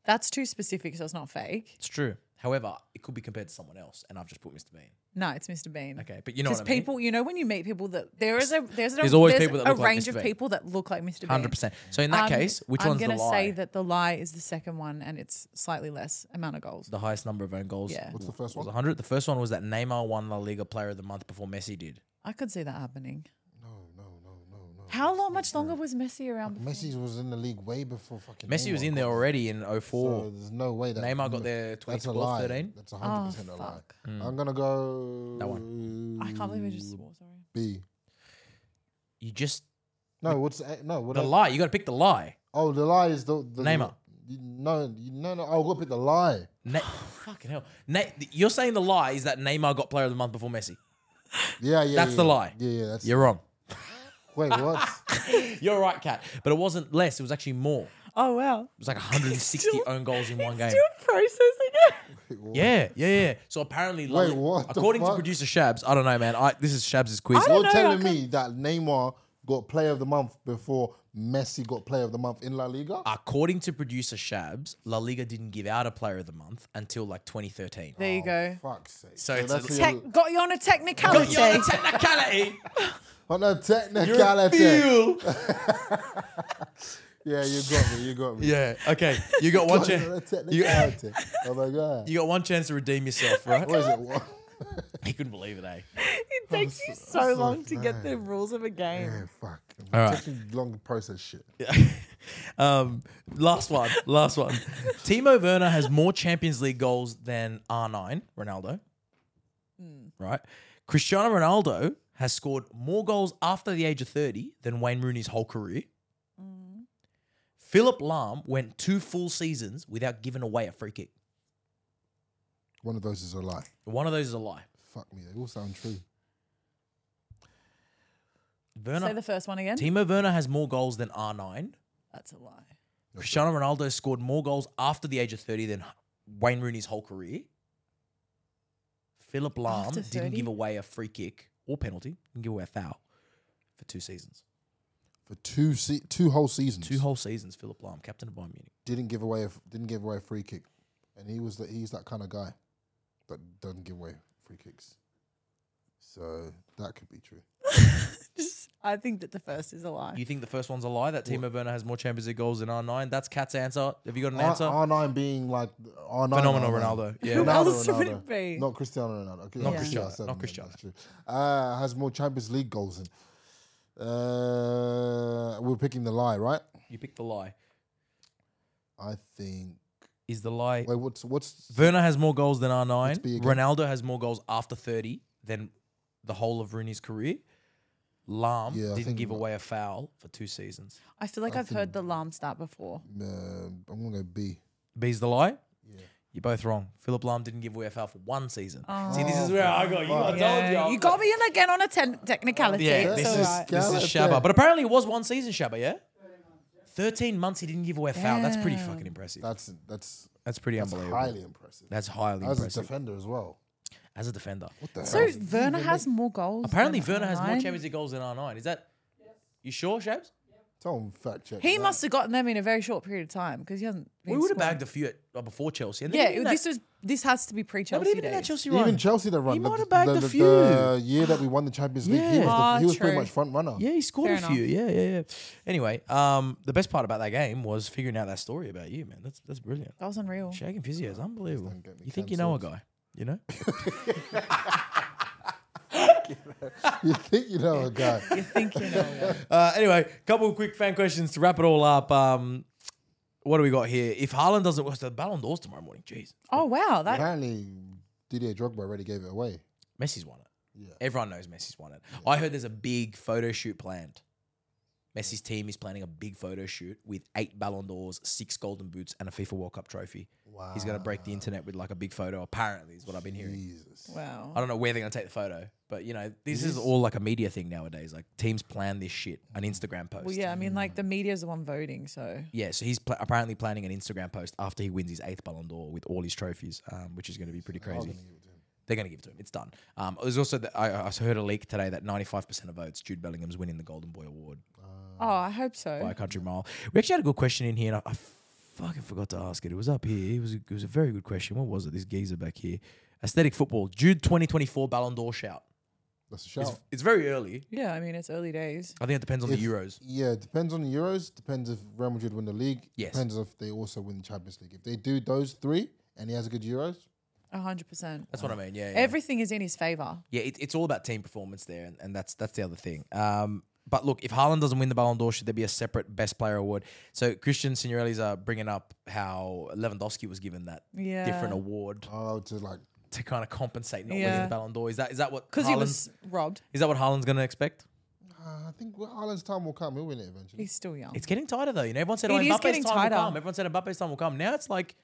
[SPEAKER 2] That's too specific, so it's not fake.
[SPEAKER 1] It's true. However, it could be compared to someone else, and I've just put Mr. Bean.
[SPEAKER 2] No, it's Mr. Bean.
[SPEAKER 1] Okay, but you know
[SPEAKER 2] Because
[SPEAKER 1] what I mean.
[SPEAKER 2] people, you know, when you meet people that there is a there's, a-
[SPEAKER 1] There's always
[SPEAKER 2] there's
[SPEAKER 1] people that
[SPEAKER 2] a
[SPEAKER 1] look like
[SPEAKER 2] range
[SPEAKER 1] Mr.
[SPEAKER 2] of
[SPEAKER 1] Bean.
[SPEAKER 2] people that look like Mr. Bean.
[SPEAKER 1] Hundred percent. So in that
[SPEAKER 2] Um,
[SPEAKER 1] case, which
[SPEAKER 2] I'm
[SPEAKER 1] one's the
[SPEAKER 2] gonna
[SPEAKER 1] lie?
[SPEAKER 2] say that the lie is the second one, and it's slightly less amount of goals.
[SPEAKER 1] the highest number of own goals.
[SPEAKER 2] Yeah.
[SPEAKER 1] What's
[SPEAKER 3] the first
[SPEAKER 1] was
[SPEAKER 3] one?
[SPEAKER 1] 100. The first one was that Neymar won La Liga Player of the Month before Messi did.
[SPEAKER 2] I could see that happening.
[SPEAKER 3] No, no, no, no, no.
[SPEAKER 2] How long? Much longer was Messi around? Before?
[SPEAKER 3] Messi was in the league way before fucking.
[SPEAKER 1] Messi was
[SPEAKER 3] Neymar
[SPEAKER 1] in there
[SPEAKER 3] got
[SPEAKER 1] already in
[SPEAKER 3] So
[SPEAKER 1] 04.
[SPEAKER 3] there's no way that
[SPEAKER 1] Neymar got there
[SPEAKER 3] mm, That's a
[SPEAKER 1] 2012,
[SPEAKER 3] lie.
[SPEAKER 1] 13.
[SPEAKER 3] That's 100 percent
[SPEAKER 2] Oh,
[SPEAKER 3] a lie.
[SPEAKER 2] fuck.
[SPEAKER 3] I'm gonna go.
[SPEAKER 1] That
[SPEAKER 3] one.
[SPEAKER 2] I can't believe I just swore. Sorry.
[SPEAKER 3] B.
[SPEAKER 1] You just
[SPEAKER 3] No, what's A- no? What
[SPEAKER 1] the
[SPEAKER 3] I-
[SPEAKER 1] lie. You got to pick the lie.
[SPEAKER 3] oh, the lie is the, the
[SPEAKER 1] Neymar.
[SPEAKER 3] You- No, you- no, no. I'll go pick the lie.
[SPEAKER 1] Na- fucking hell. Na- you're saying the lie is that Neymar got Player of the Month before Messi.
[SPEAKER 3] Yeah, yeah.
[SPEAKER 1] That's
[SPEAKER 3] yeah.
[SPEAKER 1] the lie.
[SPEAKER 3] Yeah, yeah. That's
[SPEAKER 1] You're wrong.
[SPEAKER 3] wait. What?
[SPEAKER 1] You're right, Kat. But it wasn't less. It was actually more. It
[SPEAKER 2] Oh wow.
[SPEAKER 1] was like 160
[SPEAKER 2] Still-
[SPEAKER 1] own goals in one game.
[SPEAKER 2] Still processing it.
[SPEAKER 1] Yeah, yeah, yeah. So apparently, La
[SPEAKER 3] Wait,
[SPEAKER 1] Liga-
[SPEAKER 3] what the
[SPEAKER 1] according to
[SPEAKER 3] fuck?
[SPEAKER 1] producer Shabs, I don't know, man. I, this is Shabs' quiz.
[SPEAKER 2] don't
[SPEAKER 3] You're
[SPEAKER 2] know,
[SPEAKER 3] telling
[SPEAKER 2] I
[SPEAKER 3] me that Neymar got Player of the Month before Messi got Player of the Month in La Liga?
[SPEAKER 1] According to producer Shabs, La Liga didn't give out a player of the month until like 2013.
[SPEAKER 2] There you go.
[SPEAKER 3] Oh, Fuck's sake.
[SPEAKER 1] So it's a-
[SPEAKER 3] that's
[SPEAKER 1] Tech-
[SPEAKER 3] your-
[SPEAKER 2] got you on a
[SPEAKER 1] Got
[SPEAKER 2] technicality.
[SPEAKER 1] you on a technicality.
[SPEAKER 3] on a
[SPEAKER 1] You're a
[SPEAKER 3] technicality.
[SPEAKER 1] fool.
[SPEAKER 3] Yeah, you got me. You got me.
[SPEAKER 1] Yeah. Okay. You got one
[SPEAKER 3] On a
[SPEAKER 1] chance. You,
[SPEAKER 3] technicality. oh my god.
[SPEAKER 1] you got one chance to redeem yourself, right?
[SPEAKER 3] What is it? What?
[SPEAKER 1] He couldn't believe it, eh?
[SPEAKER 2] it takes you
[SPEAKER 3] so
[SPEAKER 2] so long to get
[SPEAKER 3] bad.
[SPEAKER 2] the rules of a game.
[SPEAKER 3] Yeah, fuck.
[SPEAKER 1] All right.
[SPEAKER 3] Taking long process shit.
[SPEAKER 1] Um, last one, last one. Timo Werner has more Champions League goals than R9 Ronaldo. Right? Cristiano Ronaldo has scored more goals after the age of 30 than Wayne Rooney's whole career. Philip Lahm went two full seasons without giving away a free kick.
[SPEAKER 3] One of those is a lie.
[SPEAKER 1] One of those is a lie.
[SPEAKER 3] Fuck me, they all sound true.
[SPEAKER 2] Say
[SPEAKER 1] Werner,
[SPEAKER 2] the first one again.
[SPEAKER 1] Timo Werner has more goals than R9.
[SPEAKER 2] That's a lie.
[SPEAKER 1] Cristiano Ronaldo scored more goals after the age of 30 than Wayne Rooney's whole career. Philip Lahm
[SPEAKER 2] After
[SPEAKER 1] didn't
[SPEAKER 2] 30?
[SPEAKER 1] give away a free kick or penalty, didn't give away a foul for two seasons.
[SPEAKER 3] For two se- two whole seasons,
[SPEAKER 1] Two whole seasons, Philip Lahm, captain of Bayern Munich.
[SPEAKER 3] didn't give away a, f- didn't give away a free kick, and he was that he's that kind of guy that doesn't give away free kicks. So that could be true.
[SPEAKER 2] Just, I think that the first is a lie.
[SPEAKER 1] You think the first one's a lie that Timo Werner has more Champions League goals than R9? That's Cat's answer. Have you got an answer?
[SPEAKER 3] R nine being like R nine,
[SPEAKER 1] Phenomenal Ronaldo. Yeah.
[SPEAKER 2] Who
[SPEAKER 1] Ronaldo,
[SPEAKER 2] else would it be?
[SPEAKER 3] Not Cristiano Ronaldo. Okay,
[SPEAKER 1] Not
[SPEAKER 3] yeah,
[SPEAKER 1] Cristiano,
[SPEAKER 3] I said that,
[SPEAKER 1] not Cristiano.
[SPEAKER 3] That's true. Uh, has more Champions League goals than. Uh, we're picking the lie, right?
[SPEAKER 1] You picked the lie.
[SPEAKER 3] I think.
[SPEAKER 1] Is the lie
[SPEAKER 3] Wait, what's what's
[SPEAKER 1] Werner has more goals than R9.
[SPEAKER 3] Let's be again.
[SPEAKER 1] Ronaldo has more goals after 30 than the whole of Rooney's career. Lahm
[SPEAKER 3] Yeah, I
[SPEAKER 1] didn't
[SPEAKER 3] think
[SPEAKER 1] give
[SPEAKER 3] not.
[SPEAKER 1] away a foul for two seasons.
[SPEAKER 2] I feel like I have heard the alarm start before.
[SPEAKER 3] uh, I'm gonna go B.
[SPEAKER 1] B's the lie? You're both wrong. Philip Lahm didn't give away a foul for one season. See, this is where I got you. I told you. I
[SPEAKER 2] Yeah.
[SPEAKER 1] was
[SPEAKER 2] You got
[SPEAKER 1] like-
[SPEAKER 2] me in again on a ten- technicality.
[SPEAKER 1] Yeah,
[SPEAKER 2] it's
[SPEAKER 1] this
[SPEAKER 2] all
[SPEAKER 1] is,
[SPEAKER 2] right.
[SPEAKER 1] this is
[SPEAKER 3] Gallop there.
[SPEAKER 1] Shabba. But apparently it was one season, Shabba, yeah? 13 months he didn't give away a foul. That's pretty fucking impressive.
[SPEAKER 3] That's that's
[SPEAKER 1] That's pretty
[SPEAKER 3] that's
[SPEAKER 1] unbelievable.
[SPEAKER 3] highly impressive.
[SPEAKER 1] that's highly
[SPEAKER 3] As a
[SPEAKER 1] impressive.
[SPEAKER 3] defender as well.
[SPEAKER 1] As a defender.
[SPEAKER 2] So Werner has more goals.
[SPEAKER 1] Apparently
[SPEAKER 2] than
[SPEAKER 1] Werner has more
[SPEAKER 2] Arnine.
[SPEAKER 1] Champions League goals than R9. Is that... You sure, Shabs?
[SPEAKER 3] Tell him fact check.
[SPEAKER 2] He
[SPEAKER 3] that.
[SPEAKER 2] must have gotten them in a very short period of time because he hasn't. Been
[SPEAKER 1] We would have
[SPEAKER 2] scoring.
[SPEAKER 1] bagged a few at, uh, before Chelsea. And then
[SPEAKER 2] Yeah,
[SPEAKER 1] even
[SPEAKER 2] it-
[SPEAKER 1] that-
[SPEAKER 2] this was. This has to be
[SPEAKER 1] no,
[SPEAKER 2] pre-Chelsea
[SPEAKER 1] but even in that
[SPEAKER 2] days.
[SPEAKER 1] Chelsea run,
[SPEAKER 3] Even Chelsea that run.
[SPEAKER 1] He
[SPEAKER 3] the-
[SPEAKER 1] might have bagged a
[SPEAKER 3] the,
[SPEAKER 1] few.
[SPEAKER 3] The year that we won the Champions League, he was,
[SPEAKER 2] Yeah.
[SPEAKER 3] the, he was pretty
[SPEAKER 2] Ah,
[SPEAKER 3] much front runner.
[SPEAKER 1] yeah, he scored a
[SPEAKER 2] Fair
[SPEAKER 1] few. Yeah, yeah, yeah. Anyway, um, the best part about that game was figuring out that story about you, man. That's that's brilliant.
[SPEAKER 2] That was unreal.
[SPEAKER 1] Shaking physio is unbelievable.
[SPEAKER 3] Don't get me
[SPEAKER 1] You think you know a guy, you know?
[SPEAKER 3] you think you know a guy?
[SPEAKER 2] You think you know? yeah.
[SPEAKER 1] uh, anyway, couple of quick fan questions to wrap it all up. Um, what do we got here? If Haaland doesn't watch the Ballon d'Ors tomorrow morning, jeez,
[SPEAKER 2] Oh wow, that
[SPEAKER 3] Apparently, Didier Drogba already gave it away.
[SPEAKER 1] Messi's won it.
[SPEAKER 3] Yeah.
[SPEAKER 1] Everyone knows Messi's won it. I heard there's a big photo shoot planned. Messi's team is planning a big photo shoot with eight Ballon d'Ors, six Golden Boots, and a FIFA World Cup trophy.
[SPEAKER 3] Wow.
[SPEAKER 1] He's going to break the internet with like a big photo, apparently, is what I've been hearing.
[SPEAKER 3] Jesus.
[SPEAKER 2] wow.
[SPEAKER 1] I don't know where they're going to take the photo, but you know, this is all like a media thing nowadays. Like teams plan this shit, an
[SPEAKER 3] Mm.
[SPEAKER 1] Instagram post.
[SPEAKER 2] Well, yeah, I mean, like the media's the one voting, so
[SPEAKER 1] Yeah, so he's pl- apparently planning an Instagram post after he wins his eighth Ballon d'Or with all his trophies, um, which is going to be pretty crazy. They're going to give it to him. It's done. Um, there's also the, I, I heard a leak today that 95% of votes Jude Bellingham's winning the Golden Boy award
[SPEAKER 3] Uh,
[SPEAKER 1] Ah.
[SPEAKER 2] oh, I hope
[SPEAKER 1] by
[SPEAKER 2] so.
[SPEAKER 1] a country mile. We actually had a good question in here, and I, I fucking forgot to ask it. It was up here. It was a, it was a very good question. What was it? This geezer back here. Aesthetic football. Jude 2024 Ballon d'Or shout.
[SPEAKER 3] That's a
[SPEAKER 1] It's,
[SPEAKER 3] shout.
[SPEAKER 1] it's very early.
[SPEAKER 2] Yeah, I mean, it's early days.
[SPEAKER 1] I think it depends on
[SPEAKER 3] If-
[SPEAKER 1] the Euros.
[SPEAKER 3] Yeah, depends on the Euros. Depends if Real Madrid win the league.
[SPEAKER 1] Yes.
[SPEAKER 3] Depends if they also win the Champions League. If they do those three and he has a good Euros,
[SPEAKER 2] A hundred percent.
[SPEAKER 1] That's what I mean. Yeah. yeah.
[SPEAKER 2] Everything is in his favor.
[SPEAKER 1] yeah, it, it's all about team performance there, and, and that's that's the other thing. Um, but look, if Haaland doesn't win the Ballon d'Or, should there be a separate Best Player award? So Christian Signorelli's uh, bringing up how Lewandowski was given that
[SPEAKER 2] Yeah.
[SPEAKER 1] different award
[SPEAKER 3] oh, to like
[SPEAKER 1] to kind of compensate not winning
[SPEAKER 2] Yeah.
[SPEAKER 1] the Ballon d'Or. Is that is that what
[SPEAKER 2] Because he
[SPEAKER 1] Haaland-
[SPEAKER 2] was robbed.
[SPEAKER 1] Is that what Haaland's going to expect?
[SPEAKER 3] Uh, I think well, Haaland's time will come. He'll win it eventually.
[SPEAKER 2] He's still young.
[SPEAKER 1] It's getting tighter though. You know, everyone said, "Oh,
[SPEAKER 2] It is
[SPEAKER 1] Mbappe's
[SPEAKER 2] getting
[SPEAKER 1] time
[SPEAKER 2] tighter.
[SPEAKER 1] will come." Everyone said Mbappe's time will come. Now it's like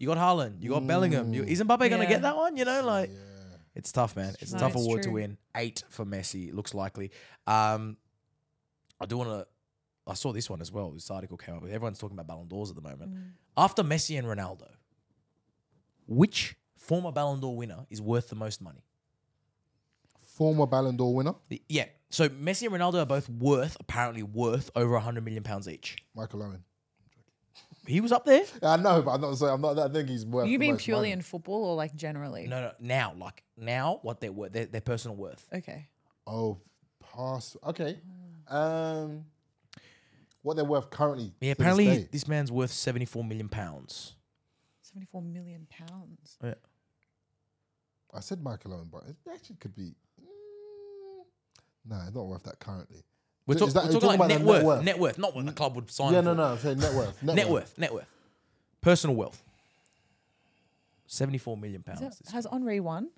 [SPEAKER 1] you got Haaland, you got Bellingham. You, is Mbappe going to
[SPEAKER 2] Yeah.
[SPEAKER 1] get that one? You know, like it's tough, man. It's a
[SPEAKER 2] No,
[SPEAKER 1] tough
[SPEAKER 2] it's
[SPEAKER 1] award to
[SPEAKER 2] true.
[SPEAKER 1] win. Eight for Messi looks likely. Um, I do want to. I saw this one as well. This article came up. Everyone's talking about Ballon d'Ors at the moment.
[SPEAKER 2] Mm.
[SPEAKER 1] After Messi and Ronaldo, which former Ballon d'Or winner is worth the most money?
[SPEAKER 3] Former Ballon d'Or winner,
[SPEAKER 1] The- Yeah. So Messi and Ronaldo are both worth, apparently worth over 100 million pounds each.
[SPEAKER 3] Michael Owen.
[SPEAKER 1] He was up there.
[SPEAKER 3] Yeah, I know, but I'm not. Saying, I'm not. I think he's worth.
[SPEAKER 2] you
[SPEAKER 3] the
[SPEAKER 2] mean
[SPEAKER 3] most
[SPEAKER 2] purely
[SPEAKER 3] money.
[SPEAKER 2] in football or like generally?
[SPEAKER 1] No, no. Now, like now, what they're worth, their, their personal worth.
[SPEAKER 2] Okay.
[SPEAKER 3] Oh, pass. Okay. Um, what they're worth currently?
[SPEAKER 1] Yeah.
[SPEAKER 3] to this
[SPEAKER 1] Apparently,
[SPEAKER 3] day.
[SPEAKER 1] this man's worth 74 million pounds.
[SPEAKER 2] 74 million pounds.
[SPEAKER 1] Yeah.
[SPEAKER 3] I said Michael Owen, but it actually could be. Mm, nah, it's not worth that currently.
[SPEAKER 1] We're,
[SPEAKER 3] Is
[SPEAKER 1] talk-
[SPEAKER 3] that-
[SPEAKER 1] we're
[SPEAKER 3] you're
[SPEAKER 1] talking
[SPEAKER 3] talking about
[SPEAKER 1] like net
[SPEAKER 3] the net
[SPEAKER 1] worth,
[SPEAKER 3] worth? Mm.
[SPEAKER 1] net worth, not what the club would sign.
[SPEAKER 3] Yeah,
[SPEAKER 1] for.
[SPEAKER 3] no, no. I'm saying net worth. Net,
[SPEAKER 1] Net worth, net worth, personal wealth, seventy-four million pounds.
[SPEAKER 2] Is
[SPEAKER 1] this
[SPEAKER 2] it, has Henri won?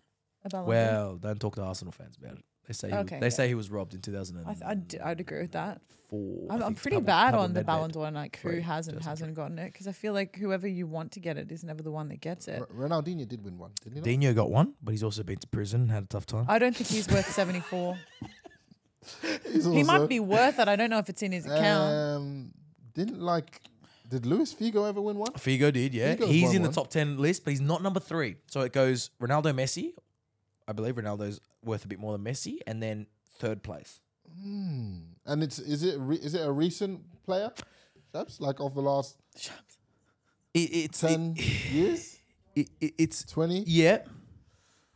[SPEAKER 2] A Ballon d'Or?
[SPEAKER 1] Well, don't talk to Arsenal fans about it. They say he was,
[SPEAKER 2] Okay,
[SPEAKER 1] they
[SPEAKER 2] yeah.
[SPEAKER 1] say he was robbed in 2004.
[SPEAKER 2] I th- I'd, I'd agree with that.
[SPEAKER 1] I
[SPEAKER 2] I'm, I'm
[SPEAKER 1] think it's
[SPEAKER 2] pretty
[SPEAKER 1] Pablo-
[SPEAKER 2] bad
[SPEAKER 1] Pablo
[SPEAKER 2] on the
[SPEAKER 1] Nedved.
[SPEAKER 2] Ballon d'Or and like who
[SPEAKER 1] Right,
[SPEAKER 2] has and
[SPEAKER 1] doesn't
[SPEAKER 2] hasn't gotten it because I feel like whoever you want to get it is never the one that gets it.
[SPEAKER 3] Ronaldinho did win one, didn't he? not?
[SPEAKER 1] Dino got one, but he's also been to prison and had a tough time.
[SPEAKER 2] I don't think he's worth 74.
[SPEAKER 3] He's
[SPEAKER 2] he
[SPEAKER 3] also-
[SPEAKER 2] might be worth it. I don't know if it's in his account.
[SPEAKER 3] Um, didn't like. Did Luis Figo ever win one?
[SPEAKER 1] Figo did, yeah.
[SPEAKER 3] Figo's
[SPEAKER 1] he's
[SPEAKER 3] won
[SPEAKER 1] in the
[SPEAKER 3] one.
[SPEAKER 1] top 10 list, but he's not number three. So it goes Ronaldo, Messi. I believe Ronaldo's worth a bit more than Messi, and then third place.
[SPEAKER 3] Hmm. And it's is it re, is it a recent player? That's like of the last
[SPEAKER 1] It, it's it-
[SPEAKER 3] ten years,
[SPEAKER 1] it- it- it's
[SPEAKER 3] twenty.
[SPEAKER 1] yeah.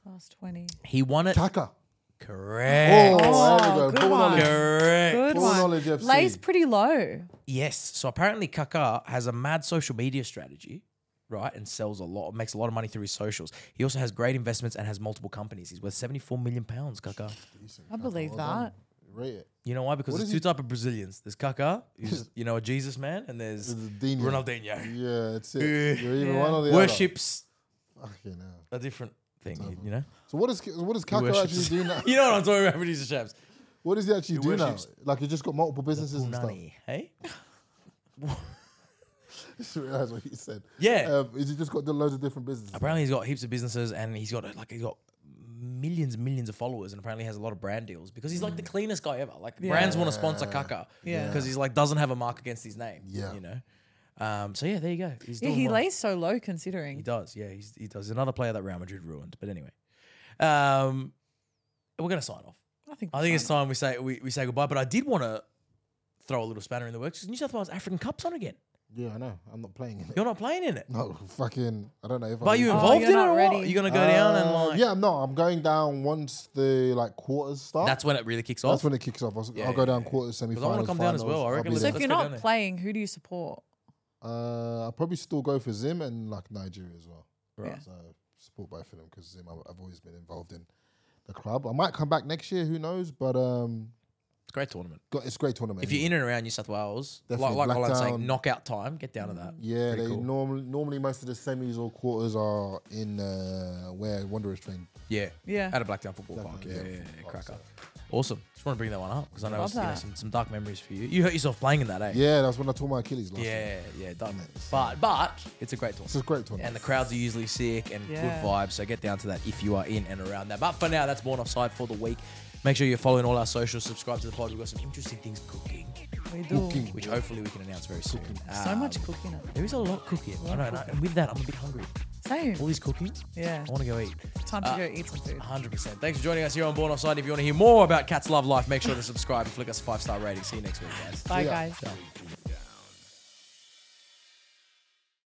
[SPEAKER 3] Uh,
[SPEAKER 2] Last 20.
[SPEAKER 1] He won it.
[SPEAKER 3] Kaka.
[SPEAKER 1] Correct.
[SPEAKER 3] Oh, there we
[SPEAKER 2] Oh,
[SPEAKER 3] go.
[SPEAKER 2] good
[SPEAKER 3] Paul
[SPEAKER 2] one.
[SPEAKER 3] Knowledge.
[SPEAKER 1] Correct.
[SPEAKER 2] Good
[SPEAKER 3] Full
[SPEAKER 2] one.
[SPEAKER 3] knowledge FC.
[SPEAKER 2] Lay's pretty low.
[SPEAKER 1] Yes. So apparently Kaká has a mad social media strategy, right? And sells a lot, makes a lot of money through his socials. He also has great investments and has multiple companies. He's worth 74 million pounds, Kaká.
[SPEAKER 2] I believe that.
[SPEAKER 3] done. Rate it.
[SPEAKER 1] You know why? Because
[SPEAKER 3] What
[SPEAKER 1] there's
[SPEAKER 3] is
[SPEAKER 1] two
[SPEAKER 3] he-
[SPEAKER 1] type of Brazilians. There's Kaká, who's you know a Jesus man, and there's
[SPEAKER 3] Ronaldinho.
[SPEAKER 1] Ronaldinho.
[SPEAKER 3] Yeah, that's
[SPEAKER 1] Eh.
[SPEAKER 3] it. You're either
[SPEAKER 2] Yeah.
[SPEAKER 3] one or the
[SPEAKER 1] Worships
[SPEAKER 3] other. Fucking hell.
[SPEAKER 1] a different thing, you know.
[SPEAKER 3] So what is what does
[SPEAKER 1] He
[SPEAKER 3] Kaka actually
[SPEAKER 1] worships.
[SPEAKER 3] do now?
[SPEAKER 1] you know what I'm talking about, producer chaps.
[SPEAKER 3] What does he actually do now?
[SPEAKER 1] worships-
[SPEAKER 3] Like he just got multiple businesses and stuff.
[SPEAKER 1] Nani, hey?
[SPEAKER 3] Just realised what he said.
[SPEAKER 1] Yeah.
[SPEAKER 3] Um, he's just got loads of different businesses.
[SPEAKER 1] Apparently, he's got heaps of businesses, and he's got like he's got millions, and millions of followers, and apparently has a lot of brand deals because he's
[SPEAKER 3] Mm.
[SPEAKER 1] like the cleanest guy ever. Like brands want to sponsor Kaka,
[SPEAKER 2] Yeah.
[SPEAKER 1] because he's like doesn't have a mark against his name.
[SPEAKER 3] Yeah.
[SPEAKER 1] you know. Um, so yeah, there you go. He's
[SPEAKER 2] Yeah,
[SPEAKER 1] doing
[SPEAKER 2] he
[SPEAKER 1] well.
[SPEAKER 2] lays so low
[SPEAKER 1] He
[SPEAKER 2] considering.
[SPEAKER 1] does. Yeah, he's, he does. Another player that Real Madrid ruined. But anyway, um, we're gonna sign off.
[SPEAKER 2] I think,
[SPEAKER 1] I think it's time we say we, we say goodbye. But I did want to throw a little spanner in the works because New South Wales African Cup's on again.
[SPEAKER 3] Yeah, I know. I'm not playing in it.
[SPEAKER 1] You're not playing in it.
[SPEAKER 3] No, fucking. I don't know if.
[SPEAKER 1] But are you
[SPEAKER 2] Oh,
[SPEAKER 1] involved
[SPEAKER 2] you're
[SPEAKER 1] in it
[SPEAKER 2] not
[SPEAKER 1] or what?
[SPEAKER 2] ready.
[SPEAKER 1] Are you gonna go down and
[SPEAKER 3] Uh,
[SPEAKER 1] like?
[SPEAKER 3] Yeah, no. I'm going down once the like quarters start.
[SPEAKER 1] That's when it really kicks off.
[SPEAKER 3] That's when it kicks off. I'll,
[SPEAKER 1] Yeah,
[SPEAKER 3] I'll go
[SPEAKER 1] yeah,
[SPEAKER 3] down
[SPEAKER 1] yeah.
[SPEAKER 3] quarters, semi
[SPEAKER 1] I wanna
[SPEAKER 3] finals.
[SPEAKER 1] come down as well. I reckon
[SPEAKER 2] so
[SPEAKER 1] let's
[SPEAKER 2] if you're
[SPEAKER 1] go down
[SPEAKER 2] not
[SPEAKER 1] there.
[SPEAKER 2] playing, who do you support?
[SPEAKER 3] Uh, I'll probably still go for Zim and like Nigeria as well.
[SPEAKER 1] Right.
[SPEAKER 3] So support both of them because Zim, I've, I've always been involved in the club. I might come back next year, who knows? But um,
[SPEAKER 1] It's a great tournament.
[SPEAKER 3] got, it's a great tournament.
[SPEAKER 1] If you're
[SPEAKER 3] anyway.
[SPEAKER 1] in and around New South Wales, like
[SPEAKER 3] Definitely
[SPEAKER 1] like
[SPEAKER 3] black
[SPEAKER 1] Holland's saying,
[SPEAKER 3] down.
[SPEAKER 1] knockout time. Get down to that.
[SPEAKER 3] yeah,
[SPEAKER 1] Pretty
[SPEAKER 3] they
[SPEAKER 1] cool.
[SPEAKER 3] normally normally most of the semis or quarters are in uh, where Wanderers train.
[SPEAKER 1] Yeah.
[SPEAKER 2] Yeah.
[SPEAKER 1] At a Blackdown Football Park. Yeah,
[SPEAKER 3] Definitely,
[SPEAKER 1] yeah,
[SPEAKER 3] yeah,
[SPEAKER 1] yeah,
[SPEAKER 3] football park,
[SPEAKER 1] Cracker. Awesome. Just want to bring that one up because I know
[SPEAKER 2] Love
[SPEAKER 1] it's you know,
[SPEAKER 2] that.
[SPEAKER 1] some, some dark memories for you. You hurt yourself playing in that, eh?
[SPEAKER 3] Yeah, that's when I tore my Achilles last. year.
[SPEAKER 1] Yeah, yeah, done. But but it's a great
[SPEAKER 3] it's a
[SPEAKER 1] tournament.
[SPEAKER 3] great tournament.
[SPEAKER 1] And the crowds are usually sick and
[SPEAKER 2] Yeah.
[SPEAKER 1] good vibes. So get down to that if you are in and around that. But for now, that's Born Offside for the week. Make sure you're following all our socials, subscribe to the pod. We've got some interesting things cooking,
[SPEAKER 2] We do.
[SPEAKER 3] Cooking.
[SPEAKER 1] which hopefully we can announce very soon.
[SPEAKER 2] So
[SPEAKER 1] Um,
[SPEAKER 2] much cooking. It.
[SPEAKER 1] There is a lot cooking. I know, and I- and with that, I'm a bit hungry.
[SPEAKER 2] Same.
[SPEAKER 1] All these cooking.
[SPEAKER 2] Yeah.
[SPEAKER 1] I want to go eat.
[SPEAKER 2] Time to
[SPEAKER 1] Uh,
[SPEAKER 2] go eat some food.
[SPEAKER 1] 100%. Thanks for joining us here on Born Offside. If you want to hear more about Cats Love Life, make sure to subscribe and flick us a five star rating. See you next week, guys.
[SPEAKER 2] Bye,
[SPEAKER 3] Yeah.
[SPEAKER 2] guys.
[SPEAKER 1] Ciao.